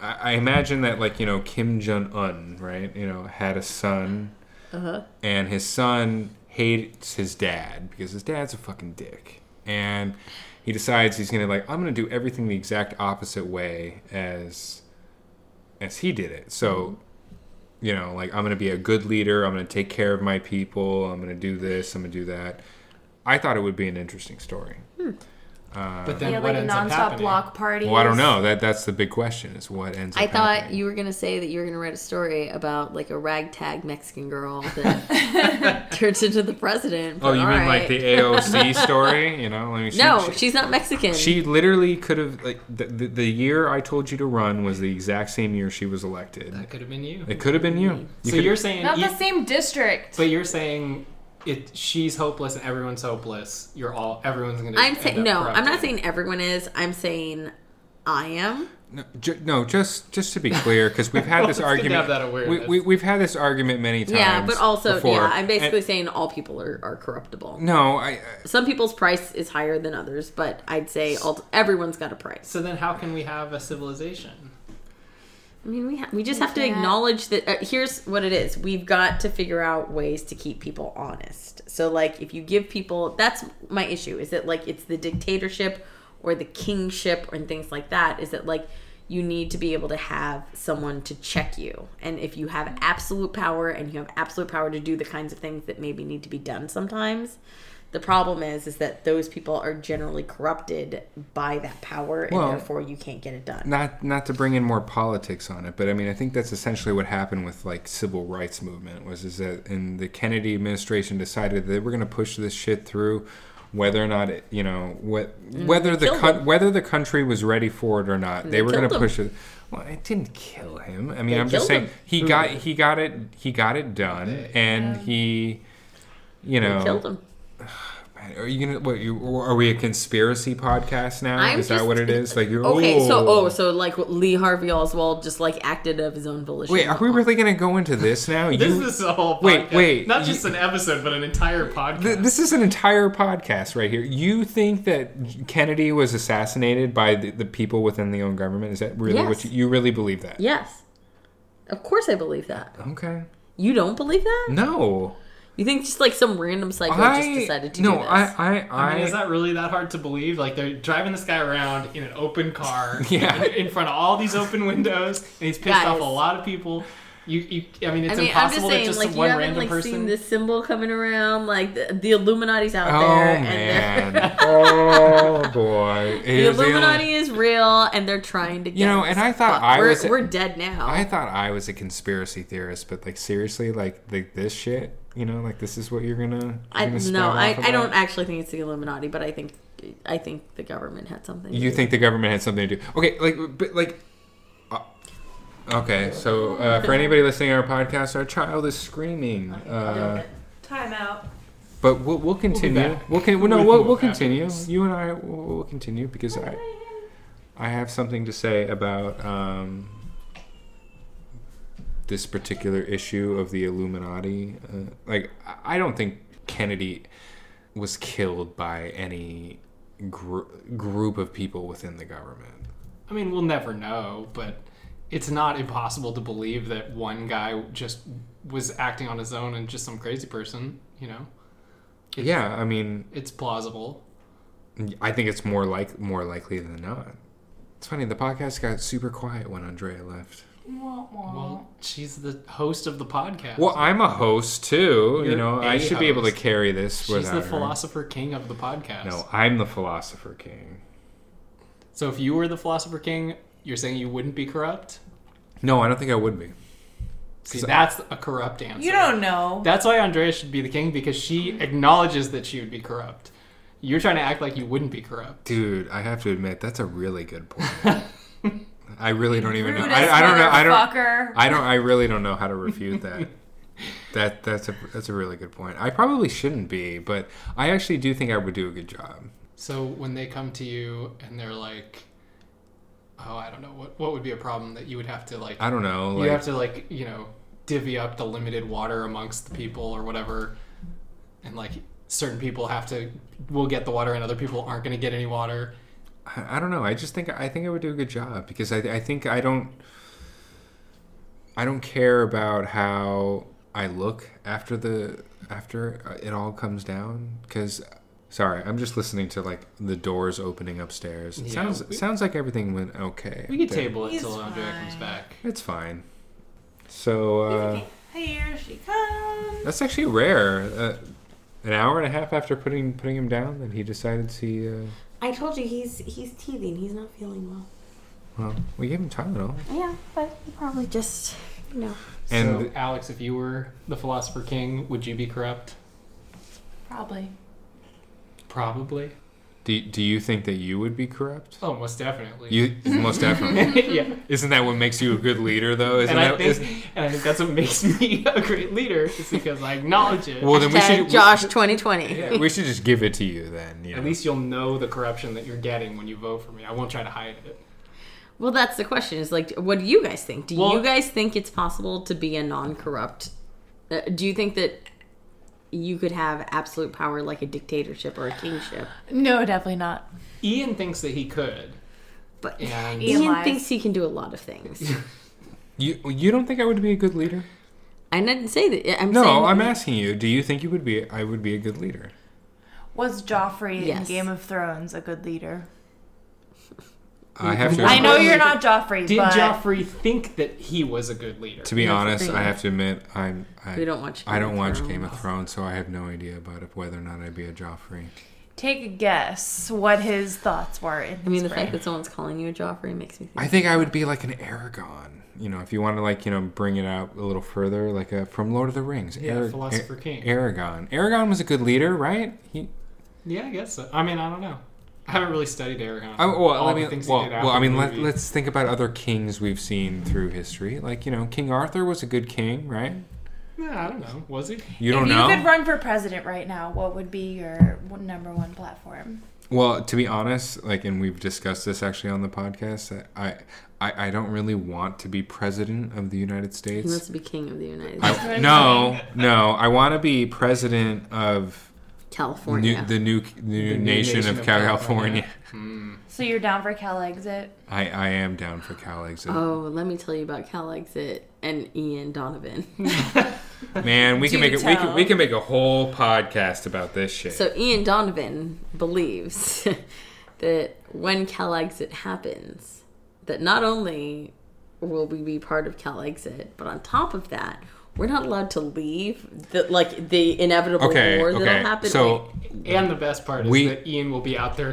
Speaker 1: I, I imagine that like you know Kim Jong Un right you know had a son
Speaker 2: uh-huh.
Speaker 1: and his son hates his dad because his dad's a fucking dick and he decides he's gonna like i'm gonna do everything the exact opposite way as as he did it so
Speaker 2: Mm-hmm.
Speaker 1: you know like i'm gonna be a good leader i'm gonna take care of my people i'm gonna do this i'm gonna do that i thought it would be an interesting story uh,
Speaker 3: But
Speaker 4: they
Speaker 3: then
Speaker 4: had
Speaker 3: what
Speaker 4: like
Speaker 3: ends up
Speaker 4: nonstop
Speaker 3: happening?
Speaker 4: block parties.
Speaker 1: well i don't know that that's the big question is what ends up
Speaker 2: I thought
Speaker 1: happening.
Speaker 2: you were gonna say that you were gonna write a story about like a ragtag Mexican girl that turns into the president.
Speaker 1: oh
Speaker 2: but
Speaker 1: you mean like
Speaker 2: alright.
Speaker 1: the aoc story you know I mean, she-
Speaker 2: No,
Speaker 1: she-
Speaker 2: she's not Mexican.
Speaker 1: She literally could have like the, the the year I told you to run was the exact same year she was elected.
Speaker 3: That could have been you.
Speaker 1: It could have been you. you
Speaker 3: so
Speaker 1: could-
Speaker 3: you're saying,
Speaker 4: Not
Speaker 3: e-
Speaker 4: the same district.
Speaker 3: but you're saying it. She's hopeless and everyone's hopeless. You're all. Everyone's gonna.
Speaker 2: I'm
Speaker 3: end
Speaker 2: saying
Speaker 3: up
Speaker 2: no. I'm not
Speaker 3: corrupted.
Speaker 2: saying everyone is. I'm saying I am.
Speaker 1: no, ju- no, just just to be clear, because we've had this
Speaker 3: Well, it's good
Speaker 1: argument.
Speaker 3: to have that awareness.
Speaker 1: We, we, we've had this argument many times.
Speaker 2: Yeah, but also
Speaker 1: before,
Speaker 2: yeah. I'm basically
Speaker 1: and-
Speaker 2: saying all people are, are corruptible.
Speaker 1: no. I, I
Speaker 2: Some people's price is higher than others, but I'd say all, everyone's got a price.
Speaker 3: So then, how can we have a civilization?
Speaker 2: I mean, we ha- we just have to
Speaker 4: Yeah.
Speaker 2: acknowledge that. Uh, here's what it is: we've got to figure out ways to keep people honest. So, like, if you give people, that's my issue. Is that like it's the dictatorship or the kingship and things like that? Is that like you need to be able to have someone to check you, and if you have absolute power and you have absolute power to do the kinds of things that maybe need to be done sometimes. The problem is, is that those people are generally corrupted by that power, and
Speaker 1: Well-
Speaker 2: therefore you can't get it done.
Speaker 1: not not to bring in more politics on it, but I mean I think that's essentially what happened with like civil rights movement was is that in the Kennedy administration decided that they were going to push this shit through whether or not it, you know what whether the
Speaker 2: Mm-hmm. killed
Speaker 1: coun whether the country was ready for it or not they,
Speaker 2: they
Speaker 1: were going
Speaker 2: killed
Speaker 1: to
Speaker 2: him.
Speaker 1: push it well it didn't kill him i mean
Speaker 2: They
Speaker 1: i'm just
Speaker 2: killed
Speaker 1: saying
Speaker 2: him. Mm.
Speaker 1: he got he got it he got it done
Speaker 3: They-
Speaker 1: and he you know
Speaker 2: They killed him.
Speaker 1: are you gonna what you are we a conspiracy podcast now
Speaker 2: I'm
Speaker 1: is that
Speaker 2: just-
Speaker 1: what it is like you're
Speaker 2: Okay, so
Speaker 1: "Ooh."
Speaker 2: oh, so like Lee Harvey Oswald just like acted of his own volition.
Speaker 1: Wait, are we really going to go into this now?
Speaker 3: This
Speaker 1: You-
Speaker 3: is a whole. Podcast.
Speaker 1: Wait, wait,
Speaker 3: Not
Speaker 1: you-
Speaker 3: just an episode, but an entire podcast.
Speaker 1: Th- this is an entire podcast right here. You think that Kennedy was assassinated by the, the people within the own government? Is that really what
Speaker 2: Yes.
Speaker 1: you, you really believe that?
Speaker 2: Yes, of course I believe that.
Speaker 1: Okay.
Speaker 2: You don't believe that?
Speaker 1: No,
Speaker 2: You think just like some random psycho
Speaker 1: I
Speaker 2: just decided to
Speaker 1: no,
Speaker 2: do this?
Speaker 1: I I I,
Speaker 3: I mean, is that really that hard to believe? Like they're driving this guy around in an open car,
Speaker 1: Yeah.
Speaker 3: in, in front of all these open windows, and he's pissed off
Speaker 2: Guys.
Speaker 3: a lot of people. You, you I mean,
Speaker 2: I mean, I'm
Speaker 3: it's
Speaker 2: just
Speaker 3: impossible
Speaker 2: saying,
Speaker 3: that just
Speaker 2: like you
Speaker 3: one
Speaker 2: haven't
Speaker 3: random
Speaker 2: like seen
Speaker 3: person.
Speaker 2: this symbol coming around, like the, the Illuminati's out
Speaker 1: oh
Speaker 2: there, and they're-
Speaker 1: man, oh boy,
Speaker 2: the
Speaker 1: Here's
Speaker 2: Illuminati is real, and they're trying to. Get
Speaker 1: You know,
Speaker 2: us.
Speaker 1: and I thought
Speaker 2: Fuck,
Speaker 1: I
Speaker 2: we're,
Speaker 1: was-
Speaker 2: we're dead now.
Speaker 1: I thought I was a conspiracy theorist, but like seriously, like like this shit, you know, like this is what you're gonna. You're
Speaker 2: I
Speaker 1: gonna
Speaker 2: no,
Speaker 1: spout
Speaker 2: I,
Speaker 1: off
Speaker 2: I don't
Speaker 1: about?
Speaker 2: actually think it's the Illuminati, but I think I think the government had something. to
Speaker 1: You
Speaker 2: do
Speaker 1: think the government had something to do? Okay, like, but like, uh, okay. So uh, for anybody listening to our podcast, our child is screaming. Uh,
Speaker 4: Time out.
Speaker 1: but we'll we'll continue. We'll,
Speaker 3: back.
Speaker 1: con- well, no,
Speaker 3: With
Speaker 1: we'll,
Speaker 3: what
Speaker 1: we'll continue.
Speaker 3: happens.
Speaker 1: You and I will we'll continue because I I have something to say about um, this particular issue of the Illuminati. Uh, like, I- I don't think Kennedy was killed by any gr- group of people within the government.
Speaker 3: I mean, we'll never know, but it's not impossible to believe that one guy just was acting on his own and just some crazy person. You know, It's-
Speaker 1: yeah, I mean,
Speaker 3: it's plausible.
Speaker 1: I think it's more like more likely than not. It's funny the podcast got super quiet when Andrea left.
Speaker 3: Well, she's the host of the podcast.
Speaker 1: Well, I'm a host too. you
Speaker 3: You're
Speaker 1: know,
Speaker 3: a
Speaker 1: I should be able to
Speaker 3: host.
Speaker 1: carry this
Speaker 3: she's
Speaker 1: without
Speaker 3: the
Speaker 1: her.
Speaker 3: philosopher king of the podcast.
Speaker 1: No, I'm the philosopher king.
Speaker 3: So if you were the philosopher king, you're saying you wouldn't be corrupt?
Speaker 1: No, I don't think I would be.
Speaker 3: See,
Speaker 1: So-
Speaker 3: that's a corrupt answer.
Speaker 4: You don't know.
Speaker 3: That's why Andrea should be the king because she acknowledges that she would be corrupt. You're trying to act like you wouldn't be corrupt.
Speaker 1: Dude, I have to admit that's a really good point. I really don't even know.
Speaker 4: Rudest
Speaker 1: I, I don't know. I don't.
Speaker 4: motherfucker.
Speaker 1: I don't. I really don't know how to refute that. that that's a that's a really good point. I probably shouldn't be, but I actually do think I would do a good job.
Speaker 3: So when they come to you and they're like, "Oh, I don't know what what would be a problem that you would have to like
Speaker 1: I don't know. Like,
Speaker 3: you have to like you know divvy up the limited water amongst the people or whatever, and like certain people have to will get the water and other people aren't going to get any water."
Speaker 1: I, I don't know. I just think I think I would do a good job because I I think I don't I don't care about how I look after the after uh, it all comes down because sorry I'm just listening to like the doors opening upstairs. It
Speaker 3: Yeah,
Speaker 1: sounds
Speaker 3: we-
Speaker 1: sounds like everything went okay.
Speaker 3: We could
Speaker 1: there.
Speaker 3: table it
Speaker 4: He's
Speaker 3: till Andrea comes
Speaker 4: fine.
Speaker 3: back.
Speaker 1: It's fine. So uh,
Speaker 4: Here she comes.
Speaker 1: that's actually rare. Uh, an hour and a half after putting putting him down, then he decided to. Uh,
Speaker 2: I told you he's he's teething. He's not feeling well.
Speaker 1: well, we gave him Tylenol.
Speaker 2: Yeah, but he probably just you know.
Speaker 1: And-
Speaker 3: so, Alex, if you were the philosopher king, would you be corrupt?
Speaker 4: Probably.
Speaker 3: Probably.
Speaker 1: Do Do you think that you would be corrupt?
Speaker 3: Oh, most definitely.
Speaker 1: You most definitely.
Speaker 3: yeah.
Speaker 1: Isn't that what makes you a good leader, though? Isn't
Speaker 3: and I
Speaker 1: that?
Speaker 3: think,
Speaker 1: is-
Speaker 3: and I think that's what makes me a great leader is because I acknowledge it.
Speaker 1: well, then we should.
Speaker 2: Josh twenty twenty.
Speaker 1: yeah, we should just give it to you then. You
Speaker 3: At
Speaker 1: know?
Speaker 3: least you'll know the corruption that you're getting when you vote for me. I won't try to hide it.
Speaker 2: Well, that's the question. Is like, what do you guys think? Do
Speaker 3: Well-
Speaker 2: you guys think it's possible to be a non-corrupt? Uh, do you think that you could have absolute power like a dictatorship or a kingship?
Speaker 4: No, definitely not.
Speaker 3: Ian thinks that he could,
Speaker 2: But
Speaker 3: and
Speaker 4: Ian
Speaker 2: Ian
Speaker 4: lies.
Speaker 2: thinks he can do a lot of things.
Speaker 1: You you don't think I would be a good leader?
Speaker 2: I didn't say that. I'm
Speaker 1: No,
Speaker 2: saying,
Speaker 1: I'm asking you. Do you think you would be? I would be a good leader.
Speaker 4: Was Joffrey in
Speaker 2: Yes.
Speaker 4: Game of Thrones a good leader?
Speaker 1: I have to.
Speaker 4: I know you're not Joffrey,
Speaker 3: did
Speaker 4: but
Speaker 3: Joffrey think that he was a good leader?
Speaker 1: To be
Speaker 2: That's the
Speaker 1: honest,
Speaker 2: thing.
Speaker 1: I have to admit, I'm. I,
Speaker 2: We don't watch
Speaker 1: I
Speaker 2: Game
Speaker 1: don't
Speaker 2: of
Speaker 1: watch
Speaker 2: Thrones.
Speaker 1: Game of Thrones, so I have no idea about if whether or not I'd be a Joffrey.
Speaker 4: take a guess what his thoughts were in his
Speaker 2: I mean, the
Speaker 4: brain.
Speaker 2: fact that someone's calling you a Joffrey makes me think.
Speaker 1: I think I would be like an Aragon. You know, if you want to like you know bring it out a little further, like a, from Lord of the Rings.
Speaker 3: Yeah, Philosopher King.
Speaker 1: Aragon. Aragon was a good leader, right? He
Speaker 3: yeah, I guess so. I mean, I don't know. I haven't really studied Aragon.
Speaker 1: I, well,
Speaker 3: all
Speaker 1: I
Speaker 3: the
Speaker 1: mean,
Speaker 3: things he
Speaker 1: well,
Speaker 3: did
Speaker 1: well,
Speaker 3: after
Speaker 1: I mean,
Speaker 3: the
Speaker 1: let,
Speaker 3: movie.
Speaker 1: let's think about other kings we've seen through history. Like you know, King Arthur was a good king, right?
Speaker 3: Yeah, I don't know. Was he?
Speaker 1: You
Speaker 4: if
Speaker 1: don't
Speaker 4: you
Speaker 1: know.
Speaker 4: could run for president right now, what would be your one- number one platform?
Speaker 1: well, to be honest, like, and we've discussed this actually on the podcast. That I, I, I don't really want to be president of the United
Speaker 2: He wants
Speaker 1: States.
Speaker 2: to be king of the United States,
Speaker 1: I, no, no, I want to be president of
Speaker 2: California.
Speaker 1: new, the new, the new nation, of, California.
Speaker 4: So you're down for Cal exit?
Speaker 1: I, I am down for Cal exit.
Speaker 2: oh, let me tell you about Cal Exit and Ian Donovan.
Speaker 1: Man, we
Speaker 4: Do
Speaker 1: can make it. We can,
Speaker 4: tell.
Speaker 1: we can make a whole podcast about this shit.
Speaker 2: So Ian Donovan believes that when Cal Exit happens, that not only will we be part of Cal Exit, but on top of that, we're not allowed to leave. The, like the inevitable
Speaker 1: okay,
Speaker 2: war
Speaker 1: okay.
Speaker 2: that'll happen.
Speaker 1: so.
Speaker 2: Like,
Speaker 3: And the best part is
Speaker 1: We-
Speaker 3: that Ian will be out there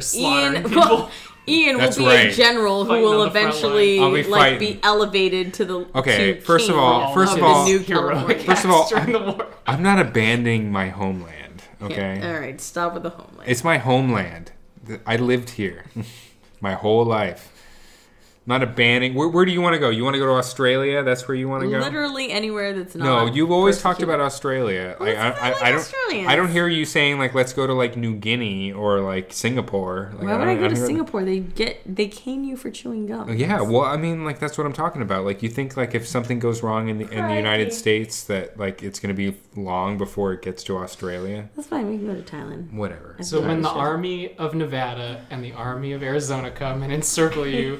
Speaker 3: slaughtering
Speaker 2: Ian,
Speaker 3: people.
Speaker 2: well, Ian will
Speaker 1: That's
Speaker 2: be a
Speaker 1: right.
Speaker 2: general who
Speaker 3: Fighting
Speaker 2: will
Speaker 3: on the front
Speaker 2: eventually
Speaker 1: line. I'll be
Speaker 2: like be
Speaker 1: fighting.
Speaker 2: elevated to the
Speaker 1: Okay,
Speaker 2: to
Speaker 1: first of
Speaker 2: king
Speaker 1: all- first
Speaker 2: of
Speaker 1: of
Speaker 2: the
Speaker 1: all-
Speaker 2: new
Speaker 3: heroic
Speaker 2: California.
Speaker 1: First of all,
Speaker 3: acts during the war.
Speaker 1: I'm not abandoning my homeland, okay?
Speaker 2: All right, stop with the homeland.
Speaker 1: It's my homeland. Th- I lived here my whole life. Not abandoning. Where, where do you want to go? You want to go to Australia? That's where you want to go?
Speaker 2: Literally anywhere that's
Speaker 1: no,
Speaker 2: not.
Speaker 1: you've always talked
Speaker 2: persecuted.
Speaker 1: about Australia. Like, I,
Speaker 2: it's not
Speaker 1: I,
Speaker 2: like
Speaker 1: I don't.
Speaker 2: Australians.
Speaker 1: I don't hear you saying like, "Let's go to like New Guinea or like Singapore." Like,
Speaker 2: Why would
Speaker 1: don't-
Speaker 2: I go
Speaker 1: don't
Speaker 2: to
Speaker 1: hear-
Speaker 2: Singapore? They get they cane you for chewing gum.
Speaker 1: Oh, Yeah, well, I mean, like that's what I'm talking about. Like, you think like if something goes wrong in the in the United
Speaker 4: Crikey.
Speaker 1: States, that like it's going to be long before it gets to Australia.
Speaker 2: That's fine. We can go to Thailand.
Speaker 1: Whatever.
Speaker 3: So when the
Speaker 2: Sure.
Speaker 3: army of Nevada and the army of Arizona come and encircle you,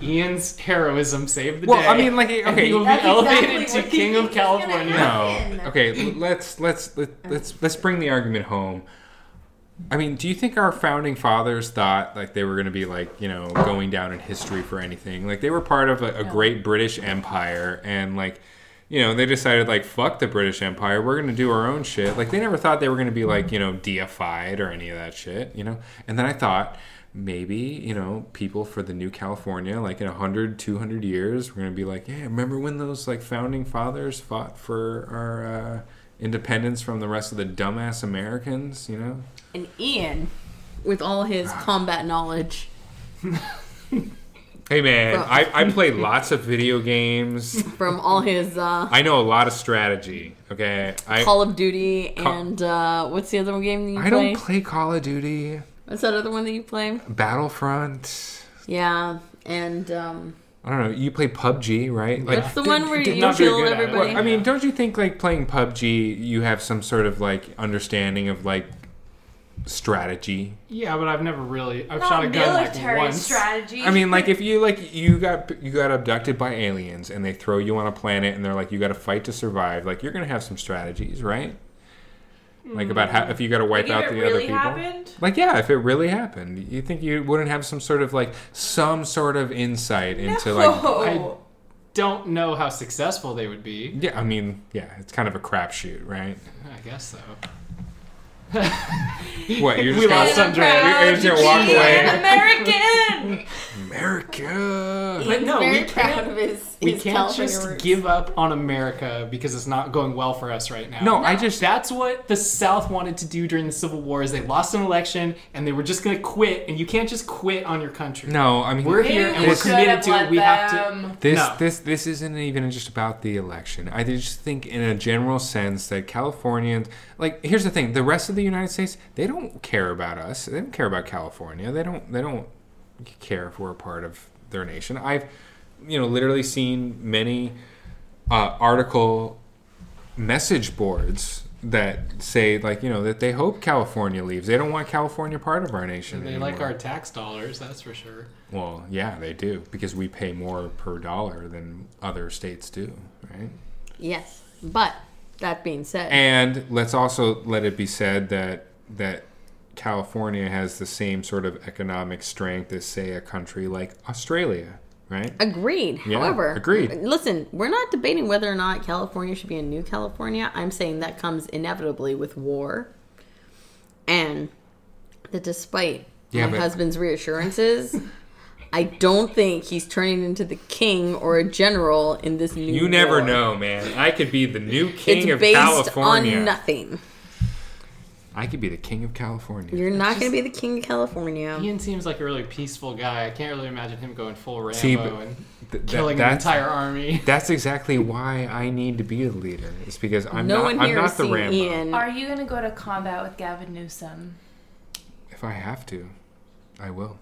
Speaker 3: Ian's heroism saved the
Speaker 1: Well,
Speaker 3: day.
Speaker 1: I mean, like,
Speaker 3: and
Speaker 1: okay,
Speaker 3: he will be
Speaker 4: That's
Speaker 3: elevated
Speaker 4: exactly
Speaker 3: to
Speaker 4: what
Speaker 3: King
Speaker 4: he
Speaker 3: of
Speaker 4: thinks is gonna
Speaker 3: California.
Speaker 4: happen.
Speaker 1: No.
Speaker 4: in.
Speaker 1: Okay, l- let's let's let, let's let's bring the argument home. I mean, do you think our founding fathers thought like they were going to be like you know going down in history for anything? Like they were part of a, a great British Empire, and like you know they decided like fuck the British Empire, we're going to do our own shit. Like they never thought they were going to be like you know deified or any of that shit, you know. And then I thought maybe you know people for the new california like in 100 200 years we're gonna be like yeah remember when those like founding fathers fought for our uh, independence from the rest of the dumbass americans you know
Speaker 2: And Ian with all his combat knowledge.
Speaker 1: Hey man,
Speaker 2: Bro.
Speaker 1: I, I play lots of video games.
Speaker 2: From all his uh,
Speaker 1: I know a lot of strategy. Okay, I
Speaker 2: Call of Duty
Speaker 1: Ca-
Speaker 2: and uh, what's the other one game that you
Speaker 1: I
Speaker 2: play?
Speaker 1: don't play Call of Duty,
Speaker 2: What's that other one that you play?
Speaker 1: Battlefront.
Speaker 2: Yeah, and um,
Speaker 1: I don't know. You play PUBG, right? Like,
Speaker 2: that's the one where
Speaker 3: did
Speaker 2: you
Speaker 3: not very
Speaker 2: kill
Speaker 3: good at it.
Speaker 2: everybody.
Speaker 1: well, I mean, don't you think like playing PUBG, you have some sort of like understanding of like strategy?
Speaker 3: Yeah, but I've never really. I've shot a
Speaker 4: Not
Speaker 3: gun like
Speaker 4: military
Speaker 3: once.
Speaker 4: strategy.
Speaker 1: I mean, like if you like you got you got abducted by aliens and they throw you on a planet and they're like you got to fight to survive. Like you're gonna have some strategies, right? Like about how if you got to wipe
Speaker 4: Like, if
Speaker 1: out
Speaker 4: it
Speaker 1: the other
Speaker 4: really
Speaker 1: people.
Speaker 4: happened?
Speaker 1: Like yeah, if it really happened, you think you wouldn't have some sort of like some sort of insight into like
Speaker 3: I- Don't know how successful they would be.
Speaker 1: yeah, I mean yeah, it's kind of a crapshoot, right?
Speaker 3: I guess so.
Speaker 1: What you're
Speaker 3: We
Speaker 1: just
Speaker 3: lost
Speaker 1: gonna
Speaker 3: some-
Speaker 1: You're just gonna walk away.
Speaker 4: American.
Speaker 1: America?
Speaker 3: But
Speaker 2: He's
Speaker 3: no, we
Speaker 2: very
Speaker 3: can't-
Speaker 2: proud of his.
Speaker 3: We
Speaker 2: his
Speaker 3: can't
Speaker 2: California
Speaker 3: just
Speaker 2: roots.
Speaker 3: give up on America because it's not going well for us right now.
Speaker 1: No, I just
Speaker 3: That's what the South wanted to do during the Civil War is they lost an election and they were just going to quit and you can't just quit on your country.
Speaker 1: no. I mean
Speaker 3: We're here and we're
Speaker 1: This-
Speaker 3: committed to it. We have to
Speaker 4: Them.
Speaker 1: This
Speaker 3: No.
Speaker 1: this this isn't even just about the election. I just think in a general sense that Californians like here's the thing, the rest of the United States, they don't care about us. They don't care about California. They don't they don't care if we're a part of their nation. I've you know literally seen many uh, article message boards that say like you know that they hope California leaves. They don't want California part of our nation.
Speaker 3: They like
Speaker 1: anymore.
Speaker 3: our tax dollars, that's for sure.
Speaker 1: Well, yeah, they do because we pay more per dollar than other states do, right?
Speaker 2: Yes, but that being said,
Speaker 1: And let's also let it be said that that California has the same sort of economic strength as say a country like Australia, right?
Speaker 2: agreed.
Speaker 1: Yeah,
Speaker 2: However,
Speaker 1: agreed.
Speaker 2: Listen, we're not debating whether or not California should be a new California. I'm saying that comes inevitably with war, and that despite
Speaker 1: Yeah,
Speaker 2: my
Speaker 1: but-
Speaker 2: husband's reassurances. I don't think he's turning into the king or a general in this new.
Speaker 1: You never
Speaker 2: war.
Speaker 1: know, man. I could be the new king
Speaker 2: It's
Speaker 1: of
Speaker 2: based
Speaker 1: California.
Speaker 2: on nothing.
Speaker 1: I could be the king of California.
Speaker 2: You're not going to be the king of California.
Speaker 3: Ian seems like a really peaceful guy. I can't really imagine him going full Rambo
Speaker 1: See, but
Speaker 3: and
Speaker 1: Th- that-
Speaker 3: killing an
Speaker 1: that's,
Speaker 3: entire army.
Speaker 1: that's exactly why I need to be a leader. It's because I'm
Speaker 2: no
Speaker 1: not
Speaker 2: one
Speaker 1: I'm
Speaker 2: here
Speaker 1: not
Speaker 2: has
Speaker 1: the
Speaker 2: seen
Speaker 1: Rambo.
Speaker 2: Ian.
Speaker 4: Are you gonna go to combat with Gavin Newsom?
Speaker 1: If I have to, I will.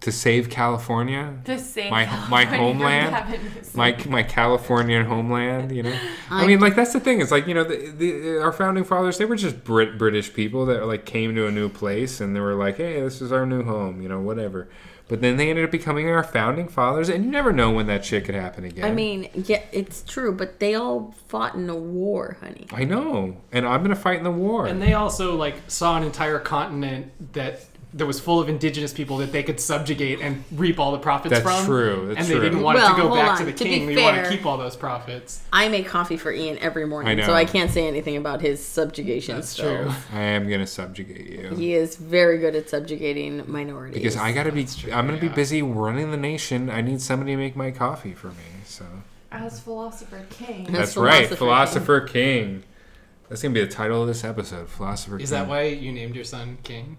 Speaker 1: To save California,
Speaker 4: The same.
Speaker 1: My- my
Speaker 4: California from
Speaker 1: homeland?
Speaker 4: Gavin Newsom.
Speaker 1: my my Californian homeland, you know. I mean, like that's the thing. It's like you know, the, the, our founding fathers they were just Brit British people that like came to a new place and they were like, hey, this is our new home, you know, whatever. But then they ended up becoming our founding fathers, and you never know when that shit could happen again.
Speaker 2: I mean, yeah, it's true, but they all fought in a war, honey.
Speaker 1: I know, and I'm gonna fight in the war.
Speaker 3: And they also like saw an entire continent that that was full of indigenous people that they could subjugate and reap all the profits
Speaker 1: That's
Speaker 3: from.
Speaker 1: true, that's
Speaker 3: and
Speaker 1: true.
Speaker 3: they didn't want it
Speaker 2: Well,
Speaker 3: to go
Speaker 2: hold
Speaker 3: back
Speaker 2: on,
Speaker 3: to the
Speaker 2: to be
Speaker 3: king. They want
Speaker 2: fair-
Speaker 3: to keep all those profits.
Speaker 2: I make coffee for Ian every morning,
Speaker 1: I know.
Speaker 2: so I can't say anything about his subjugation.
Speaker 3: That's
Speaker 2: skills.
Speaker 3: true.
Speaker 1: I am gonna subjugate you.
Speaker 2: He is very good at subjugating minorities.
Speaker 1: Because I gotta be, I'm gonna be
Speaker 3: yeah.
Speaker 1: busy running the nation. I need somebody to make my coffee for me. So
Speaker 4: As philosopher king.
Speaker 2: That's
Speaker 1: that's, right,
Speaker 2: Philosopher
Speaker 1: Philosopher King. That's gonna be the title of this episode, Philosopher King.
Speaker 3: Is that why you named your son King?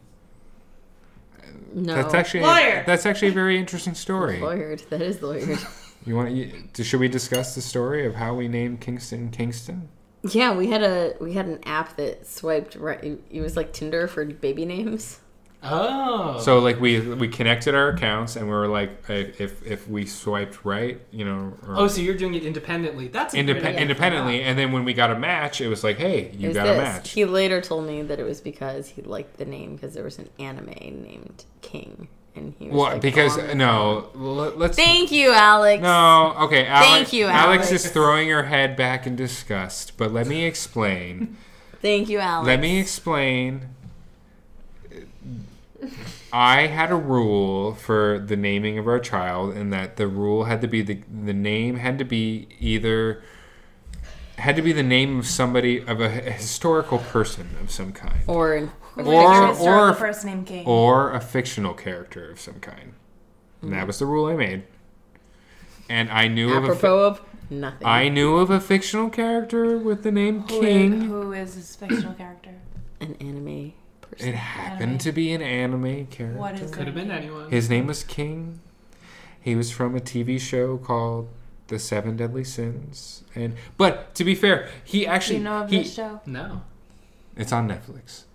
Speaker 2: no
Speaker 1: That's actually
Speaker 4: Lawyer.
Speaker 1: that's actually a very interesting story.
Speaker 2: lawyered. That is lawyered.
Speaker 1: You want you, should we discuss the story of how we named Kingston Kingston?
Speaker 2: yeah, we had a we had an app that swiped right. It it was like Tinder for baby names.
Speaker 3: Oh.
Speaker 1: So like we we connected our accounts and we were like if if, if we swiped right, you know, or
Speaker 3: Oh, so you're doing it independently. That's a great
Speaker 1: indep-
Speaker 3: idea.
Speaker 1: independently, and then when we got a match, it was like, hey,
Speaker 2: It
Speaker 1: you
Speaker 2: was
Speaker 1: got
Speaker 2: this.
Speaker 1: a match.
Speaker 2: He later told me that it was because he liked the name because there was an anime named King, and he was
Speaker 1: Well,
Speaker 2: like,
Speaker 1: because
Speaker 2: on it.
Speaker 1: no, l- let's
Speaker 2: Thank you, Alex.
Speaker 1: No, okay. Alex,
Speaker 2: Thank you, Alex.
Speaker 1: is throwing her head back in disgust, but let me explain.
Speaker 2: Thank you, Alex.
Speaker 1: let me explain. I had a rule for the naming of our child, and that the rule had to be the the name had to be either had to be the name of somebody of a historical person of some kind,
Speaker 2: or
Speaker 1: Or- or-
Speaker 4: the first name king.
Speaker 1: or a fictional character of some kind. And
Speaker 4: Mm.
Speaker 1: that was the rule I made. And I knew of a fi-
Speaker 2: apropos of nothing.
Speaker 1: I knew of a fictional character with the name
Speaker 4: Who is-
Speaker 1: King.
Speaker 4: who is his fictional character?
Speaker 2: an anime person. person.
Speaker 1: It happened
Speaker 4: Anime.
Speaker 1: to be an anime character.
Speaker 4: What is
Speaker 3: Could have been anyone.
Speaker 1: His name was King. He was from a TV show called The Seven Deadly Sins. And but to be fair, he
Speaker 4: Do
Speaker 1: actually
Speaker 4: you know of
Speaker 1: he-
Speaker 4: this show?
Speaker 3: no.
Speaker 1: it's on Netflix.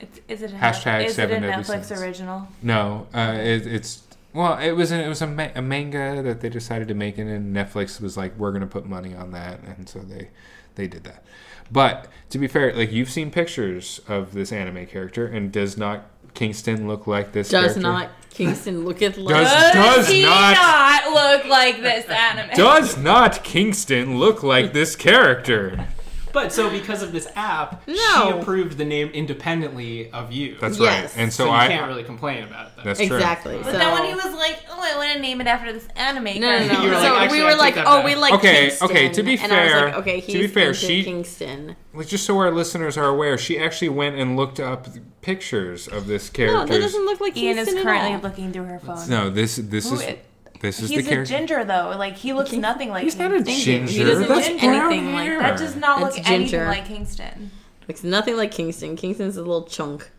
Speaker 4: It's, is it a
Speaker 1: Hashtag
Speaker 4: is
Speaker 1: seven
Speaker 4: it a
Speaker 1: deadly
Speaker 4: Netflix
Speaker 1: sins.
Speaker 4: original?
Speaker 1: No, uh, it, it's well, it was a, it was a, ma- a manga that they decided to make, and then Netflix was like, "We're gonna put money on that," and so they they did that. But to be fair, like you've seen pictures of this anime character, and does not Kingston look like this?
Speaker 2: Does
Speaker 1: character?
Speaker 2: not Kingston look at like
Speaker 1: Does- does
Speaker 4: he
Speaker 1: not-
Speaker 4: look like this anime?
Speaker 1: Does not Kingston look like this character?
Speaker 3: But so because of this app, she
Speaker 2: No.
Speaker 3: approved the name independently of you.
Speaker 1: That's
Speaker 2: Yes.
Speaker 1: right. And so,
Speaker 3: so,
Speaker 1: I
Speaker 3: you can't really complain about that.
Speaker 1: that's true.
Speaker 2: exactly? so,
Speaker 4: But then when he was like, "Oh, I want to name it after this anime,"
Speaker 2: no, no, no.
Speaker 3: You were
Speaker 2: so
Speaker 3: like, actually,
Speaker 2: we
Speaker 3: I
Speaker 2: were
Speaker 3: take
Speaker 2: like,
Speaker 3: that
Speaker 2: oh,
Speaker 3: back.
Speaker 2: we like
Speaker 1: Okay,
Speaker 2: Kingston.
Speaker 1: okay, to be
Speaker 2: and I was like,
Speaker 1: fair-
Speaker 2: okay,
Speaker 1: to
Speaker 2: he's
Speaker 1: be fair,
Speaker 2: into
Speaker 1: she-
Speaker 2: Kingston.
Speaker 1: Like, just so our listeners are aware, she actually went and looked up pictures of this
Speaker 2: No,
Speaker 1: character.
Speaker 2: that doesn't look like
Speaker 4: Ian is
Speaker 2: Kingston
Speaker 4: currently
Speaker 2: at all.
Speaker 4: looking through her phone.
Speaker 1: No, this this
Speaker 4: Who
Speaker 1: is
Speaker 4: i-
Speaker 1: this is
Speaker 4: He's
Speaker 1: the
Speaker 4: a
Speaker 1: character.
Speaker 4: ginger though. Like he looks nothing like.
Speaker 1: He's not a
Speaker 4: Kingston.
Speaker 2: Thank you. He
Speaker 1: ginger.
Speaker 2: doesn't
Speaker 1: That's
Speaker 2: look
Speaker 1: brown
Speaker 2: anything like
Speaker 1: hair.
Speaker 2: that.
Speaker 4: That does not
Speaker 2: That's
Speaker 4: look
Speaker 2: ginger.
Speaker 4: anything like Kingston.
Speaker 2: Looks nothing like Kingston. Kingston's a little chunk.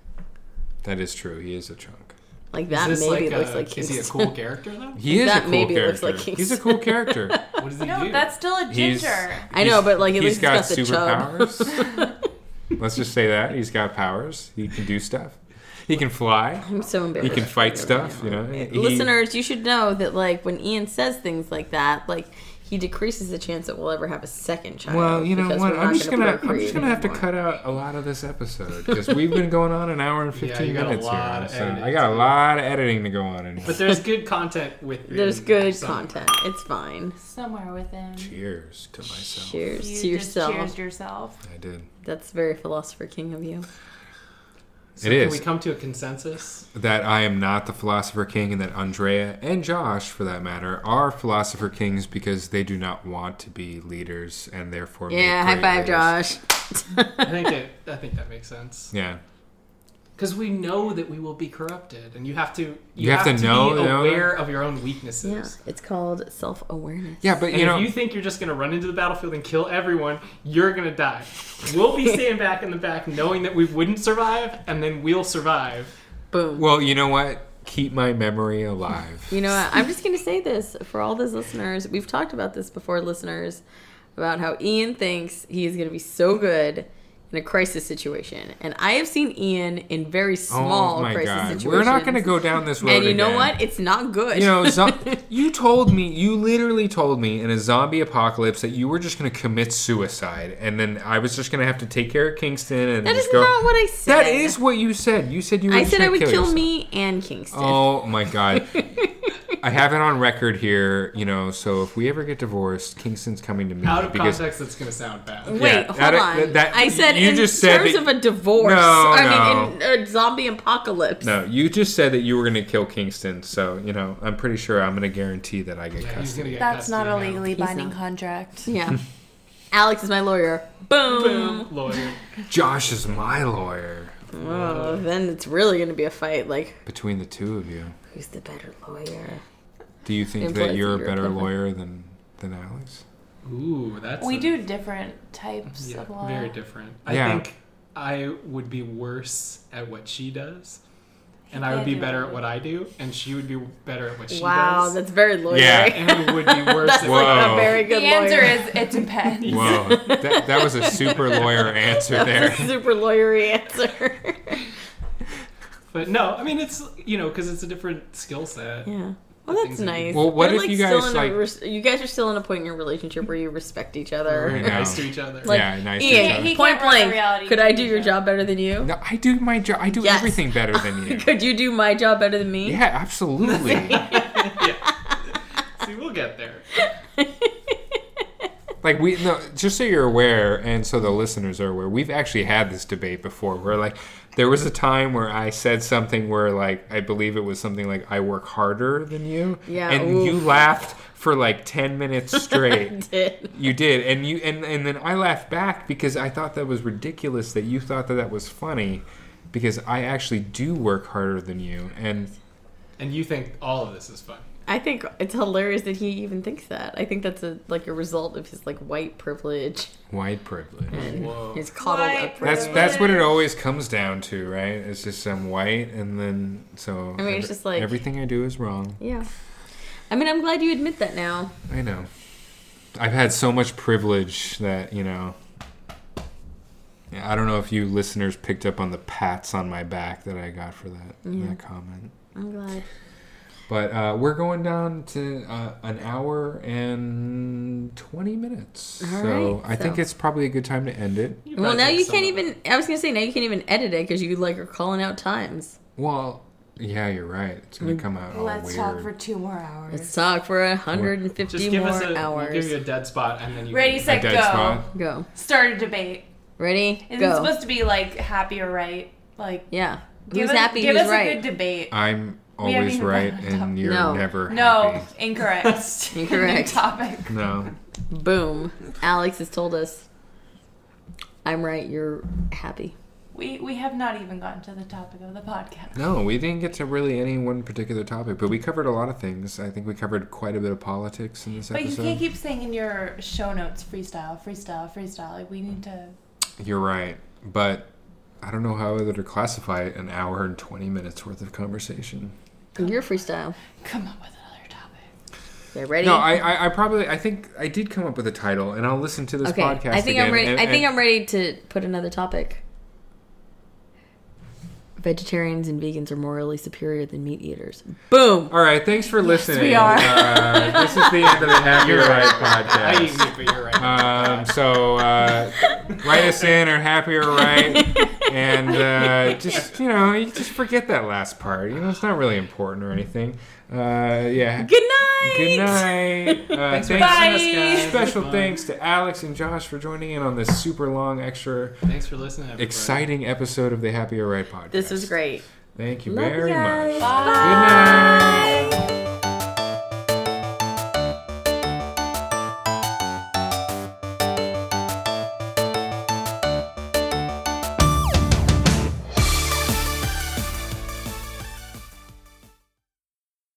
Speaker 1: That is true. He is a chunk.
Speaker 2: Like that
Speaker 3: Is this
Speaker 2: maybe
Speaker 3: like
Speaker 2: looks
Speaker 3: a,
Speaker 2: like
Speaker 3: Is
Speaker 2: Kingston.
Speaker 3: he a cool character though?
Speaker 1: He is
Speaker 2: That
Speaker 1: a cool
Speaker 2: maybe looks
Speaker 1: character.
Speaker 2: like
Speaker 1: he's a
Speaker 2: Kingston.
Speaker 1: cool character.
Speaker 3: What does he
Speaker 4: No,
Speaker 3: do?
Speaker 4: that's still a
Speaker 1: he's,
Speaker 4: ginger.
Speaker 2: I know, but, like, at
Speaker 1: he's
Speaker 2: least he's
Speaker 1: got,
Speaker 2: got the chub.
Speaker 1: superpowers. Let's just say that he's got powers. He can do stuff. He can fly.
Speaker 2: I'm so
Speaker 1: He
Speaker 2: embarrassed.
Speaker 1: can fight stuff. You know. He-
Speaker 2: Listeners, you should know that like when Ian says things like that, like he decreases the chance that we'll ever have a second child.
Speaker 1: Well, you know
Speaker 2: because
Speaker 1: what?
Speaker 2: we're
Speaker 1: I'm
Speaker 2: not
Speaker 1: just gonna I'm
Speaker 2: procreate
Speaker 1: just gonna have to
Speaker 2: anymore.
Speaker 1: cut out a lot of this episode because we've been going on an hour and
Speaker 3: Yeah, you
Speaker 1: 15
Speaker 3: got a
Speaker 1: minutes
Speaker 3: lot
Speaker 1: here.
Speaker 3: of
Speaker 1: so
Speaker 3: editing
Speaker 1: I got a
Speaker 3: to do.
Speaker 1: lot of editing to go on in here.
Speaker 3: But there's good content with.
Speaker 2: There's
Speaker 3: in
Speaker 2: good
Speaker 3: some-
Speaker 2: content. It's fine.
Speaker 4: Somewhere within.
Speaker 1: Cheers to myself.
Speaker 2: Cheers to
Speaker 4: you
Speaker 2: yourself.
Speaker 4: Just cheers yourself.
Speaker 1: I did.
Speaker 2: That's very philosopher king of you.
Speaker 3: So
Speaker 1: It
Speaker 3: can
Speaker 1: is.
Speaker 3: we come to a consensus?
Speaker 1: that I am not the philosopher king and that Andrea and Josh, for that matter, are philosopher kings because they do not want to be leaders and therefore. make
Speaker 2: Yeah, high
Speaker 1: great
Speaker 2: five,
Speaker 1: leaders.
Speaker 2: Josh.
Speaker 3: I think that I think that makes sense.
Speaker 1: Yeah,
Speaker 3: Because we know that we will be corrupted, and you have to you,
Speaker 1: You have to know-
Speaker 3: be
Speaker 1: know that.
Speaker 3: aware of your own
Speaker 2: yeah,
Speaker 3: weaknesses.
Speaker 2: it's called self awareness.
Speaker 1: yeah, but
Speaker 3: And
Speaker 1: you know,
Speaker 3: if you think you're just gonna run into the battlefield and kill everyone, you're gonna die. We'll be staying back in the back, knowing that we wouldn't survive, and then we'll survive.
Speaker 2: Boom.
Speaker 1: well, you know what? Keep my memory alive.
Speaker 2: You know what? I'm just going to say this for all those listeners. We've talked about this before, listeners, about how Ian thinks he is going to be so good in a crisis situation. And I have seen Ian in very small
Speaker 1: oh my
Speaker 2: crisis
Speaker 1: god,
Speaker 2: situations.
Speaker 1: we're not going to go down this road.
Speaker 2: And you know
Speaker 1: again.
Speaker 2: what? It's not good.
Speaker 1: You know, zo- you told me, you literally told me in a zombie apocalypse that you were just going to commit suicide, and then I was just going to have to take care of Kingston and
Speaker 2: that
Speaker 1: just
Speaker 2: is
Speaker 1: go.
Speaker 2: not what I said.
Speaker 1: That is what you said. You said you. Were
Speaker 2: I
Speaker 1: just
Speaker 2: said I
Speaker 1: gonna
Speaker 2: would kill,
Speaker 1: yourself.
Speaker 2: me and Kingston.
Speaker 1: Oh my god. I have it on record here, you know, so if we ever get divorced, Kingston's coming to me
Speaker 3: Out of
Speaker 1: because
Speaker 3: context, that's gonna sound bad.
Speaker 2: Wait,
Speaker 1: yeah,
Speaker 2: hold
Speaker 1: that-
Speaker 2: on.
Speaker 1: that-
Speaker 2: I said
Speaker 1: you
Speaker 2: in
Speaker 1: just said
Speaker 2: terms
Speaker 1: that-
Speaker 2: of a divorce.
Speaker 1: No,
Speaker 2: I mean, in a zombie apocalypse.
Speaker 1: No, you just said that you were going to kill Kingston, so, you know, I'm pretty sure I'm going to guarantee that I get
Speaker 3: Yeah, he's gonna
Speaker 1: custody.
Speaker 3: get
Speaker 4: That's not a
Speaker 3: custody now.
Speaker 4: legally binding
Speaker 2: not.
Speaker 4: contract.
Speaker 2: Yeah. Alex is my lawyer. Boom.
Speaker 3: Boom, lawyer.
Speaker 1: Josh is my lawyer
Speaker 2: Oh, then it's really going to be a fight. Like,
Speaker 1: between the two of you.
Speaker 2: who's the better lawyer?
Speaker 1: Do you think
Speaker 2: Implies
Speaker 1: that you're a
Speaker 2: you're a
Speaker 1: better
Speaker 2: clever-
Speaker 1: lawyer than than Alex?
Speaker 3: Ooh, that's
Speaker 4: We
Speaker 3: a-
Speaker 4: do different types
Speaker 3: Yeah,
Speaker 4: of law.
Speaker 3: very different. I
Speaker 1: Yeah.
Speaker 3: think I would be worse at what she does, and I
Speaker 4: Yeah,
Speaker 3: would be
Speaker 4: do
Speaker 3: better
Speaker 4: it.
Speaker 3: at what I do, and she would be better at what she
Speaker 2: wow,
Speaker 3: does.
Speaker 2: that's very lawyer.
Speaker 1: Yeah.
Speaker 3: and would be worse
Speaker 2: that's
Speaker 3: at
Speaker 1: Whoa.
Speaker 3: what
Speaker 2: like a very
Speaker 4: The
Speaker 2: good lawyer.
Speaker 4: answer is it depends.
Speaker 1: Whoa, that, that was a super lawyer answer there.
Speaker 2: That's a super lawyery answer.
Speaker 3: But no, I mean it's you know because it's a different skill set.
Speaker 2: yeah. Well, that's
Speaker 3: Things that you-
Speaker 2: nice.
Speaker 1: Well, what
Speaker 2: You're,
Speaker 1: if you
Speaker 2: still
Speaker 1: guys,
Speaker 2: in a
Speaker 1: like-
Speaker 2: res- you guys are still in a point in your relationship where you respect each
Speaker 3: Very
Speaker 1: Right.
Speaker 2: other.
Speaker 3: nice
Speaker 1: know.
Speaker 3: to each other.
Speaker 2: Like,
Speaker 1: yeah, nice. to
Speaker 2: Ian,
Speaker 1: each other.
Speaker 4: he-
Speaker 2: point
Speaker 4: can't run the
Speaker 2: blank,
Speaker 4: reality
Speaker 2: could I do your
Speaker 4: show.
Speaker 2: job better than you?
Speaker 1: No, I do my job. I do
Speaker 2: Yes.
Speaker 1: everything better than you.
Speaker 2: Could you do my job better than me?
Speaker 1: Yeah, absolutely.
Speaker 3: See, we'll get there.
Speaker 1: Like we no, just so you're aware, and so the listeners are aware, we've actually had this debate before. Where like there was a time where I said something where like I believe it was something like I work harder than you,
Speaker 2: Yeah,
Speaker 1: and
Speaker 2: oof.
Speaker 1: you laughed for like ten minutes straight.
Speaker 2: Did.
Speaker 1: you did, and you and and then I laughed back because I thought that was ridiculous that you thought that that was funny, because I actually do work harder than you, and
Speaker 3: And you think all of this is fun?
Speaker 2: I think it's hilarious that he even thinks that. I think that's a like a result of his like white privilege
Speaker 1: White privilege.
Speaker 2: and
Speaker 3: Whoa.
Speaker 2: his coddled
Speaker 4: White
Speaker 2: upbringing.
Speaker 1: Oh. That's that's what it always comes down to, right? It's just I'm white, and then so
Speaker 2: I mean, it's just like-
Speaker 1: everything I do is wrong.
Speaker 2: Yeah. I mean, I'm glad you admit that now.
Speaker 1: I know. I've had so much privilege that you know. Yeah, I don't know if you listeners picked up on the pats on my back that I got for that
Speaker 2: Yeah.
Speaker 1: that comment.
Speaker 2: I'm glad.
Speaker 1: But uh, we're going down to uh, an hour and twenty minutes,
Speaker 2: All
Speaker 1: so
Speaker 2: right,
Speaker 1: I think
Speaker 2: so-
Speaker 1: it's probably a good time to end it.
Speaker 3: You
Speaker 2: Well,
Speaker 3: better
Speaker 2: now
Speaker 3: take
Speaker 2: you
Speaker 3: some
Speaker 2: can't
Speaker 3: of it.
Speaker 2: even. I was gonna say now you can't even edit it because you like are calling out times.
Speaker 1: Well, yeah, you're right. It's gonna come out all
Speaker 4: Mm, Let's
Speaker 1: weird.
Speaker 4: talk for two more hours.
Speaker 2: Let's talk for a hundred and fifty
Speaker 3: Just give
Speaker 2: more
Speaker 3: us a.
Speaker 2: hours.
Speaker 3: We'll give you a dead spot, and then you.
Speaker 4: Ready,
Speaker 1: A
Speaker 4: set,
Speaker 1: dead
Speaker 4: go.
Speaker 1: spot.
Speaker 2: Go.
Speaker 4: Start a debate.
Speaker 2: Ready?
Speaker 4: Is it
Speaker 2: Go.
Speaker 4: supposed to be like happy or right? Like
Speaker 2: yeah.
Speaker 4: give
Speaker 2: Who's
Speaker 4: us,
Speaker 2: happy?
Speaker 4: give
Speaker 2: Who's
Speaker 4: us a
Speaker 2: right?
Speaker 4: good debate.
Speaker 1: I'm
Speaker 4: haven't
Speaker 1: always
Speaker 4: even
Speaker 1: right,
Speaker 4: brought it up.
Speaker 1: and you're
Speaker 2: No.
Speaker 1: never
Speaker 4: No,
Speaker 1: happy.
Speaker 4: incorrect.
Speaker 2: Incorrect.
Speaker 4: New topic.
Speaker 1: No.
Speaker 2: Boom. Alex has told us. I'm right. You're happy.
Speaker 4: We we have not even gotten to the topic of the podcast.
Speaker 1: No, we didn't get to really any one particular topic, but we covered a lot of things. I think we covered quite a bit of politics in this
Speaker 4: But you
Speaker 1: episode.
Speaker 4: can't keep saying in your show notes freestyle, freestyle, freestyle. Like we need to.
Speaker 1: You're right, but I don't know how other to classify an hour and 20 minutes worth of conversation.
Speaker 2: You're freestyle.
Speaker 4: come up with another topic.
Speaker 2: Okay, ready?
Speaker 1: No, I, I, I probably, I think I did come up with a title, and I'll listen to this
Speaker 2: okay.
Speaker 1: podcast.
Speaker 2: I think
Speaker 1: again,
Speaker 2: I'm ready.
Speaker 1: and-
Speaker 2: I think
Speaker 1: and-
Speaker 2: I'm ready to put another topic. Vegetarians and vegans are morally superior than meat eaters. Boom.
Speaker 1: All right, thanks for listening.
Speaker 4: we are.
Speaker 1: Uh, this is the end of the Happy
Speaker 3: You're
Speaker 1: Right
Speaker 3: right.
Speaker 1: podcast.
Speaker 3: I eat meat, but you're right.
Speaker 1: Um, so uh, write us in or happy or right, and uh, just you know, you just forget that last part. You know, it's not really important or anything. Uh, yeah.
Speaker 2: Good night.
Speaker 1: Good night. Uh,
Speaker 3: Thanks for
Speaker 1: thanks.
Speaker 3: having us, guys. It was
Speaker 1: Special
Speaker 3: fun.
Speaker 1: thanks to Alex and Josh for joining in on this super long, extra
Speaker 3: Thanks for listening. everybody.
Speaker 1: exciting episode of the Happy or Right podcast.
Speaker 2: This was great.
Speaker 1: Thank you
Speaker 2: Love you
Speaker 1: very
Speaker 2: guys.
Speaker 1: much.
Speaker 2: Bye.
Speaker 1: Good night.